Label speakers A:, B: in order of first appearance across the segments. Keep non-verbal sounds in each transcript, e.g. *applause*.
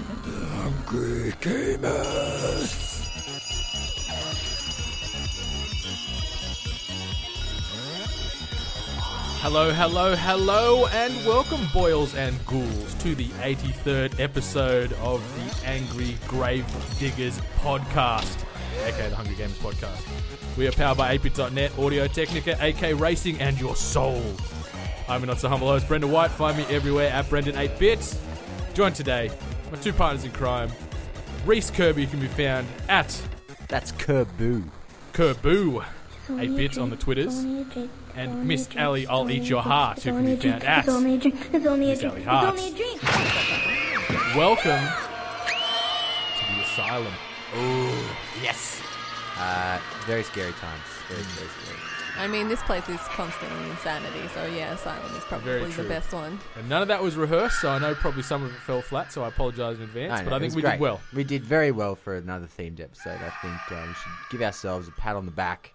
A: Hungry Gamers!
B: Hello, hello, hello, and welcome, boils and ghouls, to the 83rd episode of the Angry Grave Diggers podcast, aka the Hungry Games podcast. We are powered by 8bit.net, Audio Technica, AK Racing, and your soul. I'm your not so humble host, Brendan White. Find me everywhere at Brendan8bit. Joined today, my two partners in crime, Reese Kirby, can be found at
C: That's Kerboo.
B: Kerboo, 8bit on the Twitters. And Miss Ellie, I'll eat your heart, who can be found at
D: It's only a drink. It's only a
B: Miss
D: drink.
B: Ellie
D: It's
B: Hart.
D: only a drink.
B: Welcome to the asylum.
C: Yes. Uh, very scary times. Very, very scary.
E: I mean, this place is constantly insanity, so yeah, Asylum is
B: Very
E: probably the
B: true.
E: best one.
B: And none of that was rehearsed, so I know probably some of it fell flat, so I apologise in advance.
C: know,
B: but I
C: it
B: think
C: was
B: we
C: great.
B: did well.
C: We did very well for another themed episode. I think uh, we should give ourselves a pat on the back.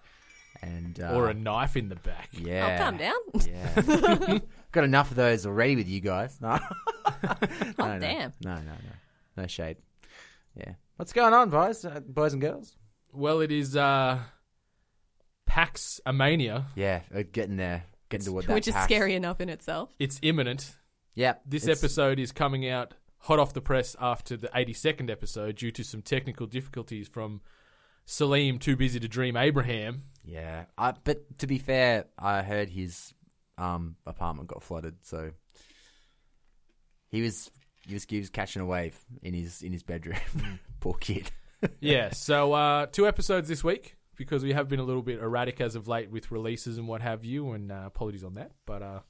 C: And uh,
B: or a knife in the back.
C: yeah.
E: Oh, calm down.
C: Yeah.
E: *laughs*
C: Got enough of those already with you guys. No. *laughs* No, no.
E: Oh, damn.
C: No, no, no. No shade. Yeah. What's going on, boys? Uh, boys and girls?
B: Well, it is uh, Pax Amania.
C: Yeah, uh, getting there. Getting
E: *laughs*
C: toward that
E: Which is
C: pack.
E: scary enough in itself.
B: It's imminent.
C: Yep.
B: This
C: it's-
B: episode is coming out hot off the press after the 82nd episode due to some technical difficulties from Salim, too busy to dream Abraham.
C: Yeah, I, but to be fair, I heard his um, apartment got flooded, so he was he was, he was catching a wave in his in his bedroom. *laughs*
B: Hmm.
C: Poor kid. *laughs*
B: yeah, so uh, two episodes this week because we have been a little bit erratic as of late with releases and what have you, and uh, apologies on that. But uh,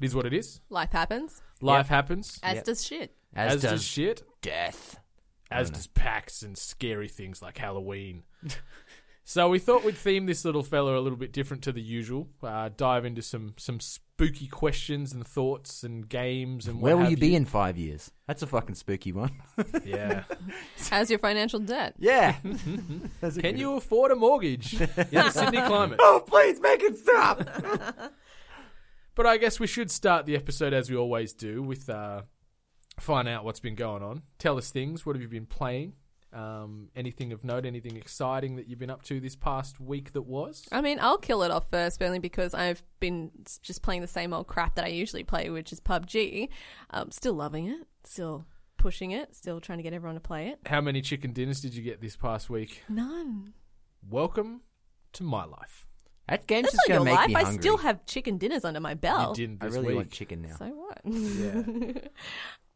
B: it is what it is.
E: Life happens,
B: Life happens,
E: as
C: Yep.
E: does shit.
B: as, does, shit,
C: death.
B: as does packs and scary things like Halloween. *laughs* so we thought we'd theme this little fella a little bit different to the usual. Uh, dive into some some spooky questions and thoughts and games and what
C: Where will
B: have
C: you be in five years? That's a fucking spooky
B: *laughs*
C: one.
B: Yeah.
C: *laughs*
E: How's your financial debt?
B: *laughs*
C: Yeah.
B: Can you afford
C: *laughs*
B: a mortgage in the Sydney climate?
C: Oh, please make it
B: *laughs*
C: stop.
B: But I guess we should start the episode as we always do with uh, find out what's been going on. Tell us things. What have you been playing? Um, anything of note? Anything exciting that you've been up to this past week that was?
E: I mean, I'll kill it off first, only because I've been s- just playing the same old crap that I usually play, which is PUBG. Um, still loving it, still pushing it, still trying to get everyone to play it.
B: How many chicken dinners did you get this past week?
E: None.
B: Welcome to my life.
C: That game's
E: That's
C: just
E: not your
C: gonna make
E: life.
C: me
E: I
C: hungry.
E: still have chicken dinners under my
B: you
E: belt.
B: didn't
C: Oh, I
B: this
C: really
B: week.
C: want chicken now.
E: So what? *laughs*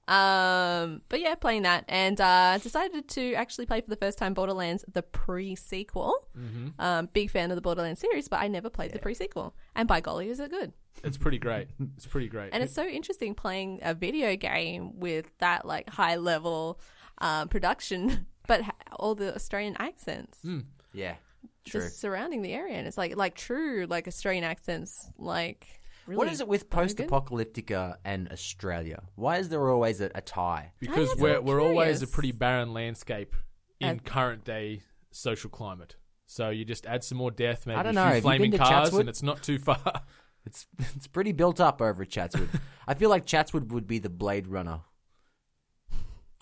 E: um, but yeah, playing that, and uh, decided to actually play for the first time Borderlands the pre sequel.
C: Mm-hmm.
E: Um, big fan of the Borderlands series, but I never played the pre sequel, and by golly, is it good!
B: It's pretty great. It's pretty great.
E: And it's so interesting playing a video game with that like high level um, production, *laughs* but ha- all the Australian accents
C: Yeah. Hmm, True.
E: just surrounding the area, and it's like like true like Australian accents, like. Really
C: What is it with
E: banging.
C: post apocalyptica and Australia? Why is there always a, a tie?
B: because
E: that's
B: we're
E: so
B: we're always a
E: curious.
B: pretty barren landscape in
E: Uh,
B: current day social climate. So you just add some more death, maybe
C: don't
B: a
C: know. Have
B: few
C: you
B: flaming
C: been to
B: cars,
C: Chatswood?
B: and it's not too far. *laughs*
C: It's *laughs* it's pretty built up over at Chatswood. I feel like Chatswood would be the Blade Runner.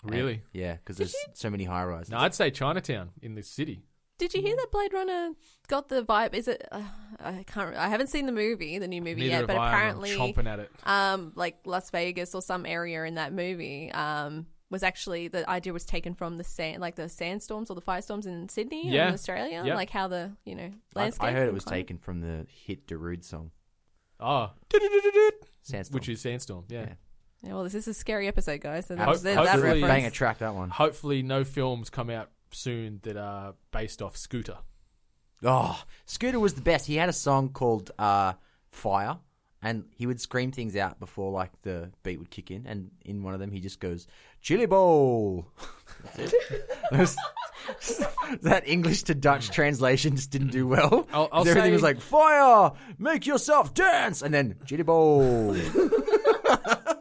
B: really.
C: And- yeah, because there's so many high rises.
B: No, I'd say Chinatown in the city.
E: Did you hear that Blade Runner got the vibe? Is it? Uh, I can't. re- I haven't seen the movie, the new movie
B: Neither
E: yet, but
B: have I, and
E: apparently,
B: I'm chomping at it.
E: um, like Las Vegas or some area in that movie, um, was actually the idea was taken from the sand, like the sandstorms or the firestorms in Sydney or
B: Yeah.
E: in Australia,
B: Yep.
E: like how the you know
C: I,
E: landscape.
C: I heard it
E: and
C: was
E: climate-
C: taken from the hit Darude song,
B: Oh,
C: Sandstorm.
B: which is Sandstorm. Yeah.
C: Yeah.
E: Yeah, well, this is a scary episode, guys. So
B: Ho-
E: there's, there's that
B: hopefully-
E: reference.
C: bang a track that one.
B: Hopefully, no films come out soon that are based off Scooter.
C: Oh, Scooter was the best. He had a song called uh, "Fire," and he would scream things out before like the beat would kick in. And in one of them, he just goes "Chili Bowl." That's it. *laughs* That was- that English to Dutch translation just didn't do well.
B: I'll- I'll
C: 'Cause everything
B: say-
C: was like "Fire, make yourself dance," and then "Chili
B: *laughs*
C: Bowl."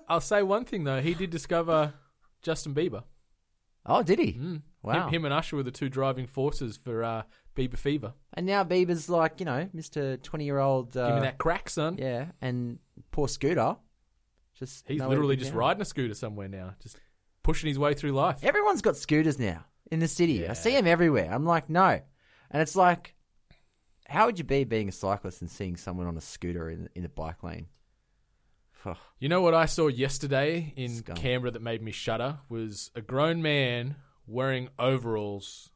B: I'll say one thing though. He did discover Justin Bieber.
C: oh, did he? Wow.
B: Hmm. Him, him and Usher were the two driving forces for uh, Bieber Fever.
C: And now Bieber's like you know, Mister Twenty-year-old. Uh,
B: Give me that crack, son.
C: Yeah, and poor Scooter. Just
B: He's
C: nowhere to
B: literally
C: be
B: just
C: found.
B: riding a scooter somewhere now. Just pushing his way through life.
C: Everyone's got scooters now in the city.
B: Yeah.
C: I see them everywhere. I'm like, no. And it's like, how would you be being a cyclist and seeing someone on a scooter in, in a bike lane? Fuck.
B: You know what I saw yesterday in
C: Scum.
B: Canberra that made me shudder was a grown man wearing overalls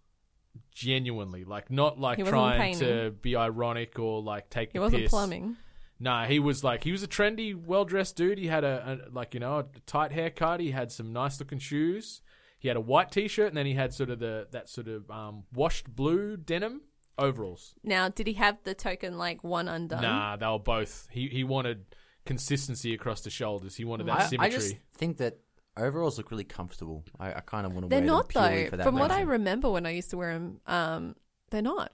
B: genuinely like not like
E: He wasn't
B: trying to
E: painting.
B: be ironic or like take
E: He
B: the
E: wasn't
B: piss.
E: plumbing.
B: Nah, he was like he was a trendy, well-dressed dude. He had a, a like you know a tight haircut. He had some nice-looking shoes. He had a white t-shirt, and then he had sort of the that sort of um, washed blue denim overalls.
E: Now, did he have the token like one undone?
B: Nah, they were both. He he wanted consistency across the shoulders. He wanted that
C: I, I
B: symmetry.
C: just think that overalls look really comfortable. I, I kind of want to
E: They're
C: wear
E: not
C: them purely
E: though.
C: for that
E: From what I
C: reason.
E: remember when I used to wear them, um, they're not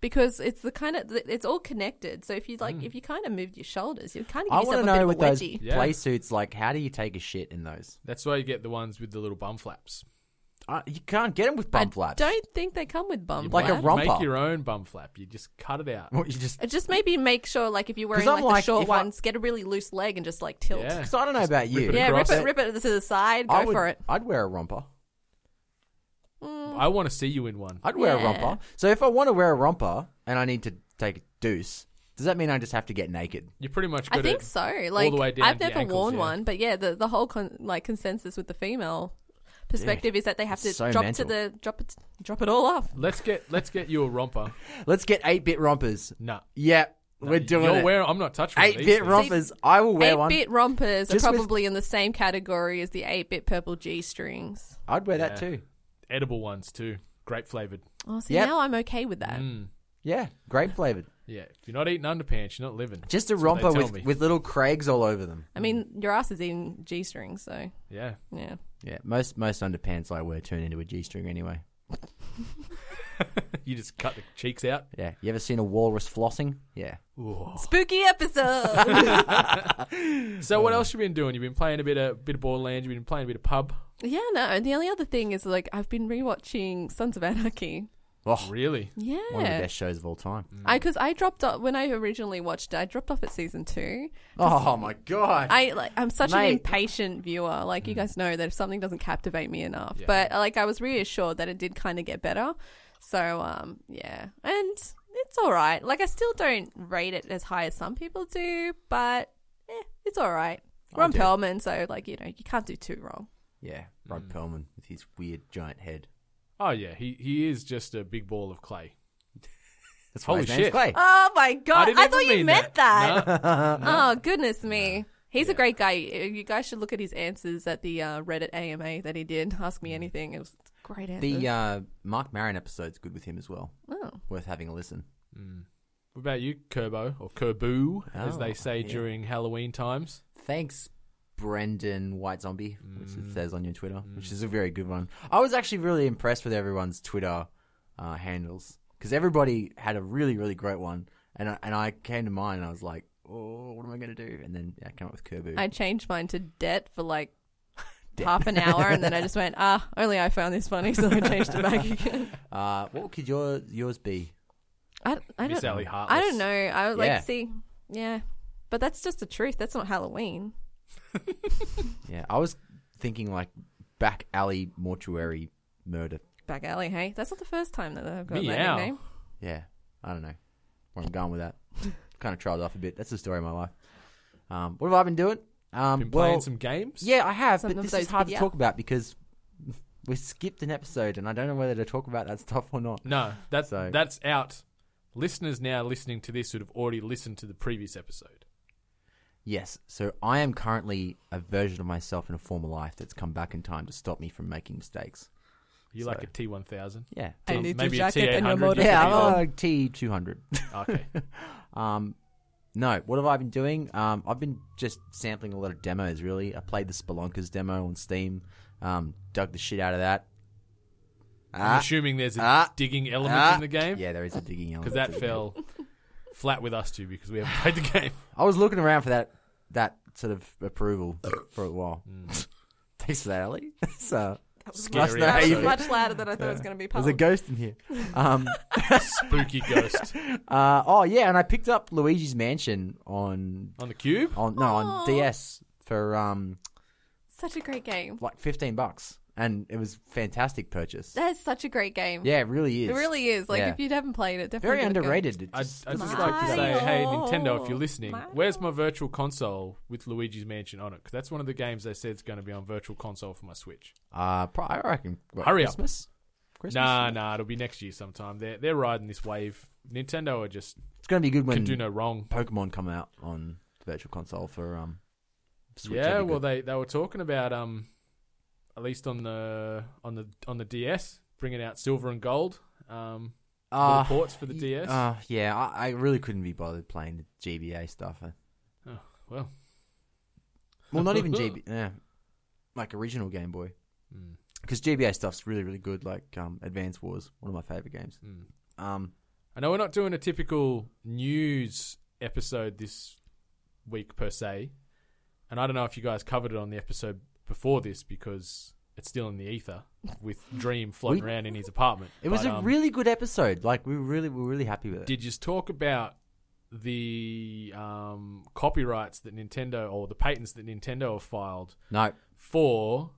E: because it's the kind of it's all connected. So if you like, if you kind of moved your shoulders, you kind of give
C: Mm. I want
E: yourself
C: to
E: a
C: know
E: bit of a
C: with those
E: wedgie.
B: Yeah.
C: play suits, like, how do you take a shit in those?
B: That's why you get the ones with the little bum flaps.
C: Uh, you can't get them with bum flaps.
E: I don't think they come with bum
C: Like a
E: flaps.
C: ro- romper.
B: Make your own bum flap. You just cut it out.
C: *laughs* What, you just
E: Uh, Just maybe make sure, like, if you're wearing
C: 'Cause I'm
E: like,
C: like,
E: the short
C: if I-
E: ones, get a really loose leg and just like tilt.
B: Yeah.
C: Because I don't know about you.
B: it
E: Yeah, rip
B: across.
E: it, rip it to the side. Go
C: I would,
E: for it.
C: I'd wear a romper.
B: I want to see you in one.
C: I'd wear a
E: Yeah.
C: romper. So if I want to wear a romper and I need to take a deuce, does that mean I just have to get naked?
B: You're pretty much good
E: I think
B: at
E: so. Like,
B: the way down
E: I've
B: to your
E: never
B: ankles,
E: worn
B: yeah.
E: one, but yeah, the the whole con- like consensus with the female perspective is that they have to
C: it's so
E: drop
C: mental.
E: to the drop it drop it all off.
B: Let's get let's get you a romper.
C: Let's get eight bit rompers.
B: Nah.
C: Yeah, we're
B: You're
C: doing it.
B: wearing- I'm not touching one of
C: Eight
B: these
C: bit
B: things.
C: rompers. I will wear one.
E: Eight-bit rompers
C: Just
E: are
C: with-
E: probably in the same category as the eight-bit purple g-strings.
C: I'd wear that
B: Yeah.
C: too.
B: edible ones too. Grape flavored.
E: Oh, see
C: Yep.
E: now I'm okay with that.
C: Yeah, grape flavored.
B: Yeah, if you're not eating underpants, you're not living.
C: Just a
B: That's what they
C: romper
B: tell
C: with,
B: me.
C: with little Craigs all over them.
E: I mean, your ass is in g-strings, so
B: yeah.
E: yeah.
C: Yeah, most most underpants I wear turn into a g string anyway.
B: You just cut the cheeks out.
C: Yeah, you ever seen a walrus flossing? Yeah, Oh.
E: Spooky
C: *laughs*
E: episode.
B: So what else you been doing? You've been playing a bit of bit of Borderlands. You've been playing a bit of pub.
E: yeah, no. And the only other thing is like I've been rewatching Sons of Anarchy.
C: oh,
B: Really?
E: Yeah,
C: one of the best shows of all time.
E: I because I dropped off when I originally watched it. I dropped off at season two.
C: Oh my god!
E: I like I'm such
C: Mate.
E: an impatient viewer. Like
B: Mm.
E: you guys know that if something doesn't captivate me enough, but like I was reassured that it did kind of get better. So um yeah, and it's all right. Like I still don't rate it as high as some people do, but eh, it's all right. Ron
C: do.
E: Perlman, so like you know you can't do too wrong.
C: yeah,
B: Mm.
C: Rod Perlman with his weird giant head.
B: Oh yeah, he he is just a big ball of clay.
C: That's why
B: Holy
C: his name's
B: shit.
C: Clay.
E: Oh my god!
B: didn't
E: I,
B: even
E: thought you
B: mean
E: meant
B: that.
E: that. *laughs* Oh goodness me. He's a great guy. You guys should look at his answers at the uh, Reddit AMA that he did. Ask
B: Mm.
E: me anything. It was great answers.
C: The uh, Mark Maron episode's good with him as well.
E: oh.
C: Worth having a listen.
B: What about you, Kerbo or Kerboo, as
C: Oh,
B: they say
C: yeah.
B: during Halloween times?
C: Thanks, Brendan White Zombie, which it says on your Twitter, which is a very good one. I was actually really impressed with everyone's Twitter uh, handles because everybody had a really, really great one, and I, and I came to mine and I was like, oh, what am I going to do? And then yeah, I came up with Kerbu.
E: I changed mine to debt for like half an hour, and then I just went, ah, only I found this funny, so I changed it back again.
C: uh, what could your yours be?
E: I, I
B: Miss
E: don't.
B: Ellie Heartless.
E: I don't know. I would like
C: Yeah.
E: see, yeah, but that's just the truth. That's not Halloween.
C: Yeah, I was thinking like back alley mortuary murder.
E: Back alley, hey, that's not the first time that I've got
B: Meow.
E: that nickname.
C: Yeah, I don't know where I'm going with
E: *laughs*
C: that. kind of trailed off a bit. That's the story of my life. Um, what have I been doing? Um,
B: Been
C: well,
B: playing some games.
C: Yeah, I have,
E: Some
C: but
E: of
C: this
E: those
C: is hard
E: video-
C: to talk about because *laughs* we skipped an episode, and I don't know whether to talk about that stuff or not.
B: No, that's
C: So-
B: that's out. Listeners now listening to this would have already listened to the previous episode.
C: Yes, so I am currently a version of myself in a former life that's come back in time to stop me from making mistakes.
B: You
C: So-
B: like a T one thousand?
C: Yeah,
E: I need
B: maybe
E: your
B: a
E: jacket and your
B: T800 used to
E: motor-
C: yeah,
B: be
C: I'm
B: on.
C: a T two hundred. *laughs*
B: Okay.
C: Um, no, what have I been doing? Um, I've been just sampling a lot of demos. Really, I played the Spelunkers demo on Steam. Um, dug the shit out of that.
B: I'm assuming there's a
C: ah,
B: digging element
C: Ah.
B: in the game.
C: Yeah, there is a digging element.
B: because
C: to
B: that
C: the
B: fell flat with us two because we haven't played the game.
C: I was looking around for that that sort of approval for a while.
B: Mm.
C: Thanks for that, Ellie. *laughs* so
B: Scary
C: Nice to know how
E: That
C: you
E: was
C: feel.
E: much louder than I thought it was going to be.
C: there's a
E: Public.
C: ghost in here.
E: *laughs*
C: Um,
B: spooky ghost
C: uh, oh yeah, and I picked up Luigi's Mansion on
B: on the cube.
C: on no on DS for um
E: such a great game.
C: like 15 bucks, and it was fantastic purchase.
E: That's such a great game.
C: Yeah, it really is.
E: It really is. Like
C: Yeah.
E: if you haven't played it,
C: very
E: definitely give it a go.
C: underrated. It
B: I'd, I'd
C: just
B: just
C: doesn't-
B: like to say, hey, Nintendo, if
E: Mario.
B: you're listening,
E: Mario.
B: where's my virtual console with Luigi's Mansion on it? Because that's one of the games they said is going to be on virtual console for my Switch.
C: uh, pro- I reckon. What,
B: Hurry up.
C: Christmas? Christmas?
B: Nah, nah, it'll be next year sometime. They're they're riding this wave. Nintendo are just
C: It's going to be good
B: can
C: when
B: do no wrong.
C: Pokemon come out on the virtual console for um. Switch,
B: yeah,
C: that'd be
B: well,
C: good.
B: they they were talking about um, at least on the on the on the DS, bringing out silver and gold. Um,
C: Uh,
B: little ports for the
C: y-
B: DS.
C: Uh, yeah, I, I really couldn't be bothered playing the GBA stuff. I-
B: Oh, well.
C: well, not
B: *laughs*
C: even GB. Yeah, like original Game Boy.
B: Mm,
C: Because GBA stuff's really, really good. Like um, Advance Wars, one of my favorite games.
B: mm.
C: Um,
B: I know we're not doing a typical news episode this week per se, and I don't know if you guys covered it on the episode before this because it's still in the ether
C: *laughs*
B: with Dream floating
C: We-
B: around in his apartment.
C: it was
B: But,
C: a
B: um,
C: really good episode. Like we were really, we were really happy with it.
B: Did you talk about the um, copyrights that Nintendo or the patents that Nintendo have filed
C: no,
B: for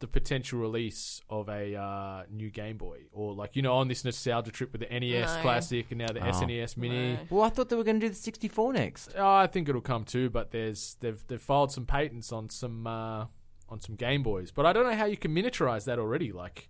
B: the potential release of a uh, new Game Boy or like you know on this nostalgia trip with the NES
E: No.
B: Classic and now the
C: Oh.
B: SNES Mini?
E: No.
C: well, I thought they were going to do the 64 next.
B: Oh, I think it'll come too, but there's they've they've filed some patents on some uh, on some Game Boys, but I don't know how you can miniaturize that already. Like,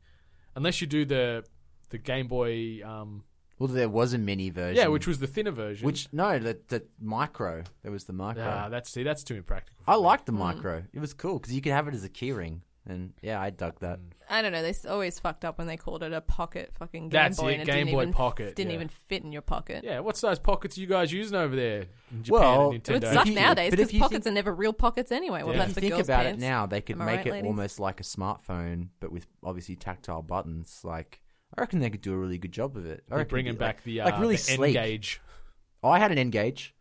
B: unless you do the the Game Boy, um,
C: Well, there was a mini version.
B: yeah, which was the thinner version.
C: which no, the, the micro. There was the micro.
B: ah, that's see, that's too impractical. for
C: I
B: me.
C: liked the micro. It was cool because you could have it as a keyring, and yeah, I dug that.
B: Mm.
E: I don't know. They s- always fucked up when they called it a pocket fucking Game
B: That's
E: Boy.
B: it,
E: and it
B: Game
E: didn't
B: Boy
E: even,
B: Pocket,
E: Didn't
B: yeah.
E: even fit in your pocket.
B: Yeah, what size pockets are you guys using over there in Japan
C: Well,
B: and
E: It would
B: Nintendo?
E: suck
C: If you-
E: nowadays
C: but if
E: because
C: you
E: pockets
C: think-
E: are never real pockets anyway. Well,
B: Yeah.
C: If
E: that's
C: you
E: for
C: think
E: girls'
C: about
E: pants.
C: it now, they could
E: Am I
C: make
E: right,
C: it
E: ladies?
C: almost like a smartphone, but with obviously tactile buttons. Like I reckon they could do a really good job of it. I
B: They're
C: reckon
B: bringing
C: it'd be,
B: back
C: like,
B: the uh,
C: like really
B: the
C: sleek.
B: N-Gauge.
C: I had an N gauge.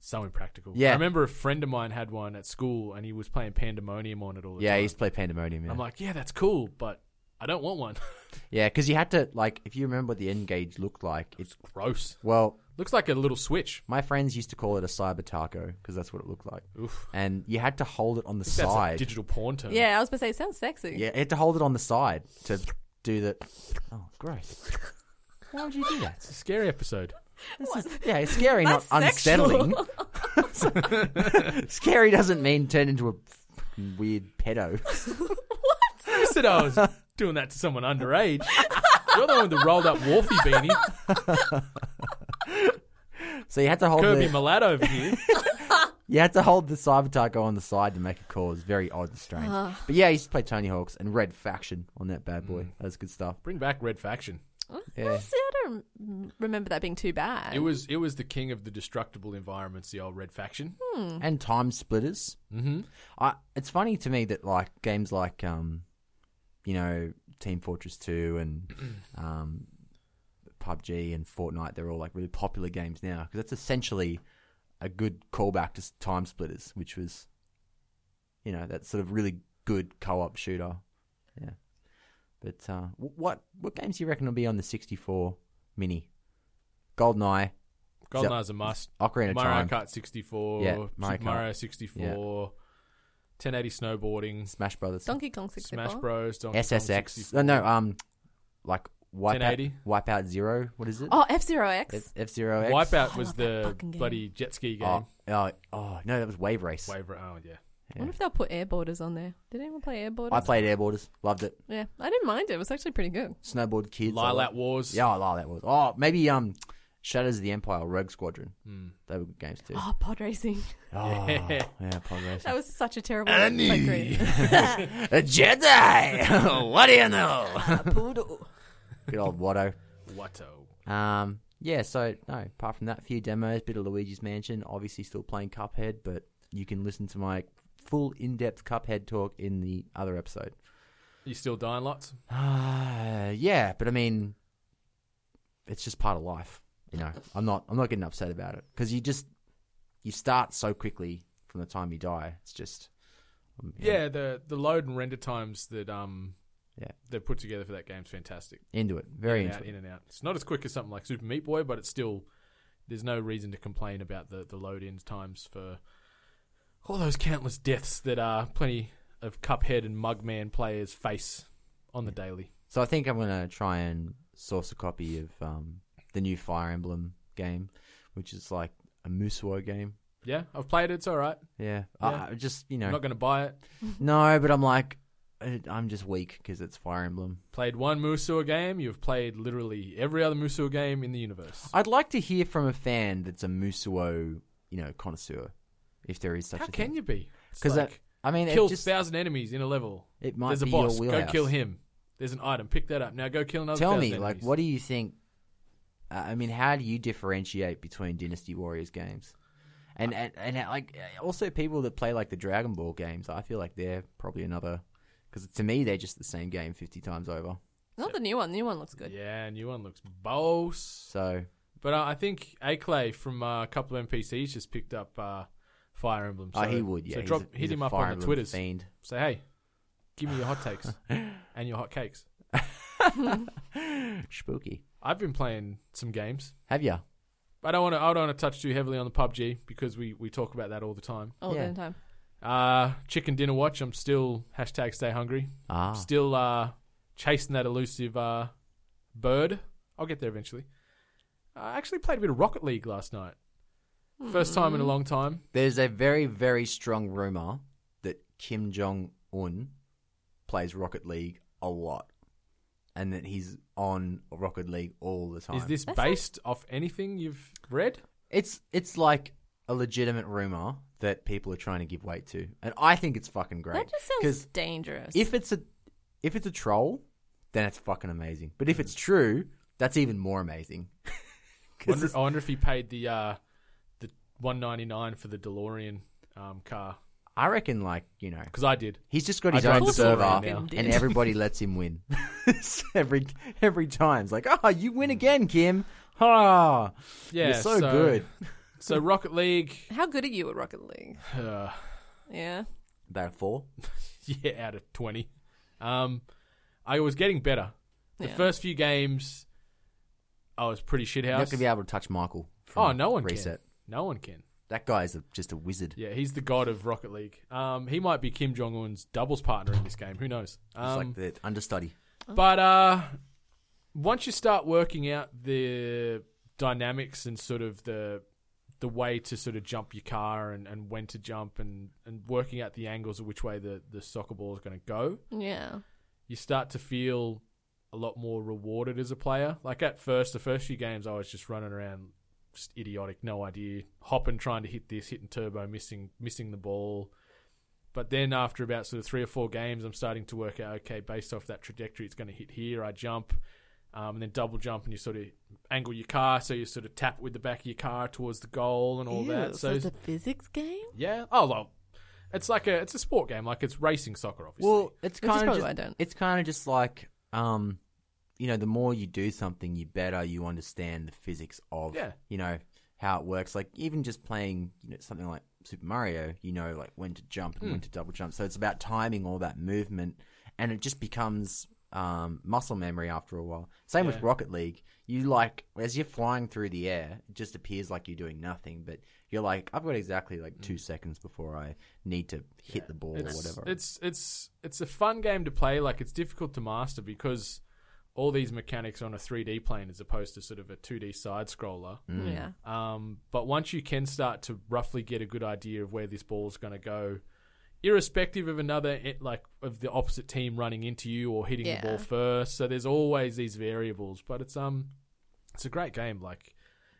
B: So impractical.
C: Yeah.
B: I remember a friend of mine had one at school, and he was playing Pandemonium on it all the
C: Yeah, I
B: time.
C: used to play Pandemonium. Yeah,
B: I'm like, yeah, that's cool, but I don't want one. *laughs*
C: yeah, because you had to like if you remember what the N gauge looked like. It's
B: it's gross.
C: well,
B: Looks like a little switch.
C: my friends used to call it a cyber taco because that's what it looked like,
B: Oof.
C: and you had to hold it on the
B: That's a
C: side.
B: digital porn term.
E: Yeah, I was gonna say it sounds sexy.
C: Yeah, you had to hold it on the side to do the. Oh, gross! Why would you do that?
B: It's a scary episode.
C: This is, yeah, it's scary, not
E: That's sexual.
C: unsettling. *laughs* scary doesn't mean turn into a fucking weird pedo. *laughs*
B: I said I was doing that to someone underage. You're the one with the rolled up Wharfy
C: *laughs*
B: beanie.
C: So you had to hold
B: Kirby
C: the
B: Mulat over
C: *laughs*
B: here.
C: you had to hold the cyber taco on the side to make a call. It's very odd and strange. But yeah, I used to play Tony Hawk's and Red Faction on that bad boy. That was good stuff.
B: Bring back Red Faction.
C: Yeah.
E: See, I don't m- remember that being too bad.
B: It was it was the king of the destructible environments, the old Red Faction.
C: And Time Splitters.
B: Mm-hmm.
C: I, it's funny to me that like games like um, you know, Team Fortress Two and
B: *clears throat*
C: um, PUBG and Fortnite, they're all like really popular games now because that's essentially a good callback to s- Time Splitters, which was, you know, that sort of really good co-op shooter. Yeah, but uh, wh- what what games do you reckon will be on the sixty four mini? GoldenEye,
B: GoldenEye's a must.
C: Ocarina of
B: Mario
C: Time,
B: Kart 64,
C: Yeah,
B: Super
C: Mario
B: Mario,
C: Kart.
B: 64, 1080 snowboarding,
C: Smash Brothers,
E: Donkey Kong 64.
B: Smash Bros, Donkey Kong
C: SSX.
B: 64.
C: Oh, no, um, like Wipeout,
B: 1080?
C: Wipeout Zero. What is it?
E: Oh, F Zero X.
C: F Zero X.
B: Wipeout
E: I
B: was
E: love that
B: the
E: fucking game.
B: bloody jet ski game.
C: Oh, oh, oh, no, that was Wave Race.
B: Wave, oh yeah.
E: I wonder if they'll put air borders on there. Did anyone play air borders?
C: I played Airboarders. Loved it.
E: yeah, I didn't mind it. It was actually pretty good.
C: Snowboard Kids. I
B: Lilac
C: liked-
B: Wars.
C: Yeah, I like that was. Oh, maybe um, Shadows of the Empire, Rogue Squadron.
B: Hmm.
C: They were good
E: *gasps*
C: games too.
B: *laughs*
E: Oh, pod racing. *laughs*
C: Oh, yeah, pod
E: That
C: racing.
E: was such a terrible. Annie.
C: A Jedi. *laughs* what do you know? good old Watto.
B: Watto.
C: Um, yeah. So no, apart from that, few demos, bit of Luigi's Mansion. Obviously, still playing Cuphead, but you can listen to my full in-depth Cuphead talk in the other episode.
B: You still dying lots?
C: *sighs* Uh, yeah, but I mean, it's just part of life. You know, I'm not I'm not getting upset about it because you just you start so quickly from the time you die. It's just um, you know,
B: Yeah, the the load and render times that um
C: Yeah.
B: they put together for that game's fantastic.
C: into it, very
B: in and
C: into
B: out,
C: it.
B: in and out. It's not as quick as something like Super Meat Boy, but it's still there's no reason to complain about the the load in times for all those countless deaths that are plenty of Cuphead and Mugman players' face on the daily.
C: So I think I'm gonna try and source a copy of um, the new Fire Emblem game, which is like a Musou game.
B: Yeah, I've played it. It's all right.
C: Yeah,
B: Yeah.
C: I- I just you
B: I'm
C: know,
B: not going to buy it.
C: no, but I'm like, I- I'm just weak because it's Fire Emblem.
B: Played one Musou game. You've played literally every other Musou game in the universe.
C: I'd like to hear from a fan that's a Musuo, you know, connoisseur, if there is such
B: How
C: a
B: can
C: thing.
B: you be? It's
C: Because
B: like,
C: I mean,
B: kill
C: it just
B: thousand enemies in a level.
C: it might
B: There's a
C: be
B: boss.
C: your
B: Go
C: wheelhouse.
B: kill him. There's an item. Pick that up. Now go kill another.
C: Tell
B: 1,000
C: me, like,
B: enemies.
C: what do you think? Uh, I mean, how do you differentiate between Dynasty Warriors games? And, and and uh, like uh, also people that play like the Dragon Ball games, I feel like they're probably another because to me they're just the same game fifty times over.
E: Not the new one. The new one looks good.
B: Yeah, new one looks boss.
C: So
B: But uh, I think Aclay from uh, a couple of NPCs just picked up uh, Fire Emblem. So,
C: oh, he would, yeah.
B: So
C: he's
B: drop,
C: a- he's
B: hit
C: a
B: him up
C: Fire
B: on the
C: Emblem
B: Twitters.
C: Fiend. *laughs*
B: Say hey, give me your hot takes and your hot cakes.
C: Spooky.
B: I've been playing some games.
C: Have ya?
B: I don't want to. I don't want to touch too heavily on the PUBG because we we talk about that all the time.
E: All
C: Yeah.
E: the time.
B: Uh, chicken dinner watch. I'm still hashtag stay hungry.
C: Ah,
B: Still uh, chasing that elusive uh, bird. I'll get there eventually. I actually played a bit of Rocket League last night. First time
C: Hmm.
B: in a long time.
C: there's a very very strong rumor that Kim Jong Un plays Rocket League a lot, and that he's on Rocket League all the time.
B: Is this
E: That sounds-
B: based off anything you've
C: *laughs*
B: read?
C: It's it's like a legitimate rumor that people are trying to give weight to, and I think it's fucking great.
E: That just sounds dangerous.
C: if it's a if it's a troll, then it's fucking amazing. But if it's true, that's even more amazing. *laughs* 'Cause
B: Wonder,
C: it's-
B: I wonder if he paid the uh, the one ninety nine for the DeLorean um, car
C: I reckon, like you know,
B: because I did.
C: he's just got
B: I
C: his
B: drive
C: own
B: the
C: server,
B: DeLorean
E: now.
C: and everybody lets him win *laughs* every every time. It's like, oh, you win again, Kim. Ah,
B: Hmm. Yeah,
C: you're so, good.
B: So Rocket League,
E: How good are you at Rocket League?
B: uh, *laughs*
E: Yeah.
C: About four.
B: yeah, out of twenty. Um, I was getting better. The
E: Yeah.
B: first few games, I was pretty
C: You're not
B: shithouse.
C: gonna be able to touch Michael. from
B: oh, no one
C: reset.
B: can. No one can.
C: That guy's a, just a wizard.
B: Yeah, he's the god of Rocket League. Um, he might be Kim Jong Un's doubles partner in this game. Who knows?
C: He's
B: Um,
C: like the understudy.
B: But uh, once you start working out the dynamics and sort of the the way to sort of jump your car and, and when to jump and, and working out the angles of which way the, the soccer ball is going to go,
E: Yeah.
B: you start to feel a lot more rewarded as a player. Like at first, the first few games, I was just running around, just idiotic, no idea, hopping, trying to hit this, hitting turbo, missing, missing the ball. But then after about sort of three or four games, I'm starting to work out, okay, based off that trajectory, it's going to hit here. I jump, um, and then double jump, and you sort of angle your car, so you sort of tap with the back of your car towards the goal and all that. So,
E: it's a physics game.
B: yeah, oh well, it's like a it's a sport game, like it's racing soccer, obviously.
C: Well, it's
E: Which
C: kind
E: is
C: of
E: probably
C: just,
E: why I don't.
C: it's kind of just like um, you know, the more you do something, you better you understand the physics of
B: Yeah.
C: you know how it works. Like even just playing you know something like Super Mario, you know, like when to jump and
B: Hmm.
C: when to double jump. So it's about timing all that movement, and it just becomes um, muscle memory after a while. Same with
B: Yeah.
C: Rocket League. You like as you're flying through the air, it just appears like you're doing nothing, but you're like, I've got exactly like two seconds before I need to hit the ball
B: Hmm. it's,
C: or whatever.
B: It's it's it's a fun game to play. Like it's difficult to master because all these mechanics are on a 3D plane as opposed to sort of a 2D side scroller.
C: Mm.
E: Yeah.
B: Um, but once you can start to roughly get a good idea of where this ball's going to go, irrespective of another eh, like of the opposite team running into you or hitting
E: Yeah.
B: the ball first, so there's always these variables. But it's um, it's a great game. Like.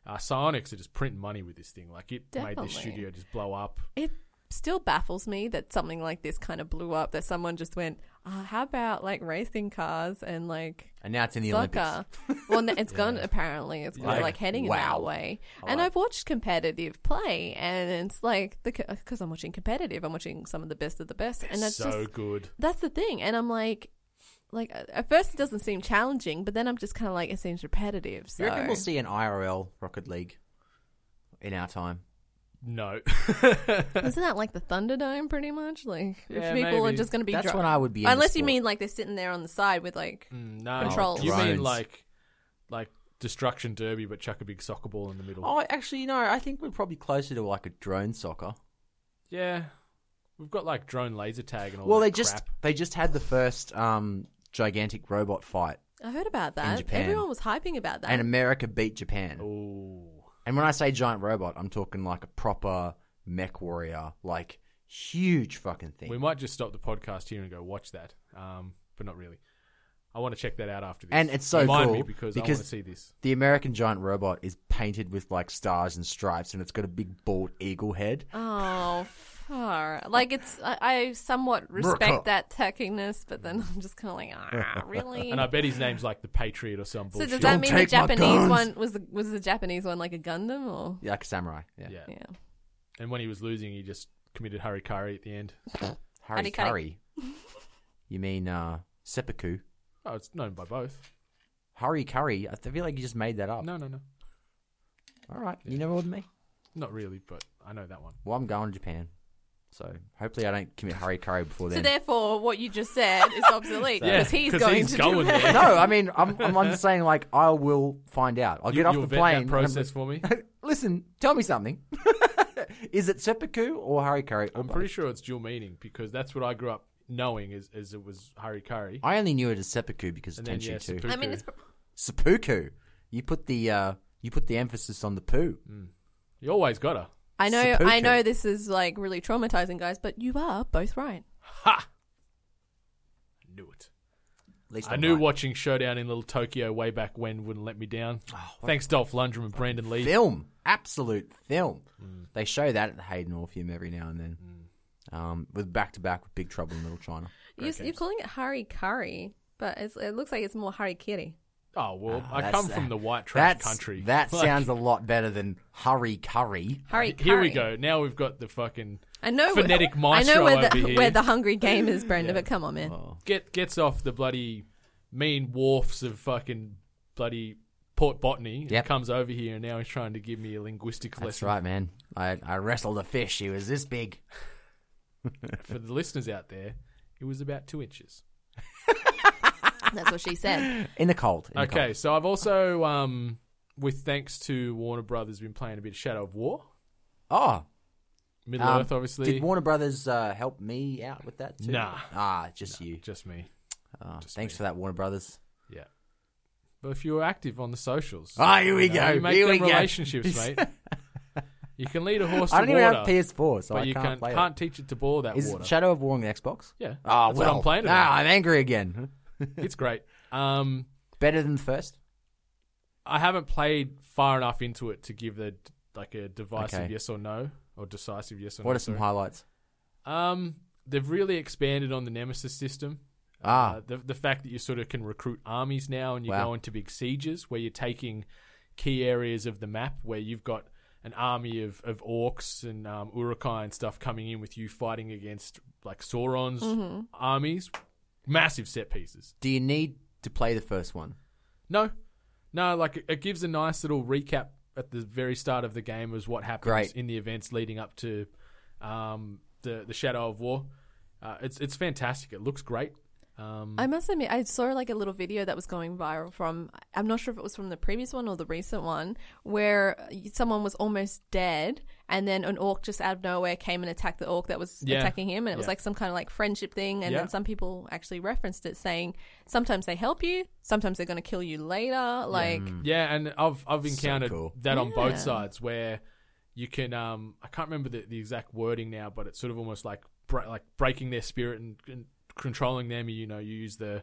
B: Uh, Psionics are just printing money with this thing. Like it made this
E: Definitely.
B: studio just blow up.
E: It still baffles me that something like this kind of blew up. That someone just went, oh, "How about like racing cars and like
C: and now it's in the Olympics.
E: soccer?" well, no, it's gone. Apparently, it's
C: Like,
E: like, like heading in
C: wow.
E: that way. and I've watched competitive play, and it's like the because I'm watching competitive, I'm watching some of the best of the best, and that's
B: so
E: just
B: good.
E: that's the thing and i'm like like at at first it doesn't seem challenging but then i'm just kind of like it seems repetitive so
C: You reckon we'll see an IRL Rocket League in our time?
B: No. *laughs*
E: isn't that like the thunderdome pretty much like
B: Yeah,
E: if people are
B: maybe.
E: just going to be
C: That's
E: dri-
C: when I would be. into
E: unless you
C: sport.
E: mean like they're sitting there on the side with like
B: Mm, no,
E: Controls.
B: you mean
C: Drones.
B: like like destruction derby, but chuck a big soccer ball in the middle.
C: Oh, actually, no. I think we're probably closer to like a drone soccer.
B: Yeah, We've got like drone laser tag and all.
C: Well,
B: that
C: they just *laughs*
B: crap.
C: they just had the first um, gigantic robot fight,
E: I heard about that.
C: Japan.
E: Everyone was hyping about that. Oh.
C: and America beat Japan.
B: Ooh.
C: And when I say giant robot, I'm talking like a proper mech warrior, like huge fucking thing.
B: We might just stop the podcast here and go watch that. Um, but not really. I want to check that out after this.
C: And it's so
B: Remind
C: cool
B: me because, I
C: because-
B: want to see this.
C: the American giant robot is painted with like stars and stripes, and it's got a big bald eagle head.
E: oh, far. Like it's. I, I somewhat respect that tackiness, but then I'm just kind of
C: *laughs*
E: like, ah, really.
B: And I bet his name's like the Patriot or some
E: so
B: bullshit.
E: does that
C: Don't
E: mean the
C: take my
E: Japanese
C: guns.
E: one was the was the Japanese one like a Gundam or
C: Yeah, like a samurai. Yeah,
B: yeah.
E: yeah?
B: And when he was losing, he just committed harikari at the end.
C: Harikari.
E: Harikari.
C: you mean uh, seppuku?
B: Oh, it's known by both.
C: Harikari. I feel like you just made that up.
B: No, no, no.
C: All right, you know more than me.
B: Not really, but I know that one.
C: Well, I'm going to Japan, so hopefully I don't commit harikari before
E: So
C: then.
E: therefore, what you just said
C: *laughs*
E: is obsolete
B: Yeah,
E: because he's
B: 'cause
E: going
B: he's
E: to
B: going
E: Japan.
B: there.
C: no, I mean I'm, I'm, I'm just saying like I will find out. I'll
B: You-
C: get off
B: you'll
C: the
B: vet
C: plane.
B: That
C: and I'm-
B: process for me.
C: *laughs* Listen, tell me something. *laughs* Is it seppuku or harikari?
B: I'm pretty sure it's dual meaning because that's what I grew up knowing as, as it was harikari.
C: I only knew it as seppuku because of
B: And then, yeah,
C: Tenchu too.
B: seppuku.
E: I mean, it's
C: Seppuku. You put the uh, you put the emphasis on the poo.
B: You always gotta.
E: I know, I
C: Seppuku.
E: know this is like really traumatizing, guys, but you are both right.
B: I knew it.
C: At least
B: I
C: I'm
B: knew
C: right.
B: watching Showdown in Little Tokyo way back when wouldn't let me down.
C: Oh, Ah,
B: Thanks, Dolph Lundgren and Brandon Lee.
C: film, absolute film. They show that at the Hayden Orpheum every now and then, um, with back to back with Big Trouble in Little China.
E: You, you're calling it harikari, but it's, it looks like it's more harikiri.
B: Oh well, I
C: Ah, That's-
B: come from the white *laughs* trash
C: that's-
B: country.
C: That
B: *laughs* Like,
C: sounds a lot better than hurry curry.
E: Harikari.
B: Here we go. Now we've got the fucking
E: I know
B: Phonetic
E: *laughs* I
B: maestro
E: know where the
B: over here.
E: where the hungry game is, Brenda. But come on, man.
B: get gets off the bloody mean wharfs of fucking bloody Port Botany. and
C: Yep.
B: comes over here and now he's trying to give me a linguistic
C: That's
B: lesson.
C: right, man. I, I wrestled a fish. He was this big.
B: For the listeners out there, it was about two inches.
E: That's what
B: *laughs*
E: she said.
C: In the cold. in the
B: Okay,
C: cold.
B: so I've also, um, with thanks to Warner Brothers, been playing a bit of Shadow of War,
C: Oh.
B: Middle
C: um,
B: Earth, obviously.
C: Did Warner Brothers uh, help me out with that too?
B: Nah.
C: Ah, just you.
B: Just me.
C: Ah, thanks for that, Warner Brothers.
B: Yeah. But if you were active on the socials,
C: Ah, here we
B: you know,
C: go,
B: You make
C: here
B: them
C: we go. *laughs*
B: relationships, mate. You can lead a horse to
C: I don't
B: water,
C: even have PS4, so
B: but
C: I
B: you
C: can't,
B: can't,
C: play
B: can't teach it to boil that
C: it. Is
B: water.
C: Shadow of War on the Xbox?
B: yeah,
C: Ah,
B: that's
C: well.
B: what I'm playing it
C: Ah,
B: on.
C: I'm angry again.
B: It's great. Um,
C: Better than the first?
B: I haven't played far enough into it to give the like a divisive
C: Okay.
B: yes or no or decisive yes or no.
C: What are some
B: sorry.
C: highlights?
B: Um, they've really expanded on the Nemesis system.
C: Ah.
B: Uh, the the fact that you sort of can recruit armies now, and you
C: Wow.
B: go into big sieges where you're taking key areas of the map where you've got an army of, of orcs and um, urukai and stuff coming in with you fighting against like Sauron's
C: Mm-hmm.
B: armies. Massive set pieces.
C: Do you need to play the first one?
B: No, no, like it, it gives a nice little recap at the very start of the game as what happens
C: Great.
B: in the events leading up to um, the the Shadow of War. Uh, it's it's fantastic. It looks great. Um,
E: I must admit, I saw like a little video that was going viral from. I'm not sure if it was from the previous one or the recent one, where someone was almost dead, and then an orc just out of nowhere came and attacked the orc that was
B: Yeah.
E: attacking him, and it was
B: Yeah.
E: like some kind of like friendship thing. And
B: Yeah.
E: then some people actually referenced it, saying sometimes they help you, sometimes they're going to kill you later.
B: Mm.
E: Like
B: Yeah, and I've I've encountered
C: Mm. cool.
B: that on
E: Yeah.
B: both sides where you can um I can't remember the, the exact wording now, but it's sort of almost like bra- like breaking their spirit and, and controlling them. You know, you use the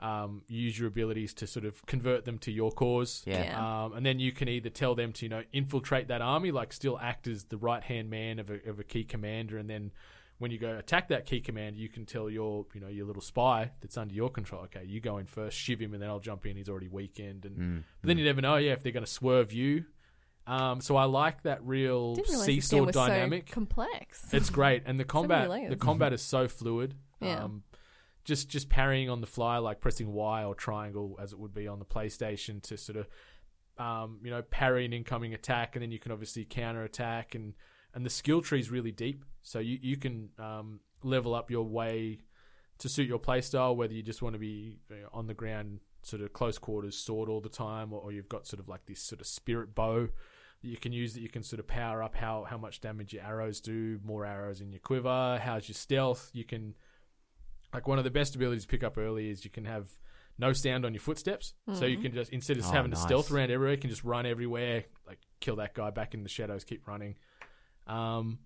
B: um you use your abilities to sort of convert them to your cause.
C: Yeah.
E: Yeah.
B: Um, and then you can either tell them to you know infiltrate that army, like still act as the right hand man of a of a key commander, and then. When you go attack that key commander, you can tell your, you know, your little spy that's under your control. Okay, you go in first, shiv him, and then I'll jump in. He's already weakened, and
E: Mm,
B: but then you never know, yeah, if they're going to swerve you. Um, so I like that real
E: didn't realize this game
B: seesaw
E: was
B: dynamic.
E: so complex.
B: it's great, and the combat
E: layers.
B: the combat is so fluid.
E: Yeah.
B: Um, just just parrying on the fly, like pressing Y or triangle, as it would be on the PlayStation, to sort of um, you know parry an incoming attack, and then you can obviously counter attack, and and the skill tree is really deep, so you you can um, level up your way to suit your playstyle, whether you just want to be you know, on the ground, sort of close quarters, sword all the time, or, or you've got sort of like this sort of spirit bow that you can use that you can sort of power up how how much damage your arrows do, more arrows in your quiver, how's your stealth. You can like one of the best abilities to pick up early is you can have no sound on your footsteps, so you can just instead of
C: Oh,
B: having
C: nice.
B: to stealth around everywhere, you can just run everywhere, like kill that guy back in the shadows, keep running. Um,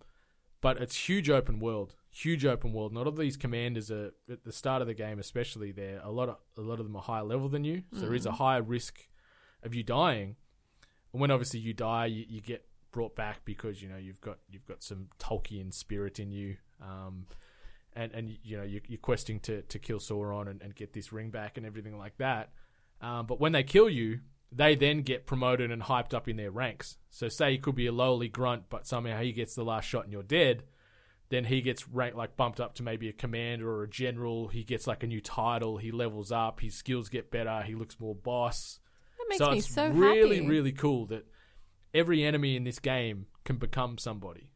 B: but it's huge open world, huge open world. And a lot of these commanders are at the start of the game, especially. They're a lot of a lot of them are higher level than you, so there is a higher risk of you dying. And when obviously you die, you, you get brought back because you know you've got you've got some Tolkien spirit in you. Um, and and you know you're, you're questing to to kill Sauron and, and get this ring back and everything like that. Um, but when they kill you, they then get promoted and hyped up in their ranks. So say you could be a lowly grunt, but somehow he gets the last shot and you're dead. Then he gets ranked like bumped up to maybe a commander or a general. He gets like a new title. He levels up. His skills get better. He looks more boss
E: That makes
B: so
E: me
B: it's
E: so
B: really,
E: happy.
B: really cool that every enemy in this game can become somebody.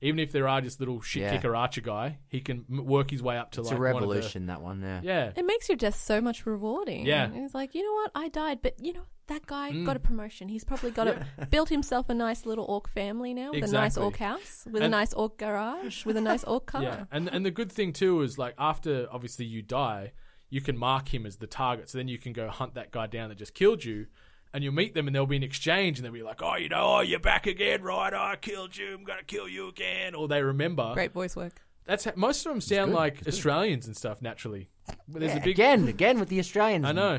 B: Even if there are just little shit
C: Yeah.
B: kicker archer guy, he can m- work his way up to
C: It's
B: like
C: a
B: one of the-
C: revolution, that one, yeah.
B: yeah,
E: It makes your death so much rewarding.
B: Yeah.
E: It's like, you know what? I died, but you know, that guy
B: Mm.
E: got a promotion. He's probably got
B: *laughs*
E: a built himself a nice little orc family now with a nice
B: Exactly.
E: orc house, with
B: And-
E: a nice orc garage, with a nice orc car.
B: yeah. And and the good thing too is like after obviously you die, you can mark him as the target. So then you can go hunt that guy down that just killed you. And you'll meet them, and there'll be an exchange, and they'll be like, "Oh, you know, oh, you're back again, right? Oh, I killed you. I'm gonna kill you again." Or they remember.
E: Great voice work.
B: That's how, most of them sound
C: good.
B: like Australians and stuff naturally. But there's a big
C: Again, again with the Australians.
B: I know,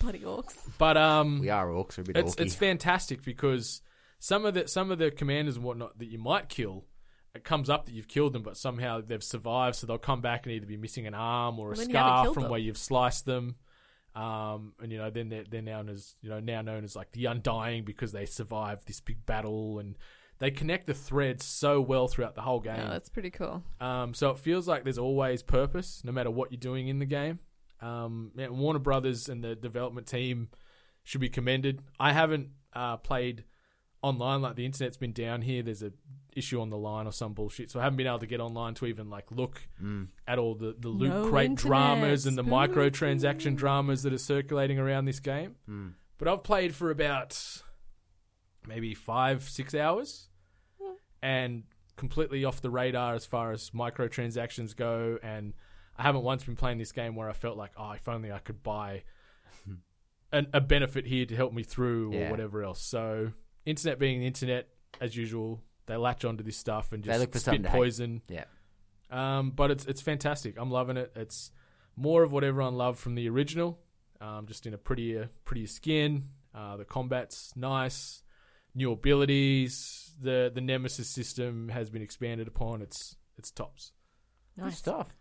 E: Bloody orcs.
B: but um,
C: We are orcs, we're a bit
B: it's
C: orky.
B: it's fantastic because some of the some of the commanders and whatnot that you might kill, it comes up that you've killed them, but somehow they've survived, so they'll come back and either be missing an arm or a
E: Well, then you haven't
B: scar
E: killed
B: from
E: them.
B: where you've sliced them. Um, and you know, then they're they're now known as you know now known as like the undying because they survived this big battle and they connect the threads so well throughout the whole game.
E: No, Oh, that's pretty cool.
B: Um, so it feels like there's always purpose, no matter what you're doing in the game. Um, yeah, Warner Brothers and the development team should be commended. I haven't uh, played online; like the internet's been down here. There's a issue on the line or some bullshit, so I haven't been able to get online to even like look at all the the loot
E: No
B: crate
E: internet,
B: dramas and the
E: spooky.
B: microtransaction dramas that are circulating around this game. But I've played for about maybe five, six hours and completely off the radar as far as microtransactions go. And I haven't once been playing this game where I felt like, oh, if only I could buy an, a benefit here to help me through or
C: Yeah.
B: whatever else. So, internet being the internet, as usual, they latch onto this stuff and
C: They
B: just
C: look for
B: spit
C: something to hate.
B: poison.
C: Yeah.
B: Um, but it's it's fantastic. I'm loving it. It's more of what everyone loved from the original, um, just in a prettier prettier skin. Uh, the combat's nice. New abilities. The the nemesis system has been expanded upon. It's it's tops.
C: Good
E: Nice.
C: stuff.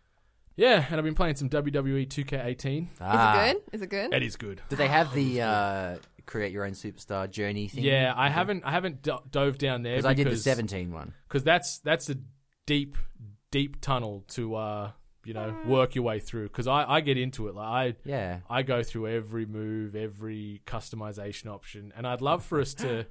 B: Yeah, and I've been playing some E WWE 2K18.
E: Is it good? Is it good?
B: Ah. It is good.
C: Do Ah, they
B: *sighs*
C: have the uh, create your own superstar journey thing?
B: Yeah, I haven't I haven't do- dove down there
C: because
B: because
C: I did the 17 one.
B: because that's that's a deep deep tunnel to uh you know work your way through. Because I I get into it like I
C: Yeah.
B: I go through every move, every customization option, and I'd love for us
C: *laughs*
B: to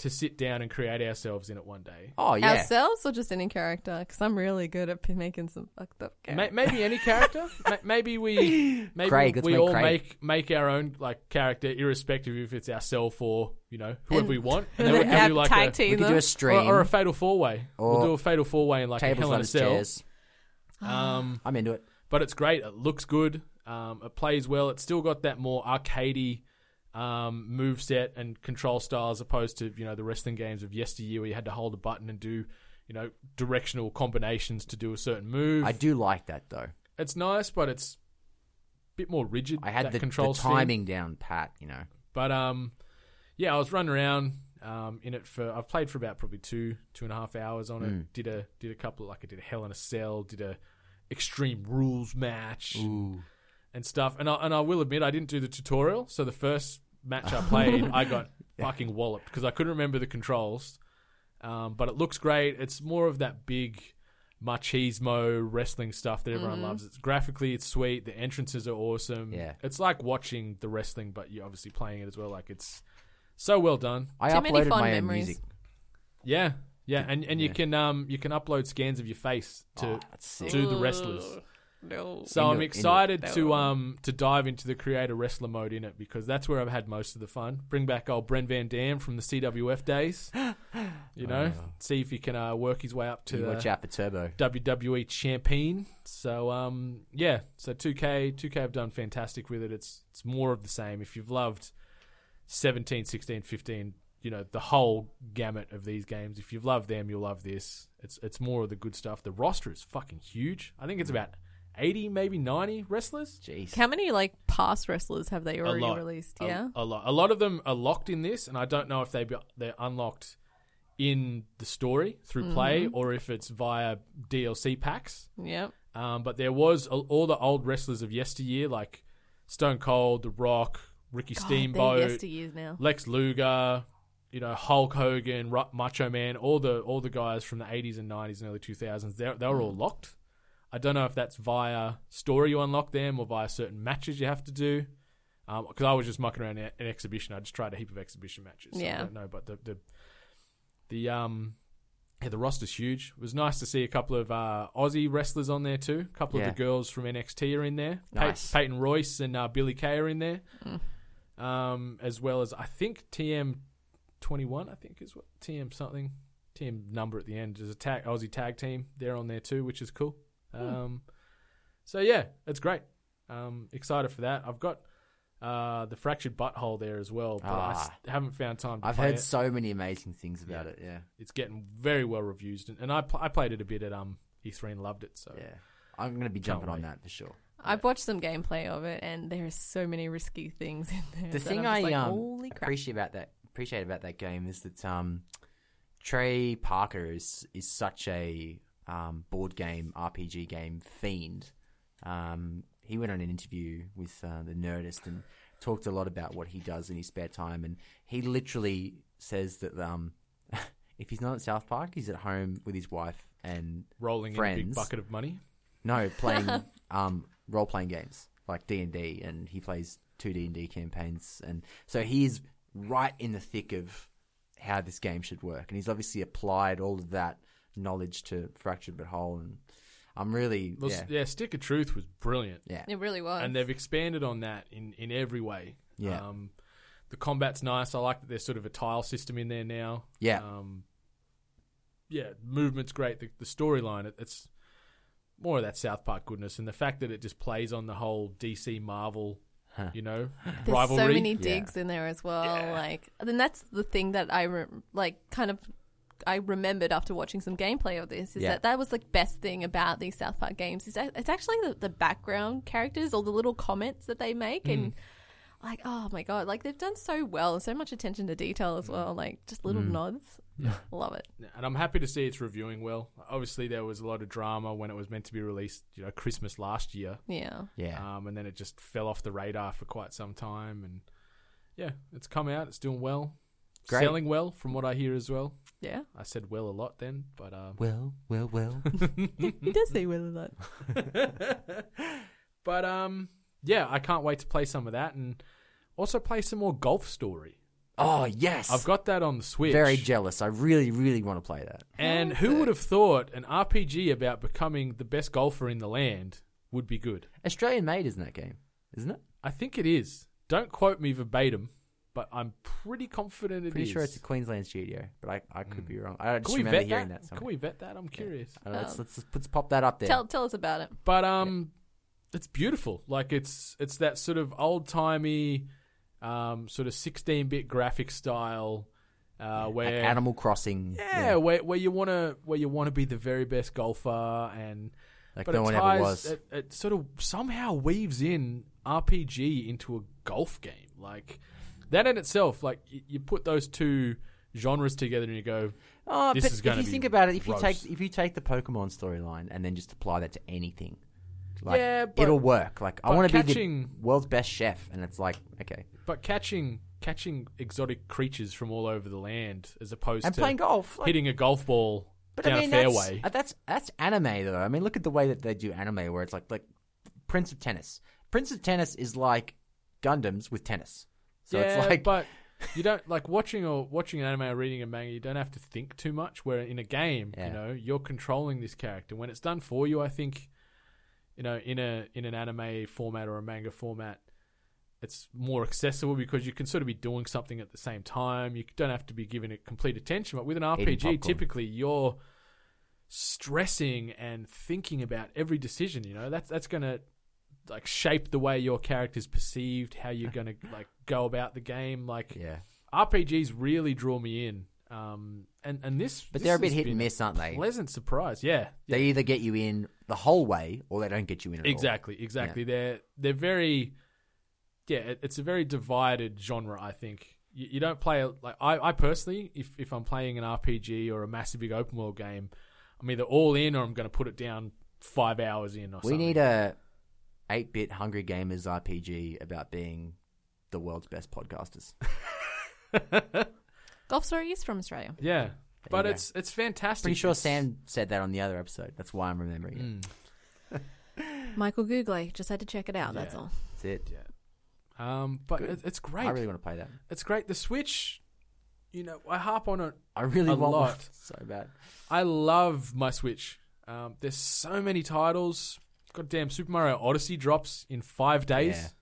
B: to sit down and create ourselves in it one day.
C: Oh yeah.
E: Ourselves or just any character? Because I'm really good at p- making some fucked up
B: Ma-
E: characters.
B: maybe
C: *laughs*
B: any character. Ma- maybe we maybe
C: Craig, let's
B: we
C: make
B: all
C: Craig.
B: make make our own like character, irrespective if it's ourself or you know whoever we
C: *laughs*
B: want, and then we can
E: have
B: do like
E: tag
B: a,
E: team
C: we could
E: them.
C: do a
B: or,
C: stream
B: or a fatal four way. We'll
C: Or
B: do a fatal four way in like a
C: tables,
B: Hell in a
C: ladders,
B: Cell.
C: chairs.
B: Um,
C: I'm into it.
B: but it's great. It looks good. Um, it plays well. It's still got that more arcadey um, move set and control style as opposed to you know the wrestling games of yesteryear where you had to hold a button and do you know directional combinations to do a certain move.
C: I do like that though.
B: It's nice, but it's a bit more rigid.
C: I had
B: that
C: the,
B: control
C: the
B: scheme.
C: timing down pat. You know.
B: But um, yeah, I was running around um, in it for. I've played for about probably two two and a half hours on it.
C: Hmm.
B: Did a did a couple like I did a Hell in a Cell. Did a Extreme Rules match and, and stuff. And I and I will admit I didn't do the tutorial. So the first match I
C: *laughs*
B: played, I got fucking walloped because I couldn't remember the controls. Um, but it looks great. It's more of that big machismo wrestling stuff that everyone loves. It's graphically, it's sweet. The entrances are awesome.
C: Mm-hmm. Yeah.
B: it's like watching the wrestling, but you're obviously playing it as well. Like it's so well done.
C: I
E: Too many
C: uploaded
E: fond
C: my
E: memories.
C: own music.
B: Yeah, yeah, and and you
C: Yeah.
B: can um you can upload scans of your face to
C: Oh, that's sick.
B: to the wrestlers.
E: No.
B: So
C: In
B: I'm
C: the- in the-
B: excited to
E: No.
B: um to dive into the creator wrestler mode in it because that's where I've had most of the fun. Bring back old Bren Van Dam from the
C: *gasps*
B: CWF days. You know, see if he can uh, work his way up to
C: You
B: the
C: watch out for Turbo.
B: WWE champion. E So um yeah, so 2K 2K have done fantastic with it. It's it's more of the same. If you've loved 17, 16, 15, you know, the whole gamut of these games, if you've loved them, you'll love this. It's it's more of the good stuff. The roster is fucking huge. I think it's about 80, maybe 90 wrestlers.
C: Jeez.
E: How many like past wrestlers have they
B: A
E: already
B: lot.
E: released?
B: A-
E: Yeah.
B: A, lot. A lot of them are locked in this and I don't know if they be, they're unlocked in the story through
E: Mm-hmm.
B: play or if it's via DLC packs.
E: yep.
B: Um, but there was a- all the old wrestlers of yesteryear, like Stone Cold, The Rock, Ricky
E: They're
B: Steamboat,
E: yesteryears now.
B: Lex Luger, you know Hulk Hogan, Ru Macho Man, all the all the guys from the eighties and nineties and early two thousands. They they were all locked. I don't know if that's via story you unlock them or via certain matches you have to do. Because I was just mucking around in an exhibition, I just tried a heap of exhibition matches. So I
E: Yeah.
B: don't know, but the the the um. Yeah, the roster's huge. It was nice to see a couple of uh, Aussie wrestlers on there too. A couple
C: Yeah.
B: of the girls from NXT are in there. Pa-
C: Nice. Mm.
B: Peyton Royce and uh, Billy Kay are in there, um, as well as I think TM twenty one. I think is what TM something TM number at the end. There's a tag Aussie tag team. They're on there too, which is cool.
C: Hmm.
B: Um, so yeah, it's great. Um, excited for that. I've got uh, the fractured butthole there as well, but I s- haven't found time. to
C: Ah. I've
B: play
C: heard
B: it
C: so many amazing things about
B: Yeah.
C: it. Yeah.
B: it's getting very well reviewed, and, and I pl- I played it a bit at um E3 and loved it. So
C: Yeah. I'm going to be jumping on
B: wait.
C: that for sure.
E: I've watched some gameplay of it, and there are so many risky things in *laughs* there.
C: The
E: that
C: thing
E: I'm just
C: I
E: like,
C: um,
E: holy crap.
C: appreciate about that appreciate about that game is that um, Trey Parker is is such a um, board game RPG game fiend. Um, he went on an interview with uh, the Nerdist and talked a lot about what he does in his spare time, and he literally says that um, *laughs* if he's not at South Park, he's at home with his wife and
B: rolling in a big
C: Friends.
B: bucket of money.
C: no, playing um, role playing games like D and D, and he plays two D and D campaigns, and so he is right in the thick of how this game should work, and he's obviously applied all of that knowledge to Fractured But Whole, and I'm really
B: Well,
C: yeah,
B: s- yeah. Stick of Truth was brilliant,
C: yeah,
E: it really was.
B: and they've expanded on that in in every way.
C: Yeah.
B: Um, the combat's nice. I like that there's sort of a tile system in there now.
C: yeah.
B: Um, yeah, movement's great. The, the storyline, it, it's more of that South Park goodness, and the fact that it just plays on the whole DC Marvel, you know,
E: *laughs* There's
B: rivalry.
E: so many digs in there as well. Like, and that's the thing that I re- like kind of I remembered after watching some gameplay of this is
C: Yeah.
E: that that was the best thing about these South Park games is that it's actually the, the background characters or the little comments that they make and
B: Mm.
E: like oh my god like they've done so well and so much attention to detail as well like just little
B: Mm.
E: nods love it
B: and I'm happy to see it's reviewing well. Obviously, there was a lot of drama when it was meant to be released, you know, Christmas last year,
E: yeah
C: yeah.
B: um, and then it just fell off the radar for quite some time. And yeah, it's come out. It's doing well,
C: Great.
B: selling well, from what I hear as well.
E: yeah
B: I said well a lot then, but uh,
C: well, well, well.
E: he does say well a lot
B: but um, yeah, I can't wait to play some of that and also play some more Golf Story.
C: *laughs* oh yes,
B: I've got that on the Switch.
C: very jealous. I really, really want to play that.
B: and who would have thought an RPG about becoming the best golfer in the land would be good?
C: Australian made, isn't that game? Isn't it?
B: I think it is. Don't quote me verbatim, but I'm pretty confident it is.
C: Pretty sure it's a Queensland studio, but I, I could be wrong. I
B: Can
C: just
B: we
C: remember
B: vet
C: hearing
B: that?
C: that. somewhere.
B: Can we vet that? I'm curious.
C: I don't know, let's,
E: Um,
C: let's, let's pop that up there.
E: tell tell us about it
B: But um, it's beautiful. Like it's it's that sort of old timey, um, sort of 16-bit graphic style, uh,
C: Like
B: where
C: Animal Crossing.
B: yeah, where where you wanna where you wanna be the very best golfer and
C: Like
B: but
C: no
B: it
C: one
B: ties-
C: ever was.
B: It, it sort of somehow weaves in RPG into a golf game. Like that in itself, like you, you put those two genres together and you go,
C: oh,
B: this
C: but
B: is
C: if
B: gonna
C: you
B: be
C: think about it, if you
B: gross.
C: take if you take the Pokemon storyline and then just apply that to anything, like,
B: Yeah, but-
C: it'll work. Like I
B: but
C: want to be the
B: catching-
C: world's best chef, and it's like okay,
B: but catching catching exotic creatures from all over the land as opposed
C: and
B: to
C: playing golf, like,
B: hitting a golf ball
C: but
B: down
C: I mean,
B: a
C: that's-
B: fairway.
C: uh, That's, that's anime though. I mean, look at the way that they do anime, where it's like like Prince of Tennis. Prince of Tennis is like Gundams with tennis. So
B: yeah,
C: it's like
B: but you don't like watching or watching an anime or reading a manga. You don't have to think too much. Where in a game,
C: Yeah.
B: you know, you're controlling this character. When it's done for you, I think you know in a in an anime format or a manga format it's more accessible because you can sort of be doing something at the same time you don't have to be giving it complete attention but with an
C: popcorn.
B: rpg typically you're stressing and thinking about every decision you know that's that's going to like shape the way your character's perceived how you're going to like go about the game like
C: Yeah.
B: RPGs really draw me in. Um, and and this,
C: But
B: this
C: they're a bit
B: has
C: hit and
B: been
C: miss, eh? aren't they?
B: Pleasant surprise, yeah,
C: They either get you in the whole way or they don't get you in at all.
B: exactly, exactly. They're they're very, yeah, it, it's a very divided genre. I think you, you don't play like I, I personally, if if I'm playing an RPG or a massive big open world game, I'm either all in or I'm going to put it down five hours in. Or
C: We
B: something.
C: need a 8-bit Hungry Gamers RPG about being the world's best podcasters.
E: Golf Story is from Australia.
B: yeah, but
C: go.
B: it's it's fantastic.
C: Pretty sure
B: It's-
C: Sam said that on the other episode. That's why I'm remembering it.
B: Mm.
E: Michael Googley just had to check it out. That's
B: Yeah.
E: all.
C: That's it.
B: Um, but it, it's great.
C: I really want to play that.
B: it's great. The Switch, you know, I harp on it
C: I really
B: A
C: want
B: lot.
C: one *laughs* so bad.
B: I love my Switch. Um, there's so many titles. Goddamn, Super Mario Odyssey drops in five days.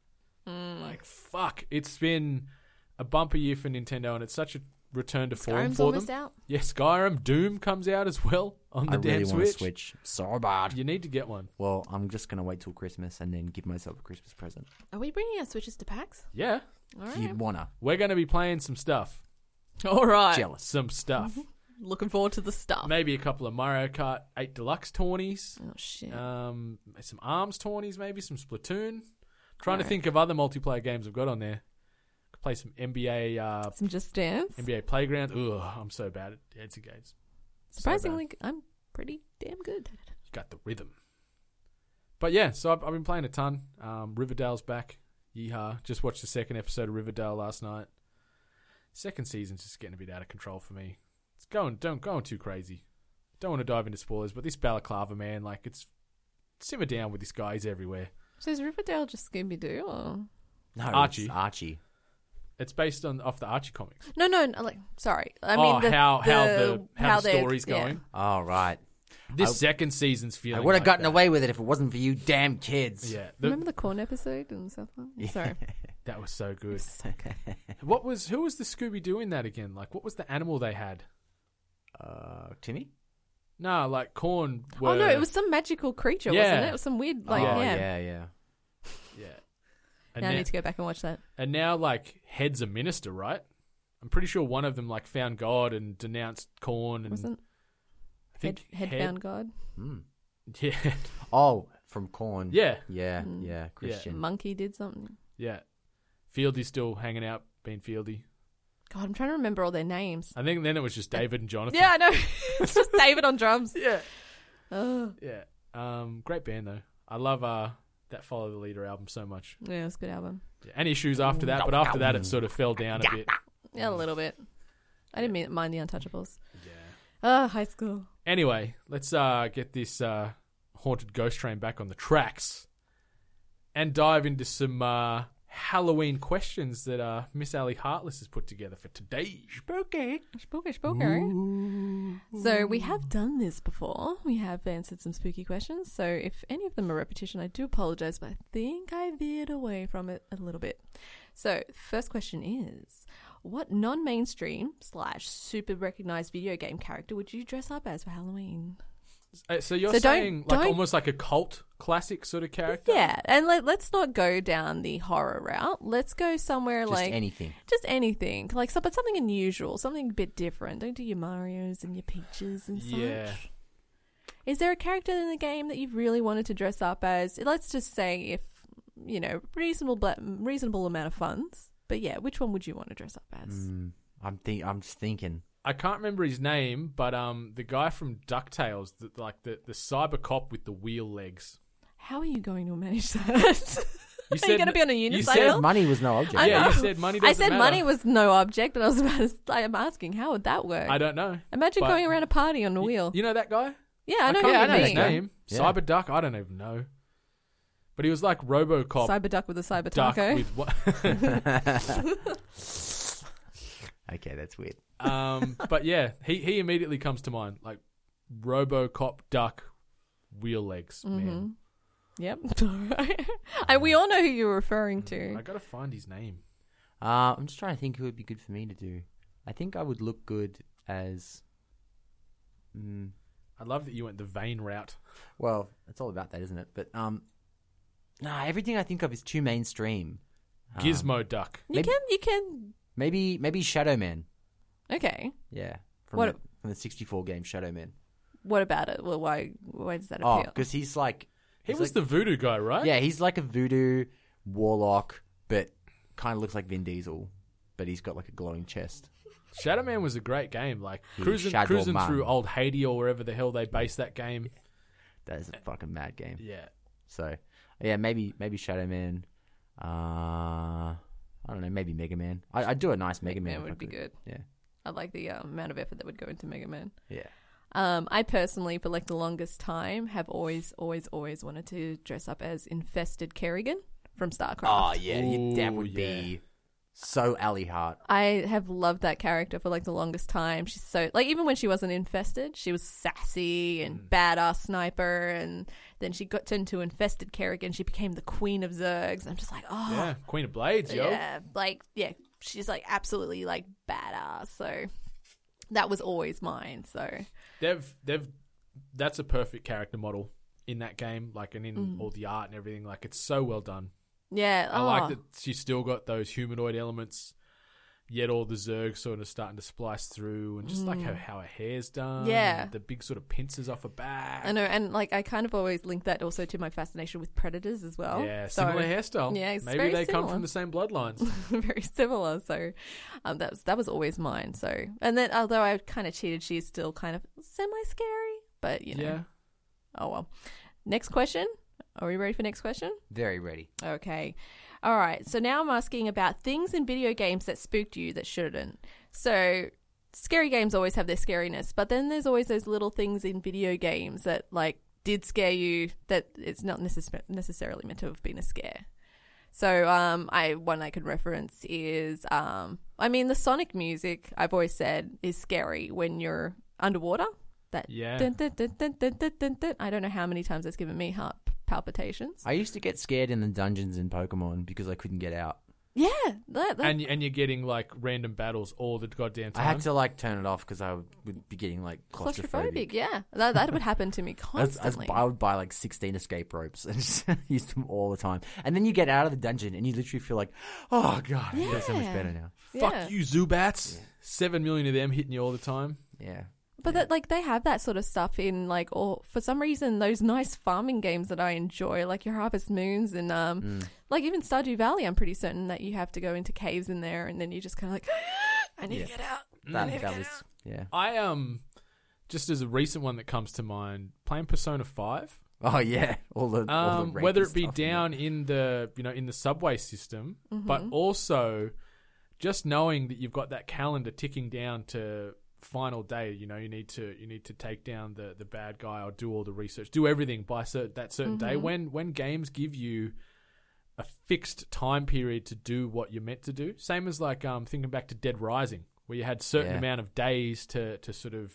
E: Mm.
B: Like fuck, it's been a bumper year for Nintendo, and it's such a return to form
E: Skyrim's
B: for them.
E: almost out.
B: Yeah, Skyrim, Doom comes out as well on the
C: I
B: damn
C: really want to
B: Switch.
C: switch so bad.
B: You need to get one.
C: Well, I'm just gonna wait till Christmas and then give myself a Christmas present.
E: Are we bringing our switches to PAX?
B: Yeah,
E: All right.
C: You'd wanna
B: we're going to be playing some stuff.
E: *laughs* all right.
C: jealous.
B: Some stuff.
E: Mm-hmm. Looking forward to the stuff.
B: Maybe a couple of Mario Kart 8 Deluxe tourneys.
E: Oh shit.
B: Um, some arms tourneys, maybe some Splatoon. Trying to
E: Alright.
B: think of other multiplayer games I've got on there. Could play some NBA uh,
E: Some just dance.
B: NBA Playground. Ugh, I'm so bad at dancing games.
E: Surprisingly, I'm pretty damn good.
B: You got the rhythm. But yeah, so I've, I've been playing a ton. Um, Riverdale's back. Yeehaw! Just watched the second episode of Riverdale last night. Second season's just getting a bit out of control for me. It's going don't going too crazy. Don't want to dive into spoilers, but this balaclava man, like it's simmer down with this guy. He's everywhere.
E: So is Riverdale just Scooby Doo? or
C: No,
B: Archie.
C: it's Archie.
B: It's based on off the Archie comics.
E: No, no, no, like sorry. I
B: Oh,
E: mean the,
B: how- how the- how the
E: they're-
B: story's
E: yeah.
B: going.
C: All right.
B: This
C: I-
B: second season's feeling.
C: I would have
B: like
C: gotten
B: that.
C: away with it if it wasn't for you, damn kids. *laughs*
B: Yeah, the-
E: Remember the corn episode in
B: *laughs*
E: South Park? Sorry.
B: that was so good. what was who was the Scooby doing that again? Like, what was the animal they had?
C: Uh, Timmy.
B: No, like corn. Were,
E: Oh no, it was some magical creature, wasn't
B: Yeah.
E: it? It was some weird like
C: oh,
E: yeah.
C: yeah,
B: Yeah.
E: Now
B: And
E: I
B: now-
E: need to go back and watch that.
B: and now like head's a minister, right? I'm pretty sure one of them like found God and denounced corn and
E: Wasn't
B: I
E: head,
B: think
E: headbound god?
B: *laughs* Yeah,
C: Hmm. Oh, from Corn.
B: yeah,
C: Yeah, yeah. Christian.
E: Monkey did something.
B: yeah. Fieldy's still hanging out, being Fieldy.
E: God, I'm trying to remember all their names.
B: I think then it was just David and Jonathan.
E: Yeah, I know. *laughs* it's just David on drums.
B: *laughs* yeah,
E: Oh,
B: yeah. Um, great band though. I love uh that Follow the Leader album so much.
E: yeah, it's a good album.
B: Yeah. And issues after that, but after that it sort of fell down a bit.
E: Yeah, a little bit. I didn't mean mind the Untouchables. *laughs* Yeah. Oh, high school.
B: Anyway, let's uh, get this uh, haunted ghost train back on the tracks and dive into some uh, Halloween questions that uh, Miss Allie Heartless has put together for today. Spooky.
E: Spooky, spooky. So we have done this before. We have answered some spooky questions. So if any of them are repetition, I do apologize, but I think I veered away from it a little bit. So first question is, what non-mainstream slash super recognized video game character would you dress up as for Halloween?
B: Uh, so you're
E: So don't-
B: saying like
E: don't-
B: almost like a cult classic sort of character?
E: Yeah, and let, let's not go down the horror route. Let's go somewhere
C: Just
E: like
C: anything.
E: just anything, like so, but something unusual, something a bit different. Don't do your Mario's and your Peaches and such.
B: Yeah.
E: Is there a character in the game that you've really wanted to dress up as? Let's just say if you know reasonable bla- reasonable amount of funds. But yeah, which one would you want to dress up as?
B: Mm.
C: I'm think. I'm just thinking.
B: I can't remember his name, but um, the guy from DuckTales, the, like the, the cyber cop with the wheel legs.
E: How are you going to manage that?
B: You
E: *laughs* are you going to be on a
B: you
E: unicycle?
B: said-
C: Money was no object.
E: I
B: Yeah,
E: know.
B: you said money
E: I
B: doesn't
E: said money
B: matter.
E: was no object, and I was about to. I'm asking, how would that work?
B: I don't know.
E: Imagine
B: but-
E: going around a party on a wheel.
B: You know that guy?
E: yeah, I know.
B: can't
E: who you
B: remember his
E: mean.
B: name.
C: Yeah.
B: Cyber Duck. I don't even know. But he was like RoboCop.
E: Cyber duck with a cyber
B: duck
E: taco.
B: with what?
C: *laughs* Okay, that's weird.
B: um, but yeah, he he immediately
E: Mm-hmm.
B: comes to mind like RoboCop duck wheel legs man.
E: *laughs* Yep. *laughs* and we all know who you're referring to.
B: Mm, I gotta find his name.
C: Uh, I'm just trying to think who would be good for me to do. I think I would look good as. Mm,
B: I love that you went the vein route.
C: well, it's all about that, isn't it? But um, nah, everything I think of is too mainstream. Um,
B: Gizmo Duck.
E: You
C: Maybe-
E: can, you can.
C: Maybe maybe Shadow Man.
E: Okay.
C: Yeah, from
E: What-
C: the, from the 64 game Shadow Man.
E: What about it? Well, why? Why does that
C: Oh,
E: appeal?
C: because he's like
B: He
C: he's
B: was
C: like-
B: the voodoo guy, right?
C: yeah, he's like a voodoo warlock, but kind of looks like Vin Diesel, but he's got like a glowing chest.
B: Shadow Man was a great game. Like
C: Yeah,
B: cruising,
C: Shadow
B: cruising
C: Man.
B: through old Haiti or wherever the hell they based that game.
C: That is a fucking mad game.
B: Yeah.
C: So yeah, maybe maybe Shadow Man. Uh, I don't know. Maybe Mega Man. I, I'd do a nice Mega,
E: Mega Man
C: if I
E: would be
C: could.
E: good.
C: Yeah,
E: I like the um, amount of effort that would go into Mega Man.
C: yeah.
E: Um, I personally, for like the longest time, have always, always, always wanted to dress up as infested Kerrigan from StarCraft.
C: Oh yeah, you- that
B: Ooh,
C: would be so Alley Hart.
E: I have loved that character for like the longest time. She's so like even when she wasn't infested, she was sassy and
B: Mm.
E: badass sniper, and then she got turned to infested Kerrigan. She became the queen of Zergs. I'm just like, oh,
B: Yeah. Queen of Blades, yo.
E: Yeah, like yeah, she's like absolutely like badass. So that was always mine. So
B: They've they've that's a perfect character model in that game, like and in all the art and everything. Like it's so well done.
E: yeah,
B: I
E: Mm. oh,
B: like that she's still got those humanoid elements, yet all the Zerg sort of starting to splice through, and just like how, how her hair's done,
E: Mm. Yeah.
B: and the big sort of pincers off her back.
E: I know, and like I kind of always link that also to my fascination with predators as well.
B: yeah,
E: so,
B: similar hairstyle.
E: Oh, Yeah, it's
B: maybe
E: very
B: they come
E: similar.
B: from the same bloodlines.
E: *laughs* very similar. So um, that was that was always mine. So and then although I kind of cheated, she's still kind of semi scary, but you know,
B: yeah,
E: oh well. Next question. Are we ready for next question?
C: Very ready.
E: Okay. All right. So now I'm asking about things in video games that spooked you that shouldn't. So scary games always have their scariness, but then there's always those little things in video games that like did scare you that it's not necess- necessarily meant to have been a scare. So um, I one I could reference is um, I mean the Sonic music I've always said is scary when you're underwater. That
B: Yeah.
E: dun, dun, dun, dun, dun, dun, dun, dun. I don't know how many times that's given me heart palpitations.
C: I used to get scared in the dungeons in Pokemon because I couldn't get out.
E: Yeah, that, that,
B: and and you're getting like random battles all the goddamn
C: I
B: time.
C: had to like turn it off because I would be getting like claustrophobic.
E: claustrophobic. Yeah, that, that would happen to me
C: That's, that's,
E: constantly.
C: I would buy like 16 escape ropes *laughs* and just use them all the time. And then you get out of the dungeon and you literally feel like, oh god, I feel so much
E: Yeah.
C: better now.
B: Fuck
E: Yeah.
B: you, Zubats. Seven million of them hitting you all the time.
C: Yeah.
E: But that, like they have that sort of stuff in like, or for some reason, those nice farming games that I enjoy, like your Harvest Moons and um,
C: Mm.
E: like even Stardew Valley. I'm pretty certain that you have to go into caves in there, and then you just kind of like, *gasps* I need
C: Yeah.
E: to get out. I need
C: That,
E: to
C: that
E: get
C: was
E: out.
C: yeah.
B: I um, just as a recent one that comes to mind, playing Persona Five.
C: Oh yeah, all the, all the
B: um,
C: rapey
B: whether it be
C: stuff in
B: down in the you know in the subway system, but also just knowing that you've got that calendar ticking down to final day. You know, you need to you need to take down the the bad guy or do all the research, do everything by cer- that certain day. When when games give you a fixed time period to do what you're meant to do, same as like um, thinking back to Dead Rising, where you had certain
C: Yeah.
B: amount of days to to sort of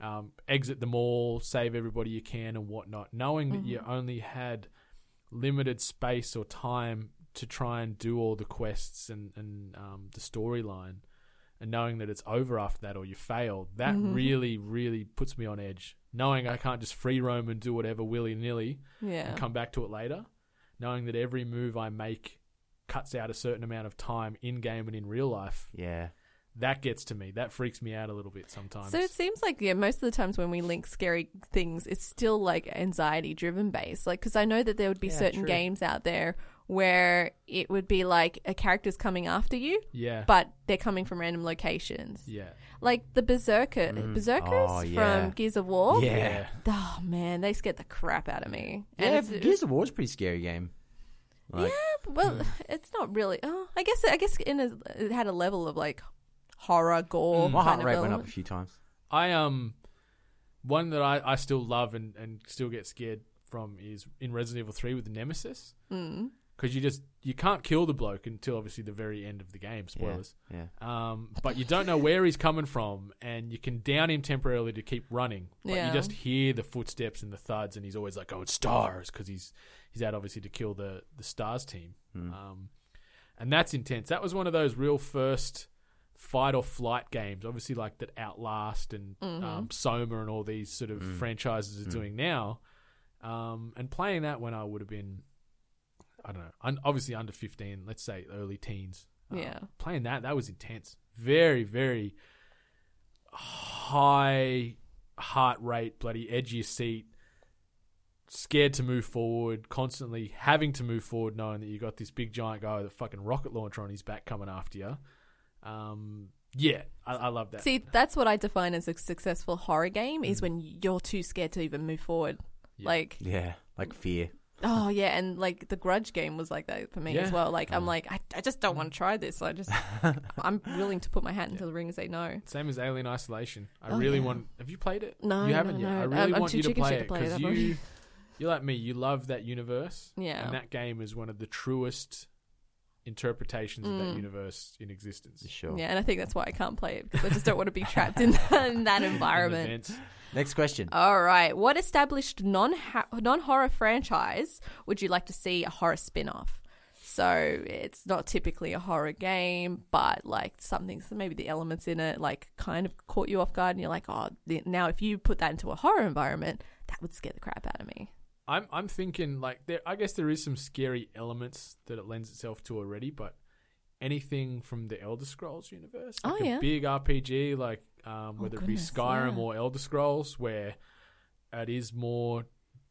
B: um, exit the mall, save everybody you can, and whatnot, knowing that
E: Mm-hmm.
B: you only had limited space or time to try and do all the quests and, and um, the storyline, and knowing that it's over after that or you fail, that
E: Mm-hmm.
B: really, really puts me on edge. Knowing I can't just free roam and do whatever willy nilly
E: Yeah,
B: and come back to it later, knowing that every move I make cuts out a certain amount of time in game and in real life,
C: Yeah.
B: that gets to me. That freaks me out a little bit sometimes.
E: So it seems like yeah, most of the times when we link scary things, it's still like anxiety driven based. Like because I know that there would be
C: Yeah,
E: certain
C: true.
E: games out there where it would be like a character's coming after you,
B: yeah.
E: but they're coming from random locations.
B: yeah.
E: Like the berserker, uh, berserkers
C: Oh,
E: from
C: yeah.
E: Gears of War.
C: Yeah.
E: Oh man, they scared the crap out of me. And
C: Yeah,
E: it's, it's-
C: Gears Mm. of War's a pretty scary game. Like,
E: yeah, well, *laughs* it's not really. Oh, I guess I guess in a, it had a level of like horror gore.
C: Mm. my
E: Mm. kind
C: heart
E: of
C: rate went
E: element.
C: up a few times.
B: I um one that I, I
E: Mm.
B: still love and, and still get scared from is in Resident Evil Three with Nemesis. because you just you can't kill the bloke until obviously the very end of the game. Spoilers.
C: Yeah.
B: Um, but you don't know where he's coming from, and you can down him temporarily to keep running. But
E: Yeah.
B: you just hear the footsteps and the thuds, and he's always like going stars because he's he's out obviously to kill the the stars team. Um, and that's intense. That was one of those real first fight or flight games, obviously like that Outlast and um, Soma and all these sort of franchises are doing now. Um, and playing that when I would have been, I don't know, un- obviously under fifteen, let's say early teens. Um,
E: Yeah.
B: playing that that was intense. Very very high heart rate, bloody edge of your seat. Scared to move forward, constantly having to move forward, knowing that you got this big giant guy with a fucking rocket launcher on his back coming after you. Um, yeah, I, I love that.
E: See, that's what I define as a successful horror game is when you're too scared to even move forward.
B: Yeah.
E: Like,
C: Mm. Yeah. Like fear.
E: oh yeah, and like the Grudge game was like that for me as
B: Yeah.
E: well. Like,
C: Mm.
E: I'm like, I, I just don't want to try this.
C: *laughs*
E: I just, I'm willing to put my hat into the ring and say no.
B: Same as Alien Isolation. I
E: Oh,
B: really
E: yeah.
B: want. Have you played it?
E: No,
B: you
E: no,
B: haven't yet.
E: no.
B: I
E: I'm-
B: really
E: I'm
B: want
E: too
B: you to
E: chicken
B: play
E: shit
B: it
E: to play it,
B: because
E: I've
B: you,
E: *laughs* already-
B: *laughs* you're like me. You love that universe.
E: Yeah.
B: and that game is one of the truest interpretations of
E: Mm.
B: that universe in existence.
C: Sure.
E: Yeah, and I think that's why I can't play it because I just don't want to be trapped in that,
B: *laughs*
E: in that environment.
B: Events.
C: Next question.
E: All right. What established non non horror franchise would you like to see a horror spin off? So it's not typically a horror game, but like something, so maybe the elements in it like kind of caught you off guard, and you're like, oh, th- now if you put that into a horror environment, that would scare the crap out of me.
B: I'm I'm thinking like there. I guess there is some scary elements that it lends itself to already, but anything from the Elder Scrolls universe,
E: Oh,
B: like a
E: yeah.
B: big RPG, like um,
E: Oh,
B: whether
E: goodness,
B: it be Skyrim
E: yeah.
B: or Elder Scrolls, where it is more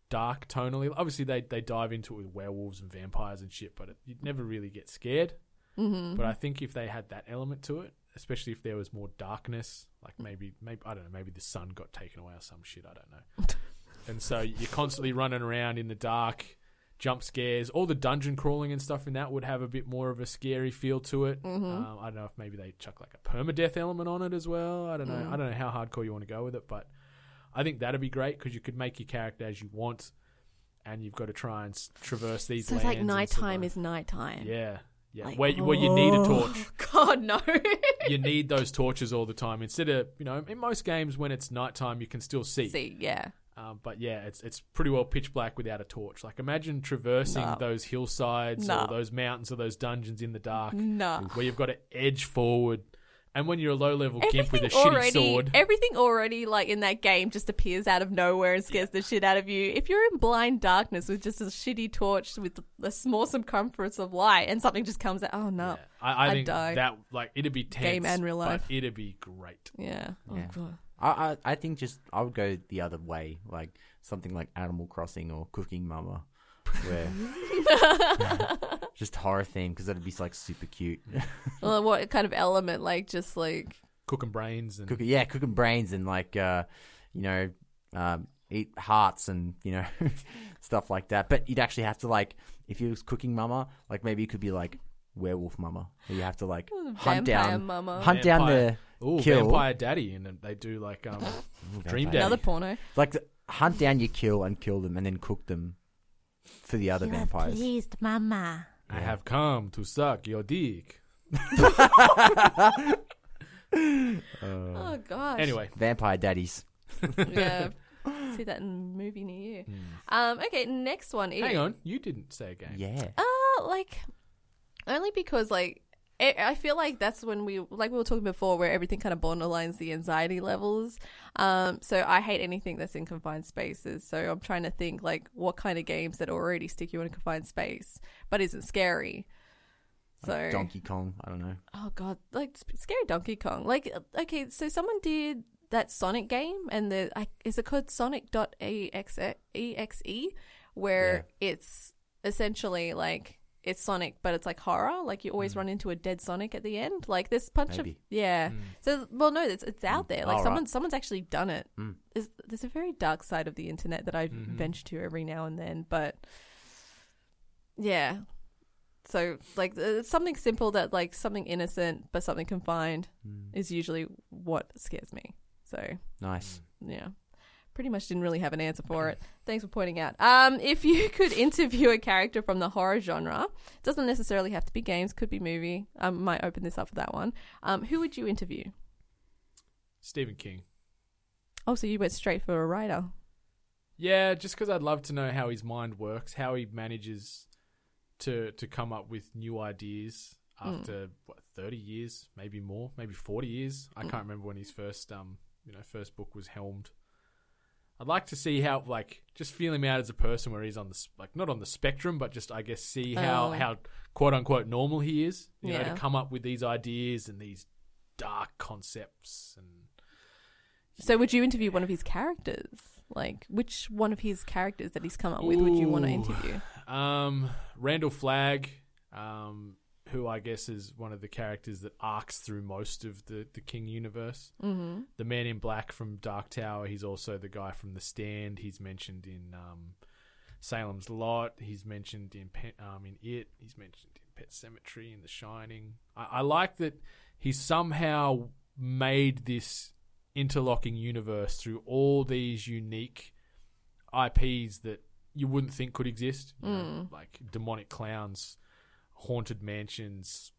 B: dark tonally. Obviously, they they dive into it with werewolves and vampires and shit, but it, you'd never really get scared.
E: Mm-hmm.
B: But I think if they had that element to it, especially if there was more darkness, like maybe, maybe I don't know, maybe the sun got taken away or some shit, I don't know.
E: *laughs*
B: and so you're constantly running around in the dark, jump scares, all the dungeon crawling and stuff in that would have a bit more of a scary feel to it.
E: Mm-hmm.
B: Um, I don't know if maybe they chuck like a permadeath element on it as well. I don't know.
E: Mm.
B: I don't know how hardcore you want to go with it, but I think that'd be great because you could make your character as you want. And you've got to try and s- traverse these.
E: So it's like
B: lands and
E: nighttime
B: survive.
E: is nighttime.
B: Yeah, yeah.
E: Like,
B: where, you- where you need a
E: oh,
B: torch,
E: *laughs* God no.
B: you need those torches all the time. Instead of you know, in most games when it's nighttime, you can still see.
E: *laughs* See, yeah,
B: Um, but yeah, it's it's pretty well pitch black without a torch. Like imagine traversing
E: No.
B: those hillsides
E: No.
B: or those mountains or those dungeons in the dark,
E: nah.
B: where you've got to edge forward. And when you're a low level gimp with a shitty
E: already,
B: sword,
E: Everything already like in that game just appears out of nowhere and scares the shit out of you. If you're in blind darkness with just a shitty torch with a small circumference of light and something just comes out, oh no,
B: Yeah, I, I
E: I'd
B: think
E: die.
B: that like it'd be tense,
E: Game and real life.
B: but it'd be great.
E: yeah, Oh,
C: Yeah.
E: God.
C: I, I I think just I would go the other way, like something like Animal Crossing or Cooking Mama, where just horror theme because that'd be like super cute.
B: Mm-hmm.
E: well, what kind of element? Like just like
B: Cooking brains
C: *laughs*
B: and
C: cooking, yeah, cooking brains and like uh, you know, um, eat hearts and you know *laughs* stuff like that. But you'd actually have to like if you was Cooking Mama, like maybe it could be like Werewolf Mama, where you have to like hunt
E: vampire
C: down
E: mama.
C: hunt down the
B: Ooh,
C: kill.
B: vampire daddy, and then they do like um, dream daddy.
E: another porno.
C: like the, hunt down your kill and kill them and then cook them for the other vampires.
D: Pleased, Mama.
B: I have come to suck your dick.
E: Oh gosh.
B: Uh, Anyway,
C: Vampire daddies.
B: *laughs*
E: yeah. See that in a movie near you. Um, okay, next one is
B: Hmm. hang on, you didn't say a game.
C: Yeah.
E: Uh, like only because like I I feel like that's when we like we were talking before where everything kind of borderlines the anxiety levels. Um, so I hate anything that's in confined spaces. So I'm trying to think like what kind of games that already stick you in a confined space but isn't scary. So
C: Donkey Kong. I don't know.
E: oh god, like sp- scary Donkey Kong. Like uh, okay, so someone did that Sonic game, and the I, is it called Sonic.exe, E where it's essentially like it's Sonic, but it's like horror. Like you always run into a dead Sonic at the end. Like this bunch of
C: Maybe.
E: yeah. So well, no, it's it's out there. Like
C: Alright.
E: someone someone's actually done it. There's, there's a very dark side of the internet that I venture to every now and then, but yeah. So like uh, it's something simple that like something innocent but something
C: Mm,
E: confined is usually what scares me. So
B: Hmm.
C: Nice.
E: yeah, pretty much didn't really have an answer for it. Thanks for pointing out. Um, if you *laughs* could interview a character from the horror genre, doesn't necessarily have to be games, could be movie. I might open this up for that one. Um, who would you interview?
B: Stephen King.
E: Oh, so you went straight for a writer.
B: Yeah, just because I'd love to know how his mind works, how he manages to to come up with new ideas
E: Hmm.
B: after what thirty years, maybe more, maybe forty years.
E: Hmm.
B: I can't remember when his first um you know first book was helmed. I'd like to see how like just feel him out as a person, where he's on the s- like not on the spectrum, but just I guess see how
E: Oh.
B: how quote unquote normal he is. You know,
E: Yeah.
B: to come up with these ideas and these dark concepts and
E: So would you interview one of his characters? Like which one of his characters that he's come up with would you want to
B: Ooh.
E: interview?
B: Um, Randall Flagg, um, who I guess is one of the characters that arcs through most of the, the King universe.
E: Mm-hmm.
B: The man in black from Dark Tower. He's also the guy from The Stand. He's mentioned in um, Salem's Lot. He's mentioned in Pet, um, in It. He's mentioned in Pet Cemetery in The Shining. I, I like that he somehow made this interlocking universe through all these unique IPs that you wouldn't think could exist, you know, like demonic clowns, haunted mansions,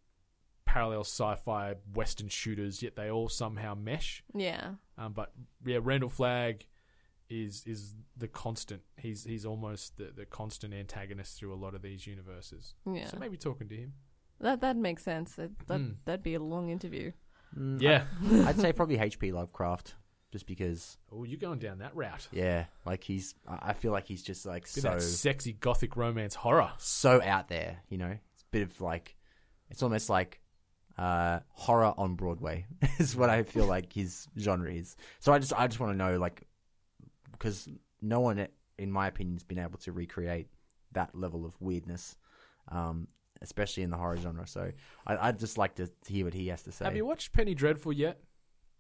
B: parallel sci-fi western shooters. Yet they all somehow mesh.
E: Yeah.
B: Um, but yeah, Randall Flagg is is the constant. He's he's almost the, the constant antagonist through a lot of these universes.
E: Yeah.
B: So maybe talking to him.
E: That that makes sense. That that
B: Mm.
E: that'd be a long interview.
C: Mm,
B: Yeah.
C: I- I'd say probably H.P. Lovecraft, just because.
B: Oh, you're going down that route.
C: Yeah, like he's. I I feel like he's just like
B: Bit
C: so
B: of that sexy gothic romance horror.
C: so out there. You know, it's a bit of like, it's almost like uh, horror on Broadway *laughs* is what I feel like his genre is. So I just, I just want to know, like, because no one, in my opinion, has been able to recreate that level of weirdness, um, especially in the horror genre. So I, I'd just like to hear what he has to say.
B: Have you watched Penny Dreadful yet?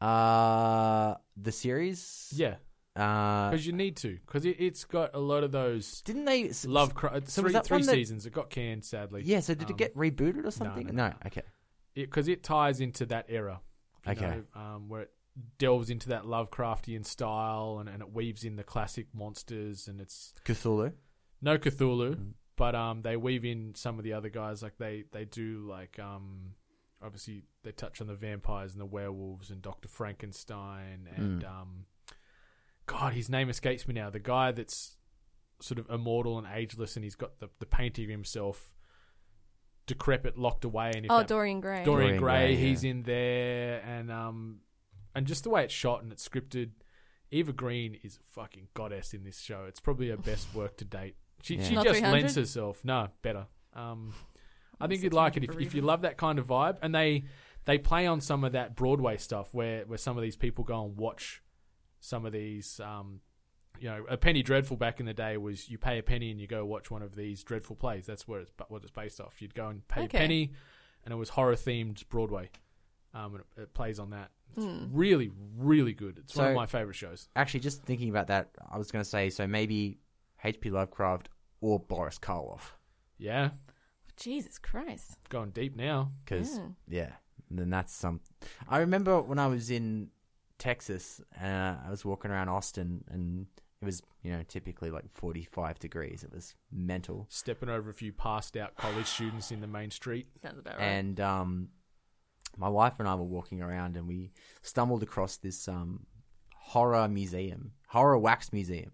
C: uh, the series,
B: Yeah,
C: Uh,
B: because you need to, because it, it's got a lot of those
C: didn't they s-
B: love
C: so
B: cry.
C: was
B: three
C: that
B: three
C: one that-
B: seasons. It got canned, sadly.
C: Yeah, so did
B: Um,
C: it get rebooted or something?
B: no, no,
C: okay.
B: because it, ties into that era. you
C: Okay.
B: know, um, where it delves into that Lovecraftian style and, and it weaves in the classic monsters and it's
C: Cthulhu.
B: no Cthulhu,
C: Mm.
B: but um, they weave in some of the other guys. Like they they do like um, obviously they touch on the vampires and the werewolves and Doctor Frankenstein and
C: Mm.
B: um, God, his name escapes me now. The guy that's sort of immortal and ageless and he's got the the painting of himself decrepit locked away and if
E: Oh,
B: that
E: Dorian Gray.
B: Dorian,
C: Dorian
B: Gray,
C: Gray, yeah.
B: he's in there, and um, and just the way it's shot and it's scripted. Eva Green is a fucking goddess in this show. It's probably her best work to date. She
C: Yeah.
B: she
E: Not
B: just
E: 300?
B: lends herself. No, better. Um, I think
E: Unless
B: you'd
E: it's
B: like it
E: made
B: if,
E: for
B: if you
E: reading.
B: love that kind of vibe. And they they play on some of that Broadway stuff where where some of these people go and watch some of these. Um, you know, a penny dreadful back in the day was you pay a penny and you go watch one of these dreadful plays. That's where it's what it's based off. You'd go and pay
E: Okay.
B: a penny, and it was horror themed Broadway. Um, and it, it plays on that. It's
E: Hmm.
B: really, really good. It's one of
C: So-
B: my favorite shows.
C: Actually, just thinking about that, I was going to say so maybe H.P. Lovecraft or Boris Karloff
B: Yeah,
E: Jesus Christ.
B: going deep now.
C: because
E: Mm.
C: yeah, then that's some. I remember when I was in Texas, uh, I was walking around Austin and it was you know typically like forty five degrees. It was mental,
B: Stepping over a few passed out college students in the main street.
E: Sounds about right.
C: and um, my wife and I were walking around and we stumbled across this um, horror museum, horror wax museum,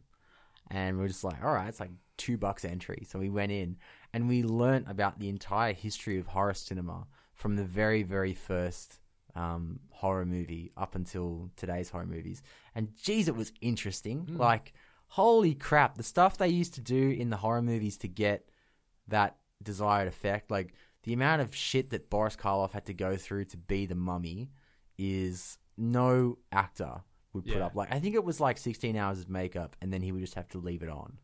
C: and we were just like, all right, it's like two bucks entry. So we went in and we learnt about the entire history of horror cinema from the very, very first um, horror movie up until today's horror movies. And geez, it was interesting. Like, holy crap, the stuff they used to do in the horror movies to get that desired effect. Like the amount of shit that Boris Karloff had to go through to be the mummy is no actor would put
B: Yeah.
C: up. Like I think it was like 16 hours of makeup, and then he would just have to leave it on,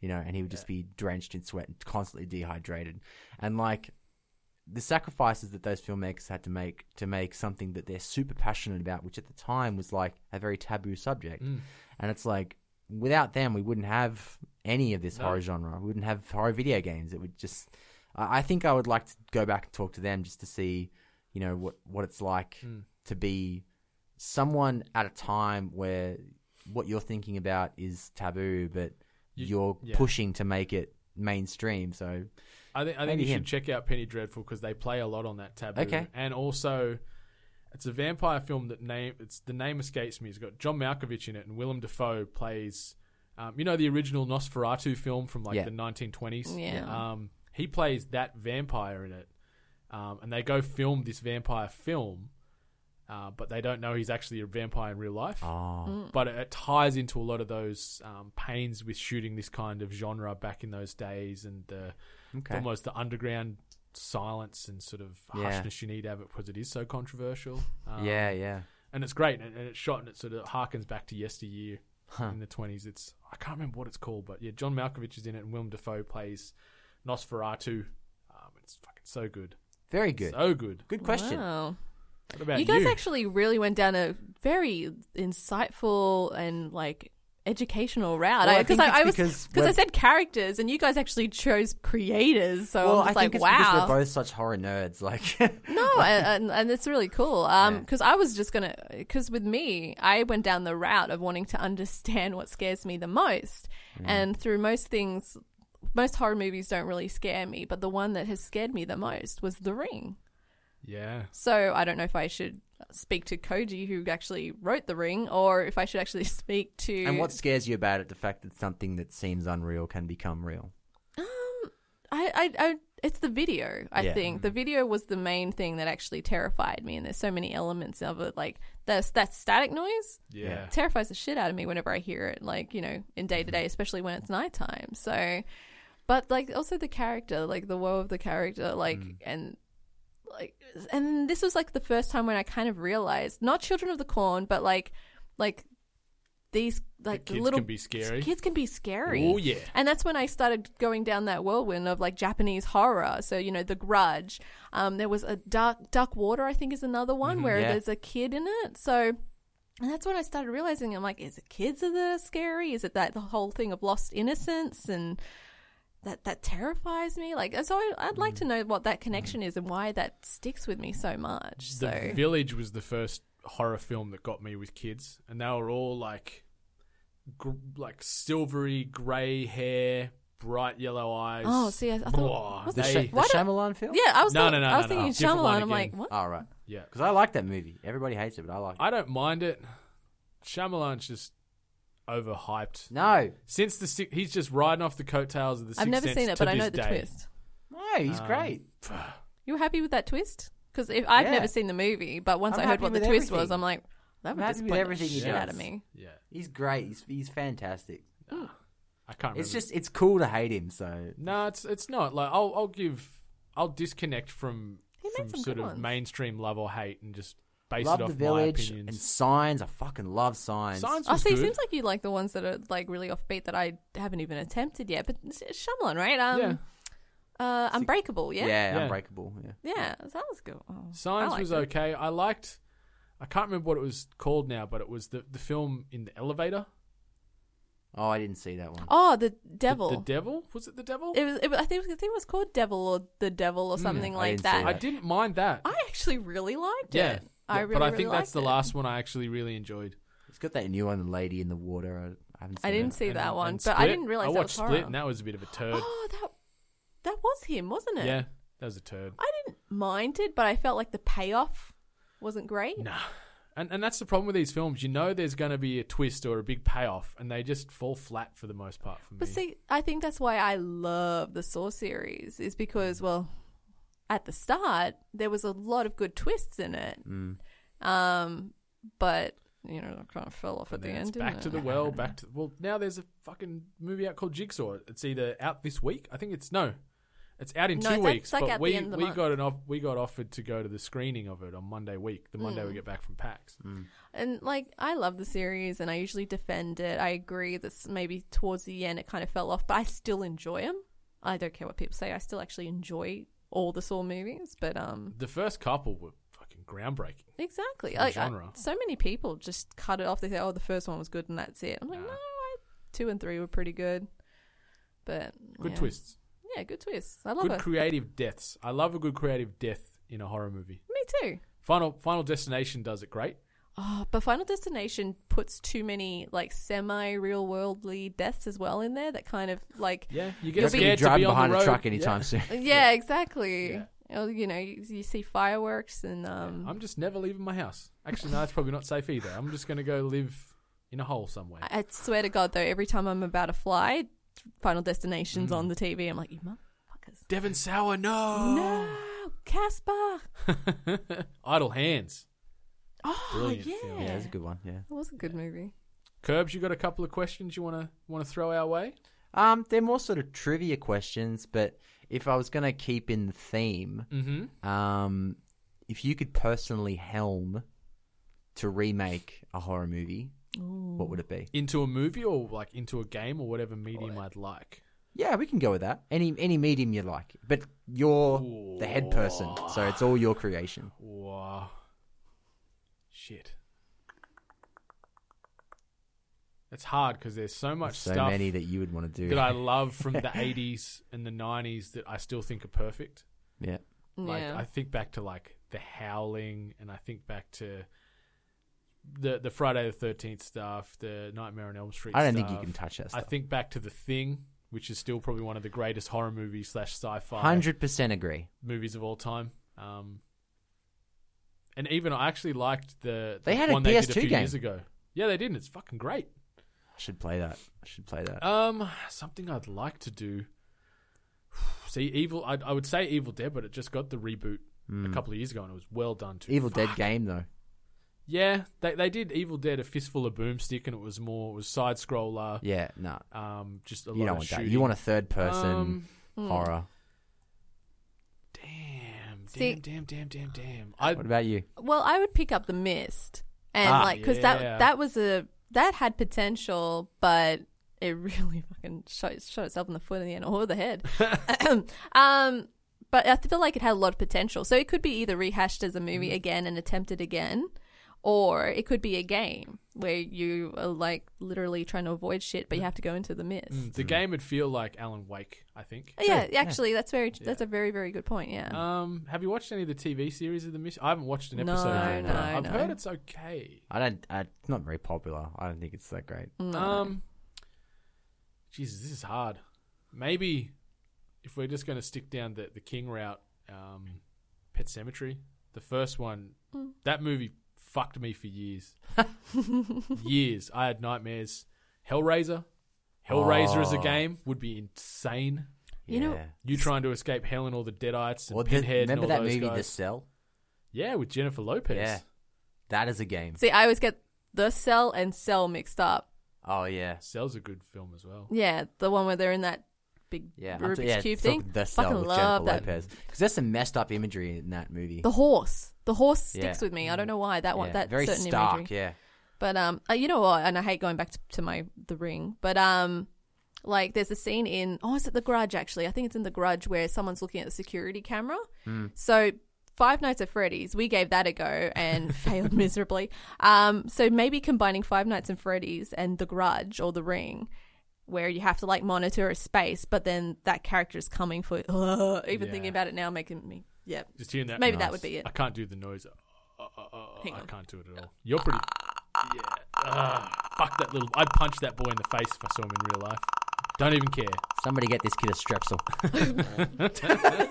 C: you know, and he would just be drenched in sweat and constantly dehydrated, and like. The sacrifices that those filmmakers had to make to make something that they're super passionate about, which at the time was like a very taboo subject,
B: Mm.
C: and it's like without them we wouldn't have any of this
B: No.
C: horror genre we wouldn't have horror video games it would just i I think i would like to go back and talk to them just to see you
B: Mm.
C: know what what it's like to be someone at a time where what you're thinking about is taboo, but
B: You-
C: you, are
B: yeah.
C: pushing to make it mainstream. So
B: I think I think
C: Maybe
B: you should
C: him.
B: check out Penny Dreadful because they play a lot on that taboo.
C: Okay.
B: And also, it's a vampire film that name it's the name escapes me. It's got John Malkovich in it, and Willem Dafoe plays, um, you know, the original Nosferatu film from like
C: Yeah.
B: the 1920s.
E: Yeah.
B: Um, he plays that vampire in it, um, and they go film this vampire film, uh, but they don't know he's actually a vampire in real life
C: Oh.
B: but it, it ties into a lot of those um, pains with shooting this kind of genre back in those days and the
C: Okay.
B: almost the underground silence and sort of
C: Yeah.
B: harshness you need to have it because it is so controversial. Um,
C: yeah, yeah,
B: and it's great and, and it's shot and it sort of harkens back to yesteryear in the twenties. It's I can't remember what it's called, but yeah, John Malkovich is in it and Willem Dafoe plays Nosferatu. Um, it's fucking so good,
C: very good.
B: so good.
C: good question.
E: Wow.
B: What about
E: you
B: you?
E: guys actually really went down a very insightful and like educational route.
C: Well, I
E: I, cause
C: think
E: I,
C: it's
E: I was
C: because
E: because
C: we're-
E: I said characters, and you guys actually chose creators. So
C: well,
E: I'm
C: I
E: just
C: think
E: like,
C: it's
E: wow.
C: because we're both such horror nerds. Like, *laughs*
E: no, and, and- and it's really cool. Um,
C: Yeah.
E: because I was just gonna, because with me, I went down the route of wanting to understand what scares me the most,
C: Mm.
E: and through most things, most horror movies don't really scare me, but the one that has scared me the most was The Ring.
B: yeah,
E: So I don't know if I should speak to Koji, who actually wrote The Ring, or if I should actually *laughs* speak to.
C: and what scares you about it? The fact that something that seems unreal can become real.
E: I, I, I it's the video. I
C: Yeah. Mm.
E: think the video was the main thing that actually terrified me, and there's so many elements of it, like that's that static noise.
B: yeah, Mm-hmm.
C: Yeah.
E: terrifies the shit out of me whenever I hear it, like, you know, in day to day, especially when it's nighttime. So, but like also the character, like the woe of the character, like,
B: Mm.
E: and like, and this was like the first time when I kind of realized not Children of the Corn, but like, like these, like, the
B: kids
E: little
B: can be scary.
E: Kids can be scary.
B: Oh, yeah.
E: And that's when I started going down that whirlwind of like Japanese horror. So, you know, The Grudge. Um, there was a Dark, Dark Water, I think is another
B: Mm-hmm,
E: one where
C: yeah.
E: there's a kid in it. So, and that's when I started realizing I'm like, is it kids that are scary? Is it that the whole thing of lost innocence and that that terrifies me? Like, so I, I'd
B: Mm.
E: like to know what that connection is and why that sticks with me so much. So,
B: The Village was the first horror film that got me with kids, and they were all like, gr- like silvery grey hair, bright yellow eyes.
E: oh, see, I, I
B: Blah,
E: thought was
C: The,
E: it-
C: Sha-
B: they-
C: the
E: why do-
C: Shyamalan film.
E: yeah, I was
B: No,
E: thinking,
B: no, no,
E: I was
B: no, no.
E: thinking
B: Different one
E: Shyamalan. I'm like,
B: again. Ah,
E: what?
C: All right.
B: yeah.
C: Because I like that movie. Everybody hates it, but I like it.
B: I don't mind it. Shyamalan's just overhyped.
C: no,
B: Since the si- he's just riding off the coattails of the.
E: I've
B: Sixth
E: never
B: Sense
E: seen it,
B: to
E: but I
B: this
E: know the
B: day.
E: twist.
C: no, he's
B: Um,
C: great.
E: You were happy with that twist? Because I've
C: Yeah.
E: never seen the movie, but once
C: I'm
E: i heard
C: happy
E: what the
C: with
E: twist was,
C: everything.
E: I'm like, that
C: I'm
E: would
C: happy with
E: disappoint
C: everything
E: the
C: he
E: shit out of
C: does.
E: me.
B: Yeah,
C: He's great. He's he's fantastic.
B: I can't. Remember.
C: It's just it's cool to hate him. So
B: No, it's it's not. Like I'll I'll give I'll disconnect from
E: He made
B: from
E: some
B: sort
E: good
B: of
E: ones.
B: mainstream love or hate and just base
C: love
B: it off
C: the
B: my
C: village
B: opinions.
C: and signs. I fucking love signs.
B: Signs
E: Oh,
B: was
E: see, it
B: good.
E: seems like you like the ones that are like really offbeat that I haven't even attempted yet. But it's it's Shyamalan, right? Um,
B: yeah.
E: uh, Unbreakable, yeah,
C: yeah,
B: Yeah.
C: unbreakable. Yeah.
E: Yeah, so that was good. Oh,
B: Signs
E: I
B: was
E: liked it.
B: okay. I liked. I can't remember what it was called now, but it was the the film in the elevator.
C: Oh, I didn't see that one.
E: Oh, the
B: The-
E: devil.
B: The, devil was it? The devil.
E: it was. It, was- I think. I think it was called Devil or the Devil
B: Hmm.
E: or something
C: I
E: like
C: didn't see
E: that.
B: I didn't mind that.
E: I actually really liked
B: yeah.
E: it. I
B: Yeah,
E: really,
B: but I
E: really
B: think that's
E: liked
B: the
E: it.
B: last one I actually really enjoyed.
C: It's got that new one, the lady in the water. I, I haven't. Seen
E: I didn't
C: that.
E: see
B: And-
E: that
B: and
E: one, but I
B: Split.
E: didn't realize
B: I
E: that
B: watched
E: was horror.
B: Split, and that was a bit of a turd.
E: Oh, that that was him, wasn't it?
B: yeah, that was a turd.
E: I didn't mind it, but I felt like the payoff wasn't great.
B: Nah. And, and that's the problem with these films. You know there's going to be a twist or a big payoff, and they just fall flat for the most part for me.
E: But see, I think that's why I love the Saw series is because, well, at the start there was a lot of good twists in it,
C: Mm.
E: um, but you know, it kind of fell off
B: And
E: at the
B: then it's
E: end.
B: back
E: didn't
B: to
E: it?
B: the well,
E: *laughs*
B: back to well. Now there's a fucking movie out called Jigsaw. It's either out this week. I think it's no, it's out in
E: No,
B: two
E: it's out-
B: weeks.
E: it's like
B: but
E: at the
B: we
E: end of the
B: we
E: month.
B: got an off, we got offered to go to the screening of it on Monday week. The Monday we
E: Mm.
B: get back from PAX.
E: And like, I love the series, and I usually defend it. I agree that s- maybe towards the end it kind of fell off, but I still enjoy them. I don't care what people say. I still actually enjoy all the Saw movies, but um,
B: The first couple were fucking groundbreaking.
E: Exactly.
B: for the
E: Like, I-
B: genre.
E: so many people just cut it off. They say, "Oh, the first one was good, and that's it." I'm like,
B: Nah.
E: "No, I, two and three were pretty good, but
B: Good
E: yeah.
B: twists,
E: Yeah, good twists. I love
B: good
E: it.
B: creative deaths. I love a good creative death in a horror movie.
E: Me too.
B: Final Final Destination does it great.
E: Oh, but Final Destination puts too many like semi real worldly deaths as well in there that kind of like
B: Yeah,
C: You're
B: you
C: not going
B: get
C: to be
B: scared to
C: driving
B: be on
C: behind
B: the road.
C: a truck anytime
B: Yeah.
C: soon.
E: yeah, exactly.
B: Yeah.
E: Or, you know, you, you see fireworks and um
B: I'm just never leaving my house. Actually, no, that's probably not safe either. I'm just going to go live in a hole somewhere.
E: I I swear to God, though, every time I'm about to fly, Final Destination's
B: Mm.
E: on the TV. I'm like, you motherfuckers.
B: Devon Sour, no.
E: No, Casper.
B: *laughs* Idle Hands.
E: Oh,
B: Brilliant
E: yeah.
B: film.
C: Yeah, that's a good one. Yeah.
E: It was a good movie.
B: Curbs, you got a couple of questions you want to want to throw our way?
C: Um, they're more sort of trivia questions, but if I was going to keep in the theme,
B: Mm-hmm.
C: um, if you could personally helm to remake a horror movie, what would it be?
B: Into a movie or like into a game or whatever medium I'd like.
C: Yeah, we can go with that. Any any medium you like, but you're the head person, so it's all your creation.
B: Wow. Shit. It's hard because there's so much
C: so
B: stuff
C: many that you would want to do. *laughs*
B: that I love from the 80s and the 90s that I still think are perfect.
C: yeah.
B: Like
E: yeah.
B: I think back to like the Howling, and I think back to the the Friday the Thirteenth stuff, the Nightmare on Elm Street.
C: I don't think you
B: stuff.
C: can touch that
B: I
C: stuff.
B: think back to the Thing, which is still probably one of the greatest horror movies slash sci-fi
C: Hundred percent agree.
B: movies of all time. Um, and even I actually liked the, the
C: They had a
B: one they did a
C: PS2
B: few
C: game.
B: years ago. Yeah, they didn't. It's fucking great.
C: I should play that. I should play that.
B: Um, something I'd like to do. *sighs* See, Evil. I, I would say Evil Dead, but it just got the reboot a couple of years ago, and it was well done too.
C: Hmm. Mm. Evil Dead game though.
B: Yeah, they they did Evil Dead a fistful of boomstick, and it was more it was side scroller.
C: Yeah, no,
B: Um, just a
C: you
B: lot
C: don't
B: of
C: want
B: shooting.
C: that. You want a third person
B: Um,
E: Hmm.
C: horror.
B: damn,
E: See-
B: damn, damn, damn, damn, damn. I
C: What about you?
E: well, I would pick up The Mist. And,
C: Ah.
E: like, because
B: Yeah.
E: that, that was a. That had potential, but it *laughs* really fucking shot, shot itself in the foot in the end or the head. um, but I feel like it had a lot of potential. So it could be either rehashed as a movie again and attempted again, or it could be a game where you are like literally trying to avoid shit, but you have to go into the mist.
B: mm, the
C: Mm.
B: game would feel like Alan Wake. I think.
E: Yeah, actually, that's very that's a very very good point. Yeah,
B: Um, have you watched any of the TV series of the Mission? I haven't watched an
E: No,
B: episode.
E: No,
B: but
E: no,
B: I've
E: no.
B: heard it's okay.
C: I don't. Uh, it's not very popular. I don't think it's that great.
B: Um, Jesus, this is hard. Maybe if we're just going to stick down the, the King route, um, Pet Cemetery, the first one, that movie fucked me for years. years. I had nightmares. Hellraiser. Hellraiser as a
C: Oh.
B: game would be insane.
E: You know-
C: Yeah.
B: You trying to escape hell and all the Deadites and
C: Well, the-
B: Pinhead
C: remember
B: and all
C: that
B: those
C: movie, The
B: guys.
C: Cell?
B: yeah, with Jennifer Lopez.
C: Yeah, that is a game.
E: see, I always get the cell and cell mixed up.
C: Oh yeah,
B: Cell's a good film as well.
E: Yeah, the one where they're in that big
C: yeah.
E: Rubik's
C: yeah,
E: cube
C: it's
E: thing.
C: called The Cell
E: Fucking
C: with Jennifer
E: love that.
C: Lopez. Because there's some messed up imagery in that movie.
E: The horse, the horse sticks
C: Yeah.
E: with me. I don't know why that one
C: Yeah,
E: that
C: very
E: certain
C: stark.
E: imagery.
C: Yeah,
E: But um, uh, you know what? And I hate going back to, to my the ring, but um, like there's a scene in oh, is it the Grudge? Actually, I think it's in the Grudge where someone's looking at the security camera.
B: Hmm.
E: So Five Nights at Freddy's, we gave that a go
B: *laughs*
E: and failed miserably. Um, so maybe combining Five Nights at Freddy's and the Grudge or the Ring. Where you have to like monitor a space, but then that character is coming for. *laughs* Ugh, even
B: Yeah.
E: thinking about it now, making me. Yeah,
B: Just hearing that.
E: maybe that would
B: *laughs*
E: be it. *laughs*
B: I can't do the noise. Uh, uh, uh,
E: Hang
B: I
E: on.
B: can't do it at all. You're pretty. Yeah. Ah, fuck that little. I'd punch that boy in the face if I saw him in real life. Don't even care.
C: somebody get this kid a
E: *laughs*
C: strepsil.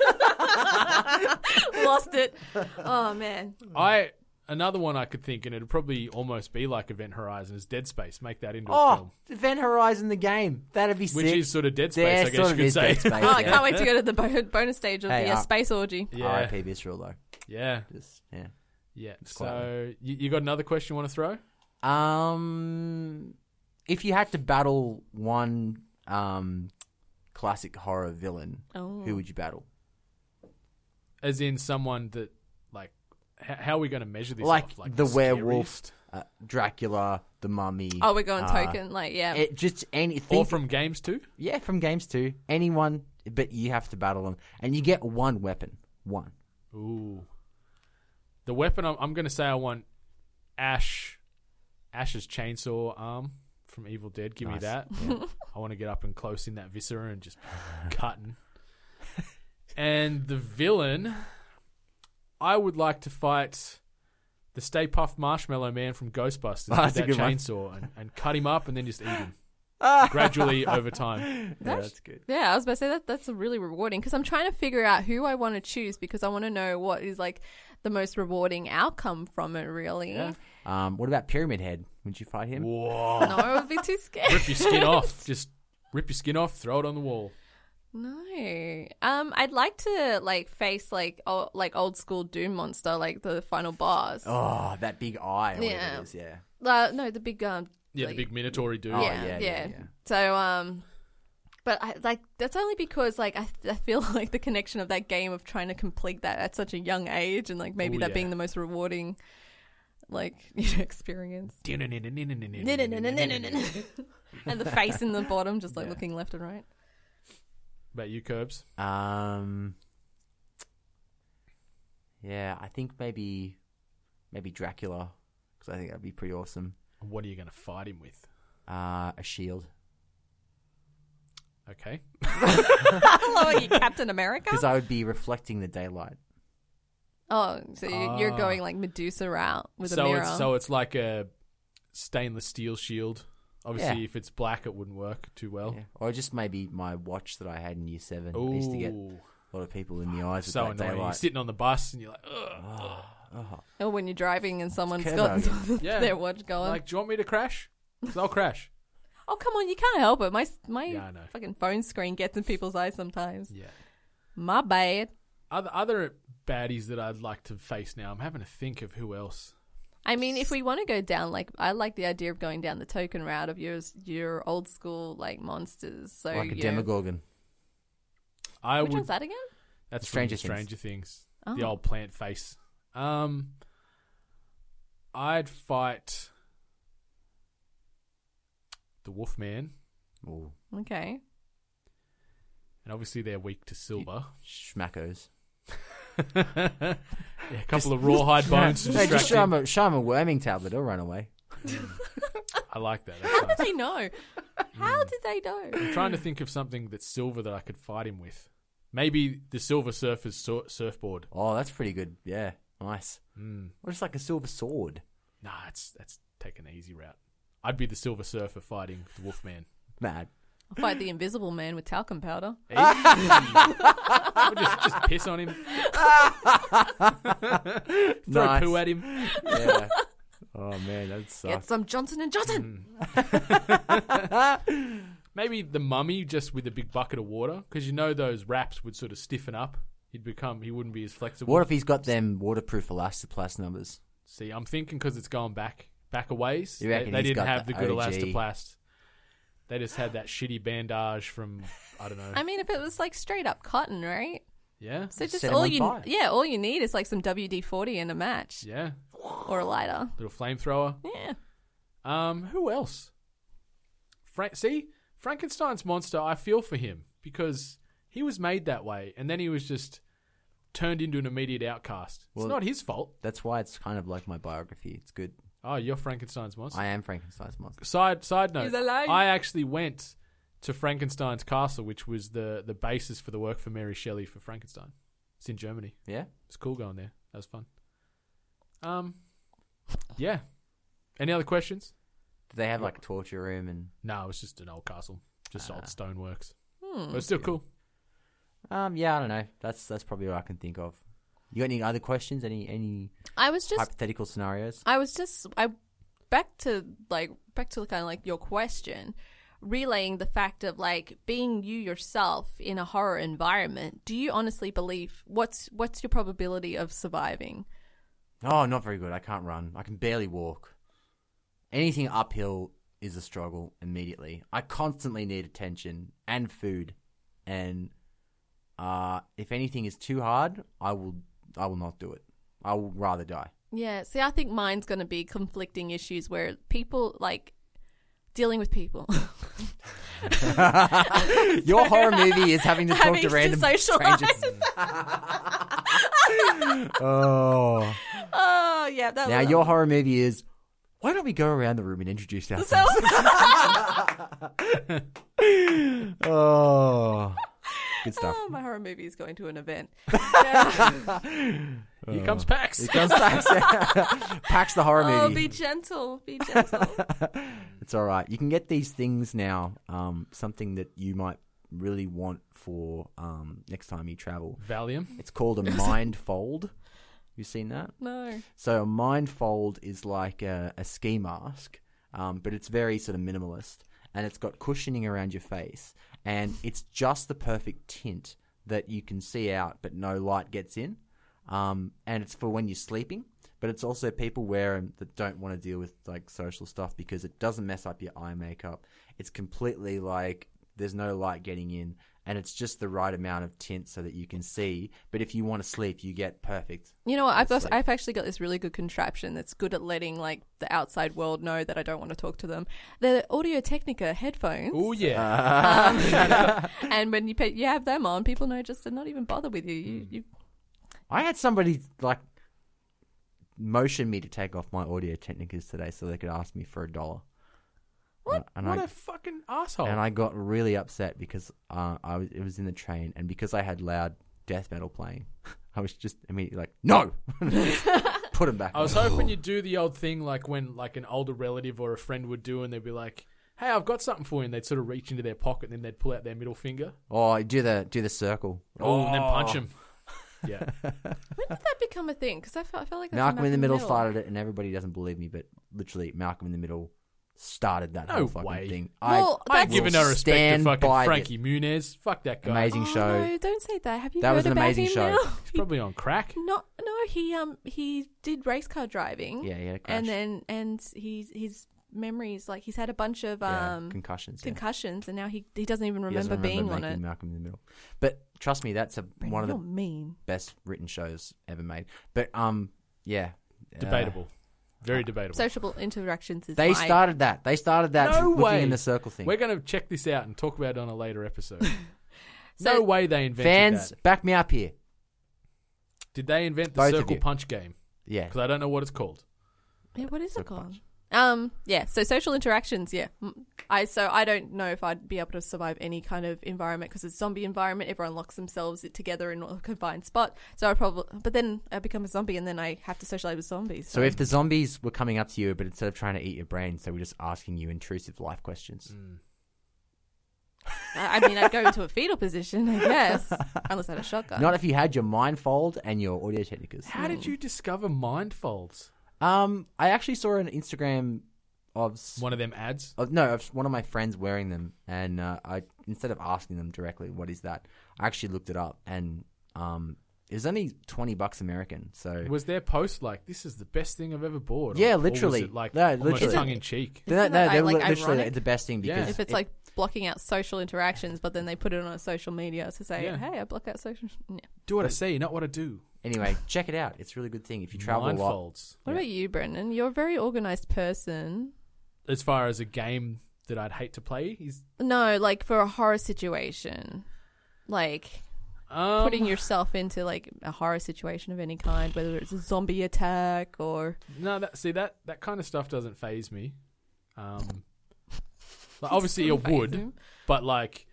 E: Lost it. Oh man.
C: Hmm.
B: I another one I could think, and it'd probably almost be like Event Horizon is Dead Space. Make that into a
C: oh,
B: film,
C: Event Horizon, the game. That'd be sick.
B: which is sort of Dead Space,
C: yeah,
B: I guess
C: sort
B: you
C: of
B: could
C: is
B: say.
C: Dead Space.
E: *laughs* Oh, I
C: yeah.
E: can't wait to go
C: *laughs*
E: to the bo- bonus stage of
C: Hey,
E: the uh,
C: uh,
E: space orgy.
B: *laughs* yeah,
C: R.I.P. Visceral though.
B: yeah,
C: Just yeah.
B: yeah.
C: quite
B: So you, you got another question you want to throw?
C: Um, if you had to battle one um classic horror villain,
E: Oh.
C: who would you battle?
B: As in someone that like. h- How are we going to measure this?
C: Like,
B: off?
C: the werewolf,
B: scariest?
C: uh, Dracula, the Mummy.
E: Oh, we're going
C: uh,
E: token. Like, yeah.
C: It just anything.
B: or from games too.
C: yeah, from games too. Anyone, but you have to battle them, and you get one weapon. One.
B: Ooh. The weapon I'm, I'm going to say I want Ash Ash's chainsaw arm from Evil Dead. Give me
C: Nice. *laughs*
B: that. I want to get up and close in that viscera and just *laughs* cutting. And the villain I would like to fight the Stay Puff Marshmallow Man from Ghostbusters
C: Oh, *laughs*
B: with
C: that's a
B: that
C: good one.
B: chainsaw and, and cut him up and then just
C: *laughs*
B: eat him gradually over time.
C: Yeah,
E: That's-
C: that's good.
E: Yeah, I was about to say that that's really rewarding because I'm trying to figure out who I want to choose because I want to know what is like the most rewarding outcome from it. Really,
C: Um, what about Pyramid Head? Would you fight him?
B: Whoa!
E: no, I would be
C: *laughs*
E: too scared.
B: Rip your skin off. Just rip your skin off. Throw it on the wall.
E: No, um, I'd like to like face like o- like old school Doom monster, like the final boss.
C: Oh, that big eye. or whatever
E: Yeah.
C: it is, yeah.
E: Uh, no, the big um,
B: Yeah,
E: like-
B: the big Minotaur dude.
C: Oh,
E: yeah,
C: yeah,
E: yeah,
C: yeah, yeah.
E: So um, but I like that's only because like I, I feel *laughs* like the connection of that game of trying to complete that at such a young age and like maybe
B: Ooh,
E: that
B: Oh, yeah.
E: being the most rewarding like *laughs* you
B: *laughs*
E: know, experience.
B: About
E: and the face in the bottom, just like looking left
B: *laughs*
E: and right.
B: you, Curbs?
C: Um, yeah, I think maybe maybe Dracula because I think that'd be pretty awesome.
B: What are you going to fight him with?
C: Uh, a shield
B: Okay.
E: Hello, are you Captain America?
C: because I would be reflecting the daylight.
E: *laughs* Oh, so you, you're
B: Ah.
E: going like Medusa route with a
B: so
E: mirror.
B: it's so it's like a stainless steel shield. Obviously,
C: Yeah.
B: if it's black, it wouldn't work too well.
C: Yeah. Or just maybe my watch that I had in year seven. I used to get a
B: Ooh,
C: lot of people in the eyes with
B: so
C: that
B: annoying! You're
C: daylight. Oh,
B: sitting on the bus and you're like, Ugh.
E: *laughs* or Oh, when you're driving and someone's
C: Kerbo
E: got *laughs*
B: Yeah.
E: their watch going.
B: like, do you want me to crash? 'Cause I'll
E: *laughs*
B: crash.
E: oh, come on, you can't help it. My my
B: Yeah, I know.
E: fucking phone screen gets in people's eyes sometimes.
B: Yeah.
E: My bad.
B: Other other baddies that I'd like to face now. I'm having to think of who else.
E: I mean, if we want to go down, like I like the idea of going down the token route of yours, your old school like monsters. So
C: like a
E: you know-
C: demogorgon.
B: I
E: Which
B: would.
E: one's that again?
B: That's
C: Stranger
B: Stranger
C: Things.
B: Stranger Things.
E: Oh.
B: The old plant face. Um, I'd fight the Wolfman,
C: Ooh, *laughs*
E: Okay.
B: and obviously they're weak to silver. *laughs*
C: schmackos.
B: yeah, a couple of
C: *laughs*
B: rawhide *laughs* bones to
C: Hey, just
B: distract
C: show him,
B: him.
C: a, show him a worming tablet. He'll run away.
B: I like that.
E: How did
B: actually.
E: they know?
C: Hmm.
E: How did they know?
B: I'm trying to think of something that's silver that I could fight him with. Maybe the Silver Surfer's sur- surfboard.
C: Oh, that's pretty good. Yeah, nice.
B: Mm.
C: Or just like a silver sword.
B: Nah, that's that's taking the easy route. I'd be the Silver Surfer fighting the Wolfman. *laughs*
C: Mad.
E: I'll fight the invisible man with talcum powder.
B: Hey. We'll just, just piss on him, throw
C: nice.
B: poo at him.
C: Yeah. oh man, that
E: Get
C: sucks.
E: some Johnson and Johnson.
B: Maybe the mummy just with a big bucket of water, because you know those wraps would sort of stiffen up. He'd become he wouldn't be as flexible.
C: What if he's got them waterproof elastoplast numbers?
B: See, I'm thinking because it's gone back back a ways.
C: You
B: They,
C: reckon
B: they
C: he's
B: didn't
C: got
B: have
C: the
B: the, good
C: OG.
B: elastoplast. They just had that shitty bandage from I don't know.
C: Hmm.
E: I mean, if it was like straight up cotton, right?
B: yeah,
E: So just
C: set 'em
E: all
C: on
E: you,
C: fire.
E: yeah, all you need is like some WD forty and a match
B: yeah,
E: or a lighter.
B: little flamethrower.
E: Yeah.
B: Um, who else? Fra- see, Frankenstein's monster. I feel for him because he was made that way, and then he was just turned into an immediate outcast.
C: Well-
B: it's not his fault.
C: That's why it's kind of like my biography. It's good.
B: Oh, you're Frankenstein's monster.
C: I am Frankenstein's monster.
B: side side note.
E: He's alive.
B: I actually went to Frankenstein's castle, which was the the basis for the work for Mary Shelley for Frankenstein. It's in Germany.
C: Yeah.
B: It's cool going there. That was fun. Um, yeah. Any other questions?
C: Do they have like a torture room and?
B: No, it was just an old castle, just
C: Ah.
B: old stoneworks.
E: Hmm.
B: But it's still cool.
C: Um. Yeah. I don't know. That's that's probably what I can think of. You got any other questions? Any any
E: I was just,
C: hypothetical scenarios?
E: I was just, I back to like back to kind of like your question, relaying the fact of like being you yourself in a horror environment. Do you honestly believe what's what's your probability of surviving?
C: Oh, not very good. I can't run. I can barely walk. Anything uphill is a struggle immediately. I constantly need attention and food, and uh, if anything is too hard, I will I will not do it. I will rather die.
E: Yeah, see, I think mine's going to be conflicting issues where people like dealing with people. *laughs*
C: *laughs* Your horror movie is having to talk
E: Having
C: to
E: to
C: random
E: socialize.
C: strangers. oh,
E: oh yeah,
C: *laughs*
E: that
C: now
E: was, *laughs*
C: your horror movie is. Why don't we go around the room and introduce *laughs*
E: so
C: ourselves? oh, Good stuff.
E: Oh, my horror movie is going to
C: *laughs*
E: an event. Yeah.
B: Here comes Pax.
C: It does Pax.
E: *laughs*
C: Pax the horror
E: oh,
C: movie.
E: *laughs* be gentle. Be gentle. *laughs*
C: It's all right. You can get these things now. Um, something that you might really want for um, next time you travel.
B: *laughs* Valium.
C: It's called
E: *laughs*
C: a mind fold. You seen that?
E: No.
C: So a mind fold is like a, a ski mask, um, but it's very sort of minimalist, and it's got cushioning around your face, and it's just the perfect tint that you can see out, but no light gets in, um, and it's for when you're sleeping. But it's also people wear 'em that don't want to deal with like social stuff because it doesn't mess up your eye makeup. It's completely like there's no light getting in, and it's just the right amount of tint so that you can see. But if you want to sleep, you get perfect.
E: You know what? I've got,
C: like-
E: I've actually got this really good contraption that's good at letting like the outside world know that I don't want to talk to them. They're Audio Technica headphones, Um,
B: Oh yeah.
C: Ah, *laughs*
E: and when you pay, you have them on, people know just to not even bother with you. You,
C: Hmm.
E: you
C: I had somebody like motion me to take off my Audio Technicas today so they could ask me for a dollar. What? And,
B: what
C: I,
B: a fucking asshole.
C: and I got really upset because uh, I was it was in the train and because I had loud death metal playing, *laughs* I was just immediately like, no, *laughs* put them back.
B: I was
C: on.
B: hoping you'd do the old thing like when like an older relative or a friend would do and they'd be like, Hey, I've got something for you and they'd sort of reach into their pocket and then they'd pull out their middle finger.
C: Oh, do the do the circle.
B: Oh, and then punch him. Yeah.
E: when did that become a thing? Because I felt, I felt like that's a
C: Malcolm in the middle, started
E: Middle.
C: it, and everybody doesn't believe me, but literally Malcolm in the middle started that
B: No
C: whole fucking
B: way.
C: thing.
E: Well,
B: I ain't
E: That's-
B: giving no respect to
C: stand by
B: fucking
C: the
B: Frankie Muniz. Fuck that guy.
C: Amazing
E: Oh,
C: show.
E: No, don't say that. Have you
C: That
E: heard
C: was an
E: about
C: amazing
E: him
C: show.
E: now?
B: He's probably on crack.
E: No, no, he um he did race car driving.
C: Yeah, he had a crash.
E: and then and he's his memories like he's had a bunch of
C: Yeah,
E: um
C: concussions. yeah.
E: concussions, and now he he doesn't even
C: He
E: remember
C: doesn't
E: being on
C: making
E: it.
C: Malcolm in the Middle. But trust me, that's a,
E: Brandon,
C: one of the
E: you're mean.
C: best written shows ever made. But um, yeah, uh,
B: Debatable. Very debatable.
E: Social interactions is
C: they
E: my-
C: started that. They started that
B: No
C: looking
B: way.
C: in the circle thing.
B: We're going to check this out and talk about it on a later
C: *laughs*
B: episode.
E: So-
B: no way they invented
C: Fans,
B: that.
C: back me up here.
B: Did they invent the
C: Both of
B: circle
C: you.
B: punch game?
C: Yeah,
B: Because I don't know what it's called.
E: Yeah, what is
C: So
E: it called? Um, yeah. So social interactions. Yeah, Mm, I so I don't know if I'd be able to survive any kind of environment because it's zombie environment. Everyone locks themselves together in a confined spot. So I probably, but then I become a zombie and then I have to socialize with zombies.
C: So if the zombies were coming up to you, but instead of trying to eat your brain, they were just asking you intrusive life questions.
E: I I mean, I'd go into a fetal position, I guess, *laughs* unless I had a shotgun.
C: Not if you had your mind fold and your audio technicas.
B: How did you discover mind folds?
C: Um, I actually saw an Instagram of s-
B: One of them ads?
C: Uh, no, I've- one of my friends wearing them, and uh, I instead of asking them directly, "What is that?" I actually looked it up, and um, it was only twenty bucks American. So
B: Was their post like, this is the best thing I've ever bought?
C: Yeah,
B: Or- or was
C: literally.
B: it, like,
C: No,
B: almost
C: literally.
B: tongue in cheek.
C: no,
E: Isn't
C: no,
E: that,
C: they're
E: like,
C: li- literally
E: ironic?
C: the best thing
B: Yeah.
C: because
E: if it's
C: it-
E: like blocking out social interactions, but then they put it on social media to say,
B: Yeah.
E: "Hey, I block out social." No.
B: Do what I say, not what I do.
C: anyway, check it out. It's a really good thing if you travel
B: mind
C: a lot.
B: folds.
E: What
C: Yeah.
E: about you, Brendan? You're a very organized person.
B: As far as a game that I'd hate to play is
E: No, like for a horror situation, like
B: um,
E: putting yourself into like a horror situation of any kind, whether it's a zombie attack or
B: No, that see that that kind of stuff doesn't phase me. Um, like, obviously it would, but like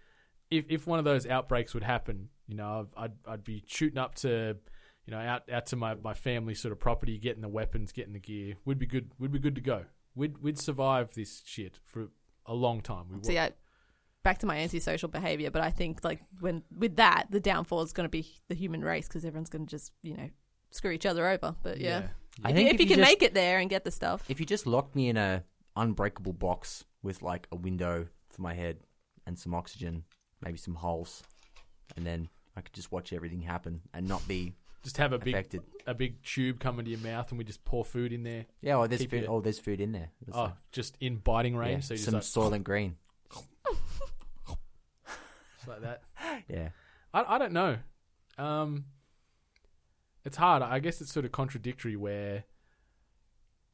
B: if if one of those outbreaks would happen, you know, I've- I'd I'd be shooting up to, you know, out out to my my family sort of property, getting the weapons, getting the gear. We'd be good. We'd be good to go. We'd we'd survive this shit for a long time. We would.
E: See, I, back to my antisocial behavior, but I think like when with that, the downfall is going to be the human race because everyone's going to just you know screw each other over. But yeah,
C: I
E: If
C: think
E: you- if, you, can
C: just,
E: make it there and get the stuff,
C: if you just locked me in a unbreakable box with like a window for my head and some oxygen, maybe some holes, and then I could just watch everything happen and not be
B: Just have a big
C: affected.
B: a big tube come into your mouth, and we just pour food in there.
C: Yeah, oh, there's
B: Keep
C: food.
B: it-
C: Oh, there's food in there. That's
B: Oh, just in biting
C: like-
B: range.
C: yeah,
B: So you just
C: some *laughs*
B: like,
C: soylent green.
B: just *laughs* like that.
C: Yeah.
B: I, I don't know. Um, it's hard. I guess it's sort of contradictory where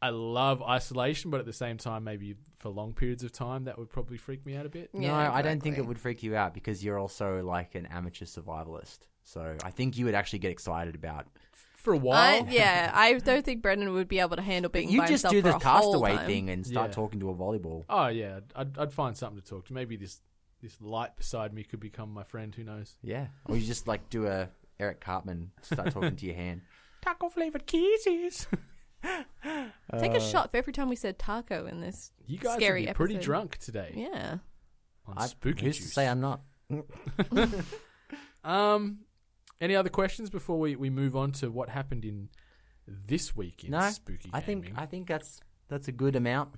B: I love isolation, but at the same time, maybe for long periods of time, that would probably freak me out a bit.
E: Yeah,
C: no, I don't think
E: exactly.
C: it would freak you out because you're also like an amateur survivalist. So I think you would actually get excited about.
B: For a while,
E: I, Uh,
B: *laughs*
E: yeah, I don't think Brendan would be able to handle being
C: You
E: by
C: just
E: himself
C: do
E: for
C: the
E: a whole
C: castaway
E: time.
C: thing and start
B: Yeah.
C: talking to a volleyball.
B: oh yeah, I'd, I'd find something to talk to. Maybe this this light beside me could become my friend. Who knows?
C: Yeah. Or you just like do a Eric Cartman, start talking to your *laughs* hand.
B: Taco flavored kisses.
E: Take
C: Uh,
E: a shot for every time we said taco in this.
B: Uh, You guys
E: Scary
B: will be pretty
E: episode.
B: drunk today
E: Yeah.
B: on
C: I-
B: spooky
C: Who's
B: juice.
C: to say I'm not?
B: um, any other questions before we, we move on to what happened in this week in
C: No,
B: spooky
C: I think
B: gaming?
C: I think that's that's a good amount.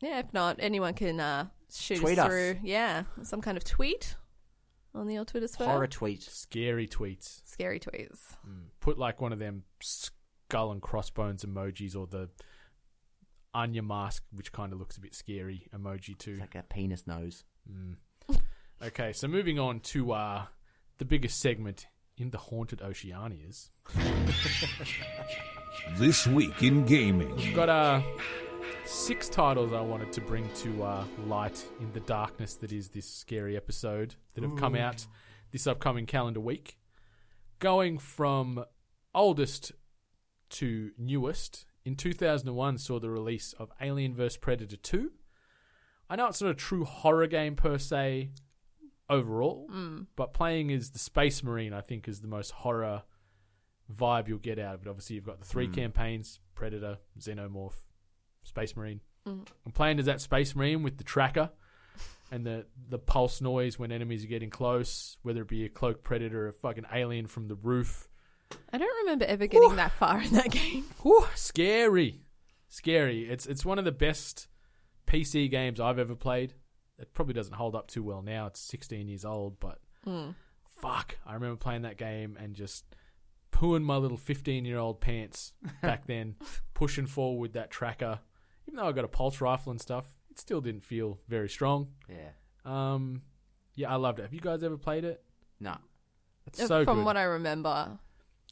E: Yeah, if not, anyone can uh, shoot
C: Tweet us.
E: us through. Yeah, some kind of tweet on the old Twitter sphere.
C: Horror tweet.
B: Scary tweets.
E: Scary tweets.
B: Mm. Put like one of them skull and crossbones emojis or the onion mask, which kind of looks a bit scary emoji too.
C: It's like a penis nose.
B: Mm. Okay, so moving on to uh, the biggest segment in the haunted Oceanias.
A: This week in gaming.
B: We've got uh, six titles I wanted to bring to uh, light in the darkness that is this scary episode that have come out this upcoming calendar week. Going from oldest to newest, in 2001 saw the release of Alien vs. Predator 2. I know it's not a true horror game per se overall, but playing as the Space Marine, I think, is the most horror vibe you'll get out of it. Obviously, you've got the three campaigns Predator, Xenomorph, Space Marine. I'm playing as that Space Marine with the tracker and the, the pulse noise when enemies are getting close, whether it be a cloaked Predator or a fucking alien from the roof.
E: I don't remember ever getting that far in that game.
B: Whew, scary. Scary. It's, it's one of the best PC games I've ever played. It probably doesn't hold up too well now. It's 16 years old, but fuck. I remember playing that game and just pooing my little 15 year old pants back then, pushing forward with that tracker. Even though I got a pulse rifle and stuff, it still didn't feel very strong.
C: Yeah.
B: Um, yeah, I loved it. Have you guys ever played it?
C: No.
B: It's so
E: Uh, From
B: good.
E: what I remember,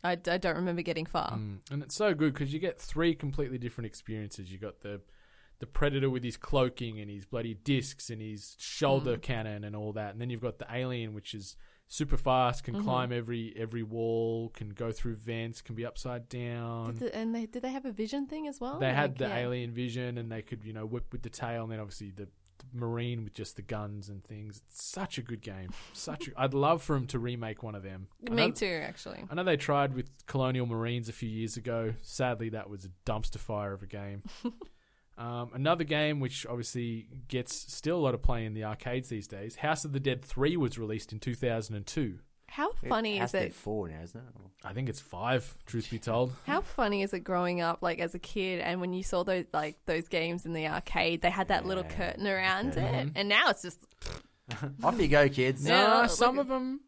E: I, d- I don't remember getting far.
B: Mm. And it's so good because you get three completely different experiences. You got the the predator with his cloaking and his bloody discs and his
E: Mm.
B: shoulder cannon and all that, and then you've got the alien which is super fast,
E: Mm-hmm.
B: can climb every every wall, can go through vents, can be upside down.
E: Did the- and they, did they have a vision thing as well?
B: they had
E: Like,
B: the
E: yeah.
B: alien vision and they could you know whip with the tail, and then obviously the, the marine with just the guns and things. It's such a good game. Such a, I'd love for him to remake one of them. I know-
E: Me too, actually.
B: I know they tried with Colonial Marines a few years ago. Sadly, that was a dumpster fire of a
E: *laughs*
B: game. um, another game which obviously gets still a lot of play in the arcades these days. House of the Dead Three was released in 2002.
E: How
C: it
E: funny is
C: has to be
E: it?
C: four now, isn't it?
B: I think it's five. Truth be told,
E: How funny is it growing up like as a kid and when you saw those like those games in the arcade, they had that little curtain around it, and now it's just
C: Off you go,
E: *laughs*
C: kids.
E: *laughs* Yeah.
B: Nah,
E: look
B: Uh, some
E: at-
B: of them.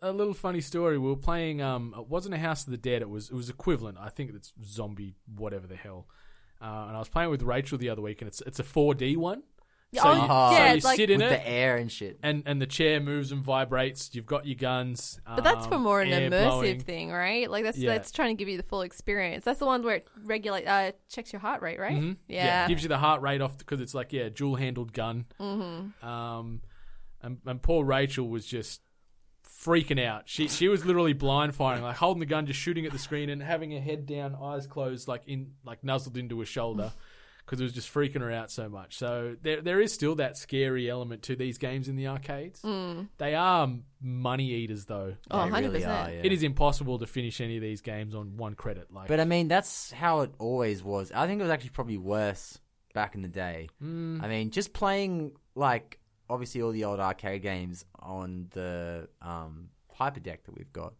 B: A little funny story. We were playing. Um, it wasn't a House of the Dead. It was. It was equivalent. I think it's zombie, whatever the hell. Uh, and I was playing with Rachel the other week, and it's it's a 4D one. So
E: Oh,
B: you,
E: yeah,
B: so you
E: it's like-
B: sit in
C: With
B: it,
C: the air and shit.
B: and and the chair moves and vibrates. You've got your guns, um,
E: But that's for more an
B: air
E: immersive
B: blowing.
E: thing, right? Like that's
B: Yeah.
E: that's trying to give you the full experience. That's the one where it regulate uh, checks your heart rate, right?
B: Mhm.
E: Yeah.
B: gives you the heart rate off because it's like yeah, dual handled gun. Mm-hmm. Um, and, and poor Rachel was just freaking out. She she was literally blind firing, like holding the gun, just shooting at the screen, and having her head down, eyes closed, like in like nuzzled into her shoulder.
E: *laughs*
B: Because it was just freaking her out so much. So there, there is still that scary element to these games in the arcades.
E: Mm.
B: They are money eaters, though.
E: Oh,
C: They
E: 100%.
C: really are, yeah.
B: It is impossible to finish any of these games on one credit. Like,
C: But I mean, that's how it always was. I think it was actually probably worse back in the day.
B: Hmm.
C: I mean, just playing like obviously all the old arcade games on the um, hyperdeck that we've got.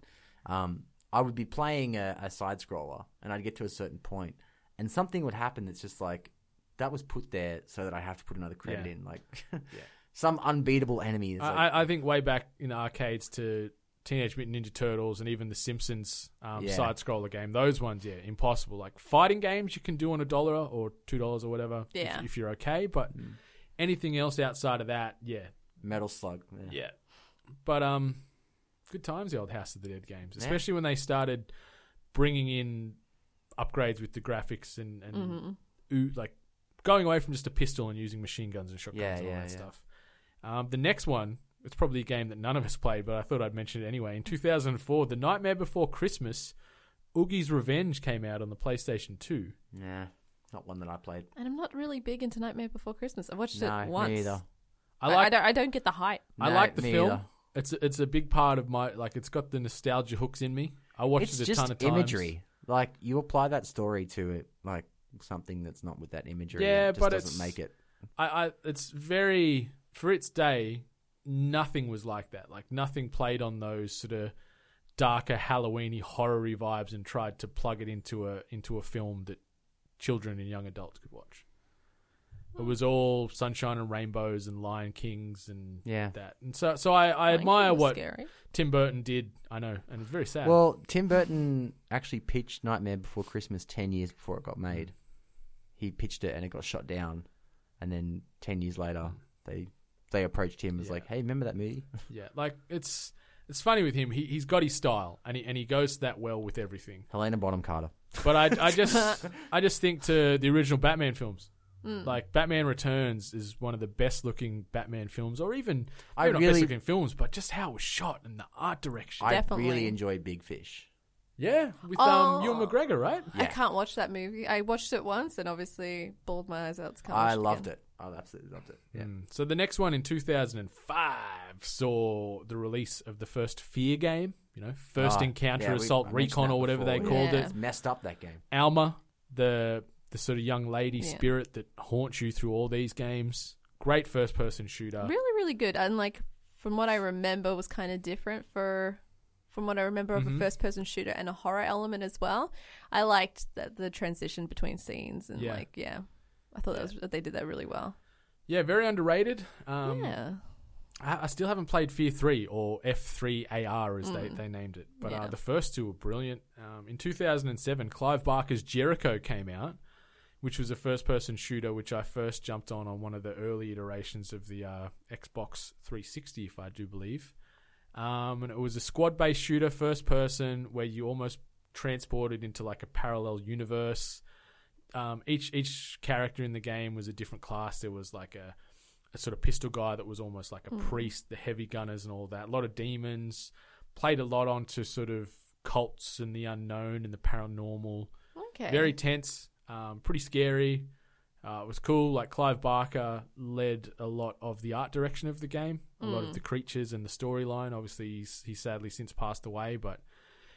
C: Um, I would be playing a, a side scroller, and I'd get to a certain point, and something would happen that's just like that was put there so that I have to put another credit
B: Yeah.
C: in, like *laughs* some unbeatable enemy. Is like,
B: I, I- I think way back in arcades to Teenage Mutant Ninja Turtles and even the Simpsons um,
C: Yeah.
B: side scroller game, those ones, yeah, impossible. Like fighting games you can do on a dollar or two dollars or whatever if-
E: Yeah.
B: if, you're okay, but
C: Hmm.
B: anything else outside of that, yeah,
C: Metal Slug. Yeah.
B: yeah. But um, good times the old House of the Dead games, especially when they started bringing in upgrades with the graphics and and
E: Mm-hmm.
B: oo- like going away from just a pistol and using machine guns and shotguns
C: Yeah,
B: and all
C: yeah,
B: that
C: yeah.
B: stuff. Um, the next one, it's probably a game that none of us played, but I thought I'd mention it anyway. In 2004, The Nightmare Before Christmas, Oogie's Revenge came out on the PlayStation 2.
C: Nah, not one that I played.
E: And I'm not really big into Nightmare Before Christmas. I've watched
C: no,
E: it once.
C: me either.
B: I like. I,
E: I don't. I don't get the hype.
C: No,
B: like the
C: me
B: film.
C: either.
B: It's a, it's a big part of my like. It's got the nostalgia hooks in me. I watched
C: It's
B: it a
C: just
B: ton of times.
C: imagery. Like you apply that story to it, like something that's not with that imagery. and
B: Yeah,
C: it just
B: but
C: doesn't
B: it's-
C: make it.
B: I, I it's very for its day nothing was like that like nothing played on those sort of darker halloweeny horror-y vibes and tried to plug it into a into a film that children and young adults could watch it was all sunshine and rainbows and lion kings and
C: Yeah.
B: that and so so i, I
E: Lion King
B: admire
E: was
B: what
E: Scary.
B: tim burton did i know and it's very sad
C: Well, Tim Burton actually pitched Nightmare Before Christmas ten years before it got
B: Hmm.
C: made. He pitched it and it got shot down, and then ten years later they they approached him as
B: Yeah.
C: like, "Hey, remember that movie?"
B: yeah like it's it's funny with him he, he's got his style and he, and he goes that well with everything
C: Helena Bonham Carter.
B: But I, I
E: *laughs*
B: just, I just think to the original Batman films,
E: Mm.
B: like Batman Returns is one of the best looking Batman films, or even
C: I
B: maybe not best
C: really-
B: looking films, but just how it was shot and the art direction.
C: I
E: Definitely.
C: really enjoy Big Fish.
B: yeah, with
E: Oh.
B: um, Ewan McGregor, right?
E: I can't watch that movie. I watched it once and obviously bawled my eyes out. Can't watch
C: I loved
E: again.
C: it. I absolutely loved it. Yeah.
B: Mm. So the next one in 2005 saw the release of the first Fear game. You know, first
C: Ah,
B: encounter
C: yeah, we-
B: assault
C: I mentioned
B: recon
C: that
B: or whatever they
C: before,
B: called
E: Yeah.
B: it.
C: It's messed up that game.
B: Alma, the the sort of young lady
E: Yeah.
B: spirit that haunts you through all these games. Great first person shooter.
E: Really, really good. And like from what I remember, was kind of different for from what I remember
B: Mm-hmm.
E: of a first person shooter and a horror element as well. I liked that the transition between scenes and
B: Yeah.
E: like yeah, I thought that was that they did that really well.
B: Yeah, very underrated. Um,
E: yeah,
B: I, I still haven't played Fear 3 or F3 AR as they, they named it, but uh,
E: Mm. Yeah.
B: the first two were brilliant. Um, in 2007, Clive Barker's Jericho came out, which was a first person shooter, which I first jumped on on one of the early iterations of the uh, Xbox 360, if I do believe. Um, and it was a squad based shooter, first person, where you almost transported into like a parallel universe. Um, each each character in the game was a different class. There was like a a sort of pistol guy that was almost like a priest, the heavy gunners and all that. A lot of demons. Played a lot onto sort of cults and the unknown and the paranormal.
E: okay,
B: Very tense, um, pretty scary. Uh, it was cool. Like Clive Barker led a lot of the art direction of the game, a lot of the creatures and the storyline. Obviously, he's, he's sadly since passed away, but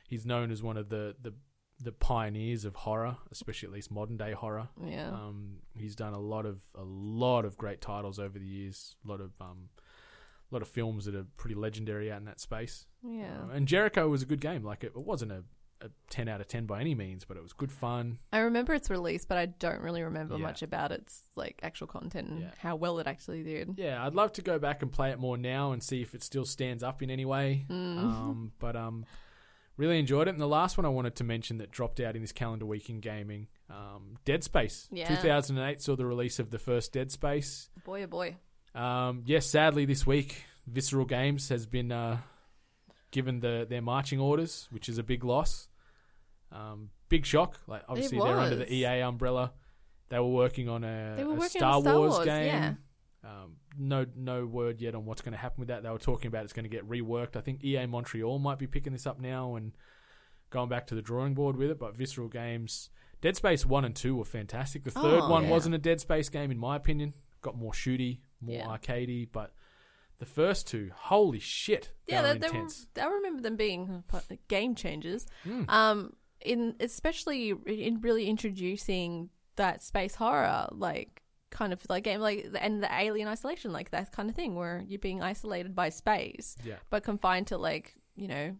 B: he's known as one of the, the, the pioneers of horror, especially at least modern day horror.
E: yeah.
B: Um, he's done a lot of a lot of great titles over the years. A lot of um, a lot of films that are pretty legendary out in that space.
E: yeah.
B: Uh, and Jericho was a good game. Like it, it wasn't a, a ten out of ten by any means, but it was good fun.
E: I remember its release, but I don't really remember
B: Yeah.
E: much about its like actual content and
B: Yeah.
E: how well it actually did.
B: Yeah, I'd love to go back and play it more now and see if it still stands up in any way.
E: Mm. *laughs*
B: Um, but um, really enjoyed it. And the last one I wanted to mention that dropped out in this calendar week in gaming, um, Dead Space.
E: Yeah.
B: 2008 saw the release of the first Dead Space.
E: Boy, oh boy.
B: Um, yes, sadly, this week Visceral Games has been uh, given the their marching orders, which is a big loss. Um, big shock. Like obviously they're under
E: was.
B: the EA umbrella. They were working on a,
E: They were
B: a
E: working
B: Star,
E: on Star
B: Wars,
E: Wars,
B: game.
E: yeah.
B: Um, no, no word yet on what's going to happen with that. They were talking about it's going to get reworked. I think EA Montreal might be picking this up now and going back to the drawing board with it. But Visceral Games, Dead Space one and two were fantastic. The third
E: Oh,
B: one
E: yeah.
B: wasn't a Dead Space game in my opinion. Got more shooty, more
E: Yeah.
B: arcadey, but the first two, holy shit, they
E: yeah,
B: were
E: they, they were,
B: intense. Hmm.
E: I remember them being game changers. Um, in especially in really introducing that space horror, like kind of like game, like and the alien isolation, like that kind of thing, where you're being isolated by space,
B: Yeah.
E: but confined to like you know,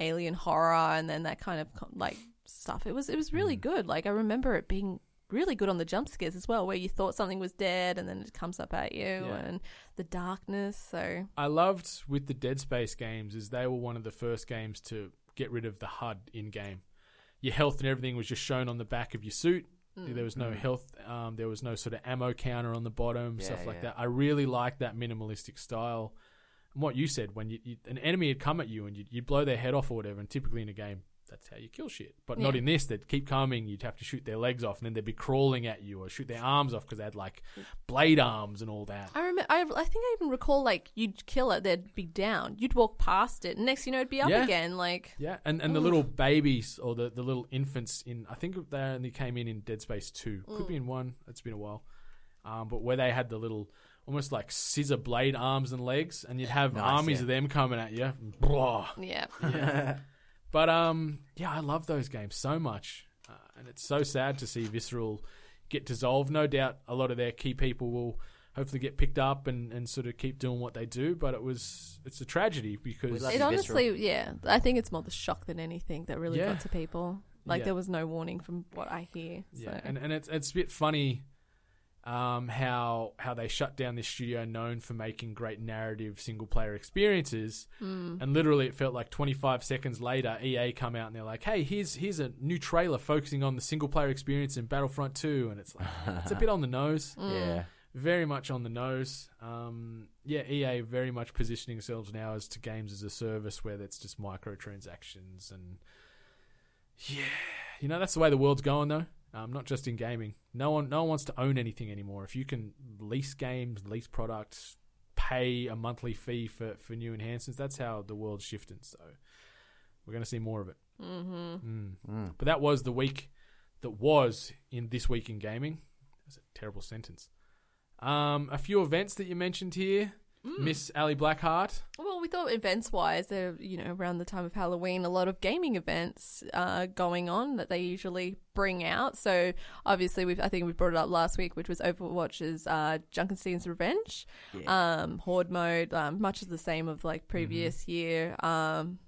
E: alien horror, and then that kind of co- like stuff. It was it was
B: Hmm.
E: really good. Like I remember it being really good on the jump scares as well, where you thought something was dead, and then it comes up at you,
B: Yeah.
E: and the darkness. So
B: I loved with the Dead Space games is they were one of the first games to get rid of the HUD in game. Your health and everything was just shown on the back of your suit. There was no health. Um, there was no sort of ammo counter on the bottom,
C: Hmm. Yeah,
B: stuff like
C: yeah.
B: that. I really liked that minimalistic style. And what you said when you, you, an enemy had come at you and you'd, you'd blow their head off or whatever, and typically in a game that's how you kill shit. But not
E: Yeah.
B: in this. They'd keep coming. You'd have to shoot their legs off, and then they'd be crawling at you or shoot their arms off because they had like blade arms and all that.
E: I remember. I, I think I even recall like you'd kill it, they'd be down. You'd walk past it, and next you know it'd be up
B: Yeah.
E: again. Like
B: Yeah, and, and the little babies or the, the little infants in I think they only came in in Dead Space two, could be in one. It's been a while, um, but where they had the little almost like scissor blade arms and legs, and you'd have
C: Nice,
B: armies
C: yeah.
B: of them coming at you. Blah. *laughs*
E: Yeah.
B: But um, yeah, I love those games so much, uh, and it's so sad to see Visceral get dissolved. No doubt, a lot of their key people will hopefully get picked up and, and sort of keep doing what they do. But it was it's a tragedy because
C: love
E: It
C: Visceral.
E: honestly, yeah. I think it's more the shock than anything that really
B: Yeah.
E: got to people. Like
B: Yeah.
E: there was no warning from what I hear. So.
B: yeah, and and it's it's a bit funny. Um, how how they shut down this studio known for making great narrative single player experiences, and literally it felt like 25 seconds later, EA come out and they're like, "Hey, here's here's a new trailer focusing on the single player experience in Battlefront 2," and it's like it's a bit on the nose.
E: Mm.
C: Yeah.
B: very much on the nose. Um, yeah, EA very much positioning themselves now as to games as a service where it's just microtransactions and yeah, you know that's the way the world's going though. Um, not just in gaming. No one, no one wants to own anything anymore. If you can lease games, lease products, pay a monthly fee for for new enhancements, that's how the world's shifting. So we're going to see more of it. Mm-hmm. But that was the week that was in this week in gaming. That's a terrible sentence. Um, a few events that you mentioned here.
E: Mm.
B: Miss Ali Blackheart.
E: Well, we thought events wise, they're, you know, around the time of Halloween, a lot of gaming events uh, going on that they usually bring out. So obviously, we've I think we brought it up last week, which was Overwatch's uh, Junkenstein's Revenge, um, Horde mode, um, much of the same of like previous year. Um,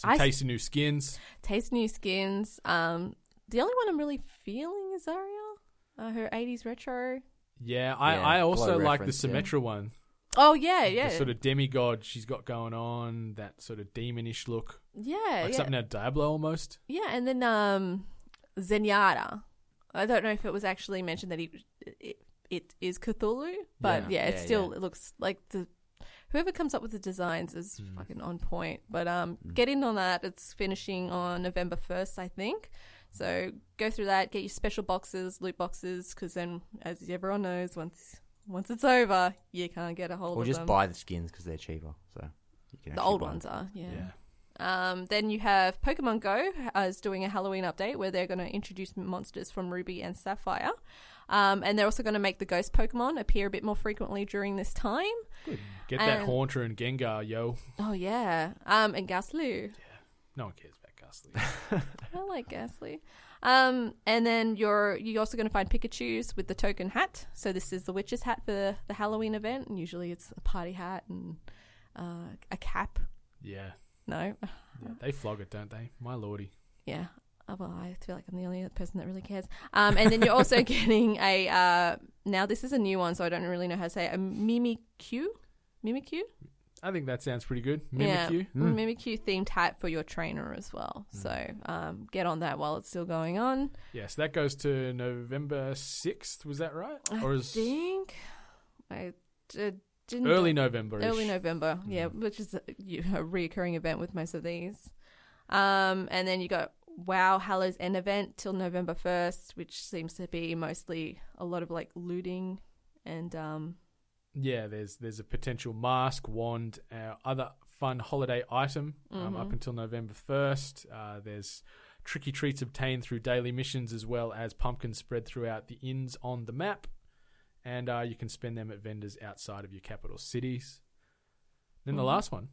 B: Some
E: I-
B: tasty new skins.
E: taste new skins. Um, the only one I'm really feeling is Zarya, uh, her '80s retro.
B: Yeah, I,
C: Yeah,
B: I also
C: glow
B: like the
C: reference, yeah.
B: Symmetra one.
E: Oh yeah, yeah,
B: The sort of demigod she's got going on, that sort of demonish look.
E: yeah,
B: Like
E: yeah.
B: something out of Diablo almost.
E: Yeah, and then um, Zenyatta. I don't know if it was actually mentioned that he it, it is Cthulhu, but yeah,
C: Yeah.
E: it
C: Yeah,
E: still
C: yeah.
E: it looks like the whoever comes up with the designs is
C: Mm.
E: fucking on point. But um, get in on that. It's finishing on November first, I think. So go through that. Get your special boxes, loot boxes, because then, as everyone knows, once once it's over, you can't get a hold
C: Or
E: of
C: just
E: them.
C: buy the skins because they're cheaper. So you can
E: the
C: actually
E: old
C: buy
E: ones are,
B: Yeah.
E: um, then you have Pokemon Go uh, is doing a Halloween update where they're going to introduce monsters from Ruby and Sapphire. Um, and they're also going to make the ghost Pokemon appear a bit more frequently during this time.
B: Good. Get that
E: And-
B: Haunter and Gengar, yo.
E: Oh, yeah. Um, and Ghastly.
B: No one cares about
C: *laughs*
B: Ghastly.
E: I like Ghastly. Um, and then you're you're also going to find Pikachu's with the token hat. So this is the witch's hat for the Halloween event. And usually it's a party hat and uh, a cap.
B: yeah.
E: No,
B: yeah. They flog it, don't they? My lordy.
E: yeah. Uh, Well, I feel like I'm the only person that really cares. Um, and then you're also getting a uh, now this is a new one, so I don't really know how to say it, a Mimikyu, Mimikyu,
B: I think that sounds pretty good.
E: yeah,
B: Mimikyu.
E: Mimikyu themed hat for your trainer as well. So um, get on that while it's still going on.
B: Yeah, so that goes to November 6th, was that right?
E: I
B: Or is
E: think I d- didn't
B: early November?
E: Mm. early November, yeah, which is a, you know, a reoccurring event with most of these. Um, and then you got Wow Hallows End event till November first, which seems to be mostly a lot of like looting and um,
B: yeah, there's there's a potential mask, wand, uh, other fun holiday item um, up until November first. Uh, there's tricky treats obtained through daily missions as well as pumpkins spread throughout the inns on the map, and uh, you can spend them at vendors outside of your capital cities. Then the last one,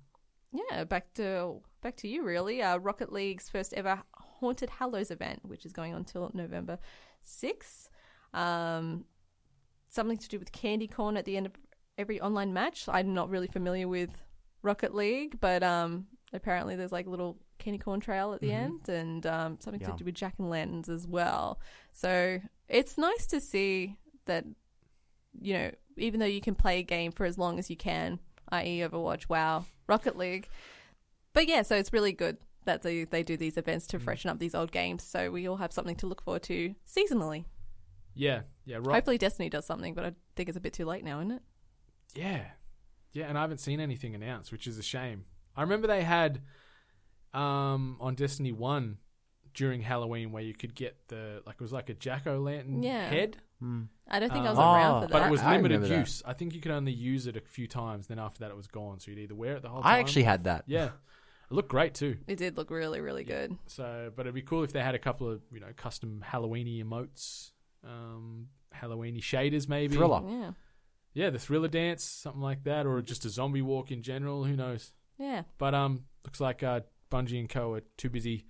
E: yeah, back to back to you really. Uh, Rocket League's first ever Haunted Hallows event, which is going on till November sixth. Um, something to do with candy corn at the end of every online match. I'm not really familiar with Rocket League, but um, apparently there's like a little candy corn trail at the end and um, something to
C: Yum.
E: do with jack and lanterns as well. So it's nice to see that, you know, even though you can play a game for as long as you can, i.e., Overwatch, WoW, Rocket League. But yeah, so it's really good that they, they do these events
B: Mm.
E: to freshen up these old games so we all have something to look forward to seasonally.
B: yeah, yeah, right,
E: Hopefully, Destiny does something, but I think it's a bit too late now, isn't it?
B: yeah, yeah, and I haven't seen anything announced, which is a shame. I remember they had um, on Destiny One during Halloween where you could get the like it was like a jack o' lantern
E: Yeah.
B: head.
E: I don't think I
B: Um,
E: was around
C: Oh,
E: for that.
B: But it was
C: I
B: limited
C: remember that.
B: use. I think you could only use it a few times. Then after that, it was gone. So you'd either wear it the whole time.
C: I actually had that.
B: yeah, it looked great too.
E: It did look really, really good.
B: So, but it'd be cool if they had a couple of you know custom Halloweeny emotes, um, Halloweeny shaders maybe.
C: Thriller.
E: Yeah.
B: yeah, the thriller dance, something like that, or just a zombie walk in general. Who knows?
E: Yeah.
B: But um, looks like uh, Bungie and Co are too busy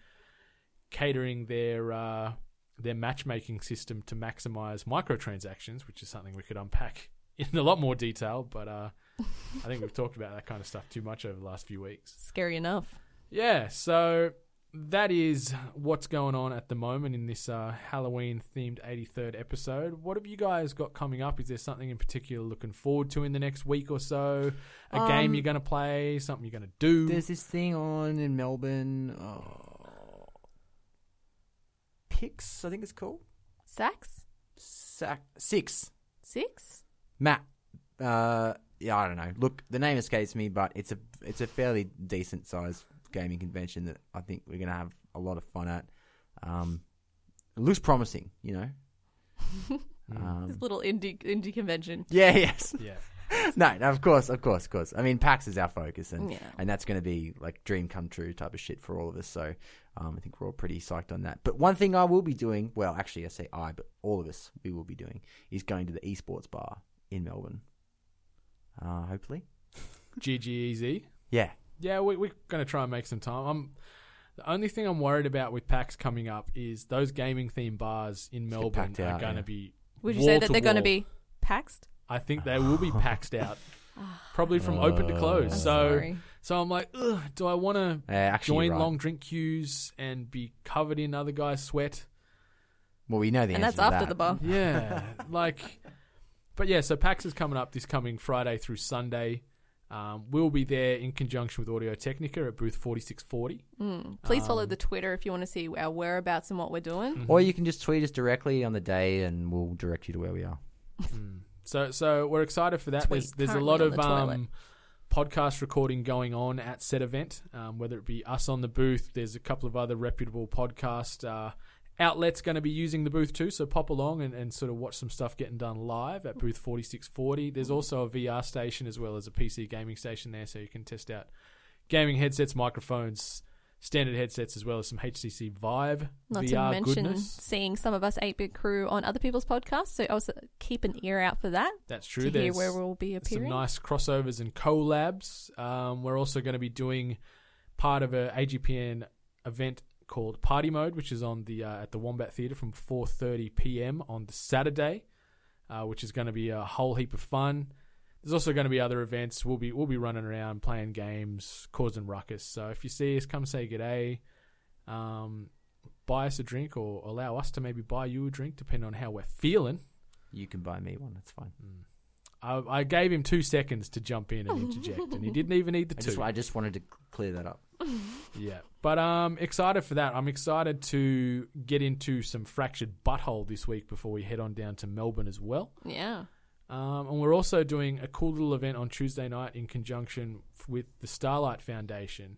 B: catering their uh, their matchmaking system to maximize microtransactions, which is something we could unpack *laughs* in a lot more detail. But uh, I think we've talked about that kind of stuff too much over the last few weeks.
E: Scary enough.
B: Yeah, so that is what's going on at the moment in this uh, Halloween themed 83rd episode. What have you guys got coming up? Is there something in particular looking forward to in the next week or so? A
C: Um,
B: game you're going to play? Something you're going to do?
C: There's this thing on in Melbourne. Oh, Pix, I think it's called.
E: Sax?
C: Sac- six.
E: Six?
C: Matt. Uh, yeah, I don't know. Look, the name escapes me, but it's a it's a fairly decent sized gaming convention that I think we're gonna have a lot of fun at. Um, it looks promising, you know.
E: Mm. This
B: Hmm.
C: Um,
E: little indie indie convention.
C: yeah, *laughs* yes.
B: Yeah.
C: No, no, of course, of course, of course. I mean, PAX is our focus, and
E: Yeah.
C: and that's going to be like dream come true type of shit for all of us. So um, I think we're all pretty psyched on that. But one thing I will be doing, well, actually, I say I, but all of us we will be doing is going to the esports bar in Melbourne. Uh, hopefully, E
B: GGEZ.
C: yeah.
B: Yeah, we, we're going to try and make some time. I'm, the only thing I'm worried about with PAX coming up is those gaming themed bars in Melbourne
C: packed
B: are
C: out,
B: going to
C: yeah.
B: be.
E: Would you say
B: wall
E: that
B: to
E: they're going to
B: wall.
E: be paxed?
B: I think they
C: *laughs*
B: will be paxed out, probably from open to
C: Oh,
B: close.
C: I'm
B: so,
E: Sorry.
B: so I'm like, Ugh, do I want to
C: Uh, actually,
B: join
C: right.
B: long drink queues and be covered in other guys' sweat?
C: Well, we know the
E: And
C: answer
E: that's
C: to
E: after
C: that.
E: the bar.
B: Yeah,
C: *laughs*
E: *laughs*
B: like, but yeah. So PAX is coming up this coming Friday through Sunday. Um, we'll be there in conjunction with Audio Technica at booth 4640.
E: Mm. Please follow the Twitter if you want to see our whereabouts and what we're doing.
B: Mm.
C: Or you can just tweet us directly on the day, and we'll direct you to where we are.
B: Mm. So so we're excited for that.
E: Tweet
B: There's there's a
E: currently
B: lot
E: on
B: of
E: the toilet.
B: um, podcast recording going on at said event, um, whether it be us on the booth. There's a couple of other reputable podcast uh, outlets going to be using the booth too. So pop along and, and sort of watch some stuff getting done live at booth 4640. There's also a VR station as well as a PC gaming station there, so you can test out gaming headsets, microphones. Standard headsets as well as some HTC Vive
E: Not
B: VR
E: to mention
B: goodness.
E: seeing some of us 8 bit crew on other people's podcasts. So also keep an ear out for that
B: That's true.
E: to hear
B: There's
E: where we'll be
B: some
E: appearing.
B: nice crossovers and collabs. Um, we're also going to be doing part of a AGPN event called Party Mode, which is on the uh, at the Wombat Theatre from 4:30 p.m. on the Saturday, uh, which is going to be a whole heap of fun. There's also going to be other events. We'll be we'll be running around playing games, causing ruckus. So if you see us, come say g'day. Um, buy us a drink or allow us to maybe buy you a drink depending on how we're feeling.
C: You can buy me one. That's fine.
B: I, I gave him two seconds to jump in and interject, and he didn't even need the
C: I
B: two.
C: just, I just wanted to clear that up.
B: Yeah, but um, excited for that. I'm excited to get into some fractured butthole this week before we head on down to Melbourne as well.
E: yeah.
B: Um, and we're also doing a cool little event on Tuesday night in conjunction f- with the Starlight Foundation.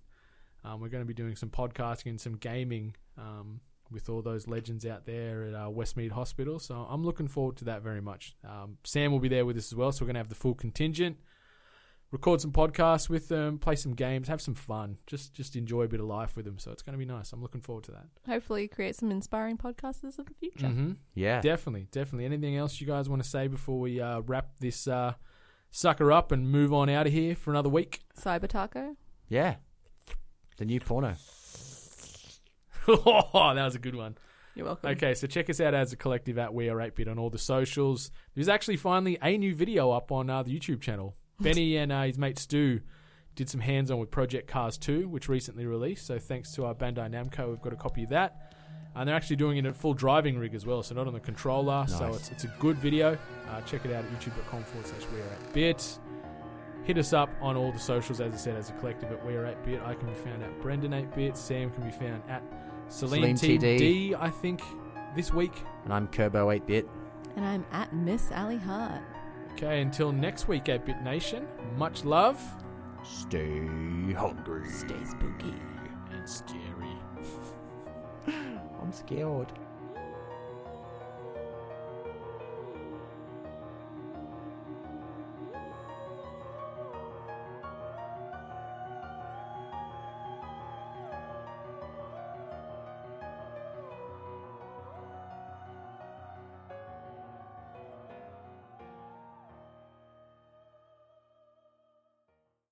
B: Um, we're going to be doing some podcasting and some gaming um, with all those legends out there at uh, Westmead Hospital. So I'm looking forward to that very much. Um, Sam will be there with us as well, so we're going to have the full contingent. Record some podcasts with them, play some games, have some fun, just just enjoy a bit of life with them. So it's going to be nice. I'm looking forward to that.
E: Hopefully create some inspiring podcasters of the future.
B: Mm-hmm.
C: Yeah.
B: *laughs* Definitely, definitely. Anything else you guys want to say before we uh, wrap this uh, sucker up and move on out of here for another week? *laughs*
E: Cyber Taco.
C: yeah. The new porno.
B: oh, that was a good one.
E: You're welcome.
B: Okay, so check us out as a collective at We Are 8-Bit on all the socials. There's actually finally a new video up on uh, the YouTube channel. Benny and uh, his mate Stu did some hands-on with Project Cars 2, which recently released. So thanks to our Bandai Namco, we've got a copy of that. And they're actually doing it at full driving rig as well, so not on the controller. So
C: Nice.
B: it's, it's a good video. Uh, check it out at youtube.com forward slash We Are 8-Bit. Hit us up on all the socials, as I said, as a collective at We Are 8-Bit. I can be found at Brendan 8-Bit. Sam can be found at Celine,
C: Celine TD.
B: TD, I think, this week.
C: And I'm Kerbo 8 bit.
E: And I'm at Miss Alley Hart.
B: Okay, until next week, 8-Bit Nation, much love
C: Stay hungry.
E: Stay spooky.
B: and scary.
C: I'm scared.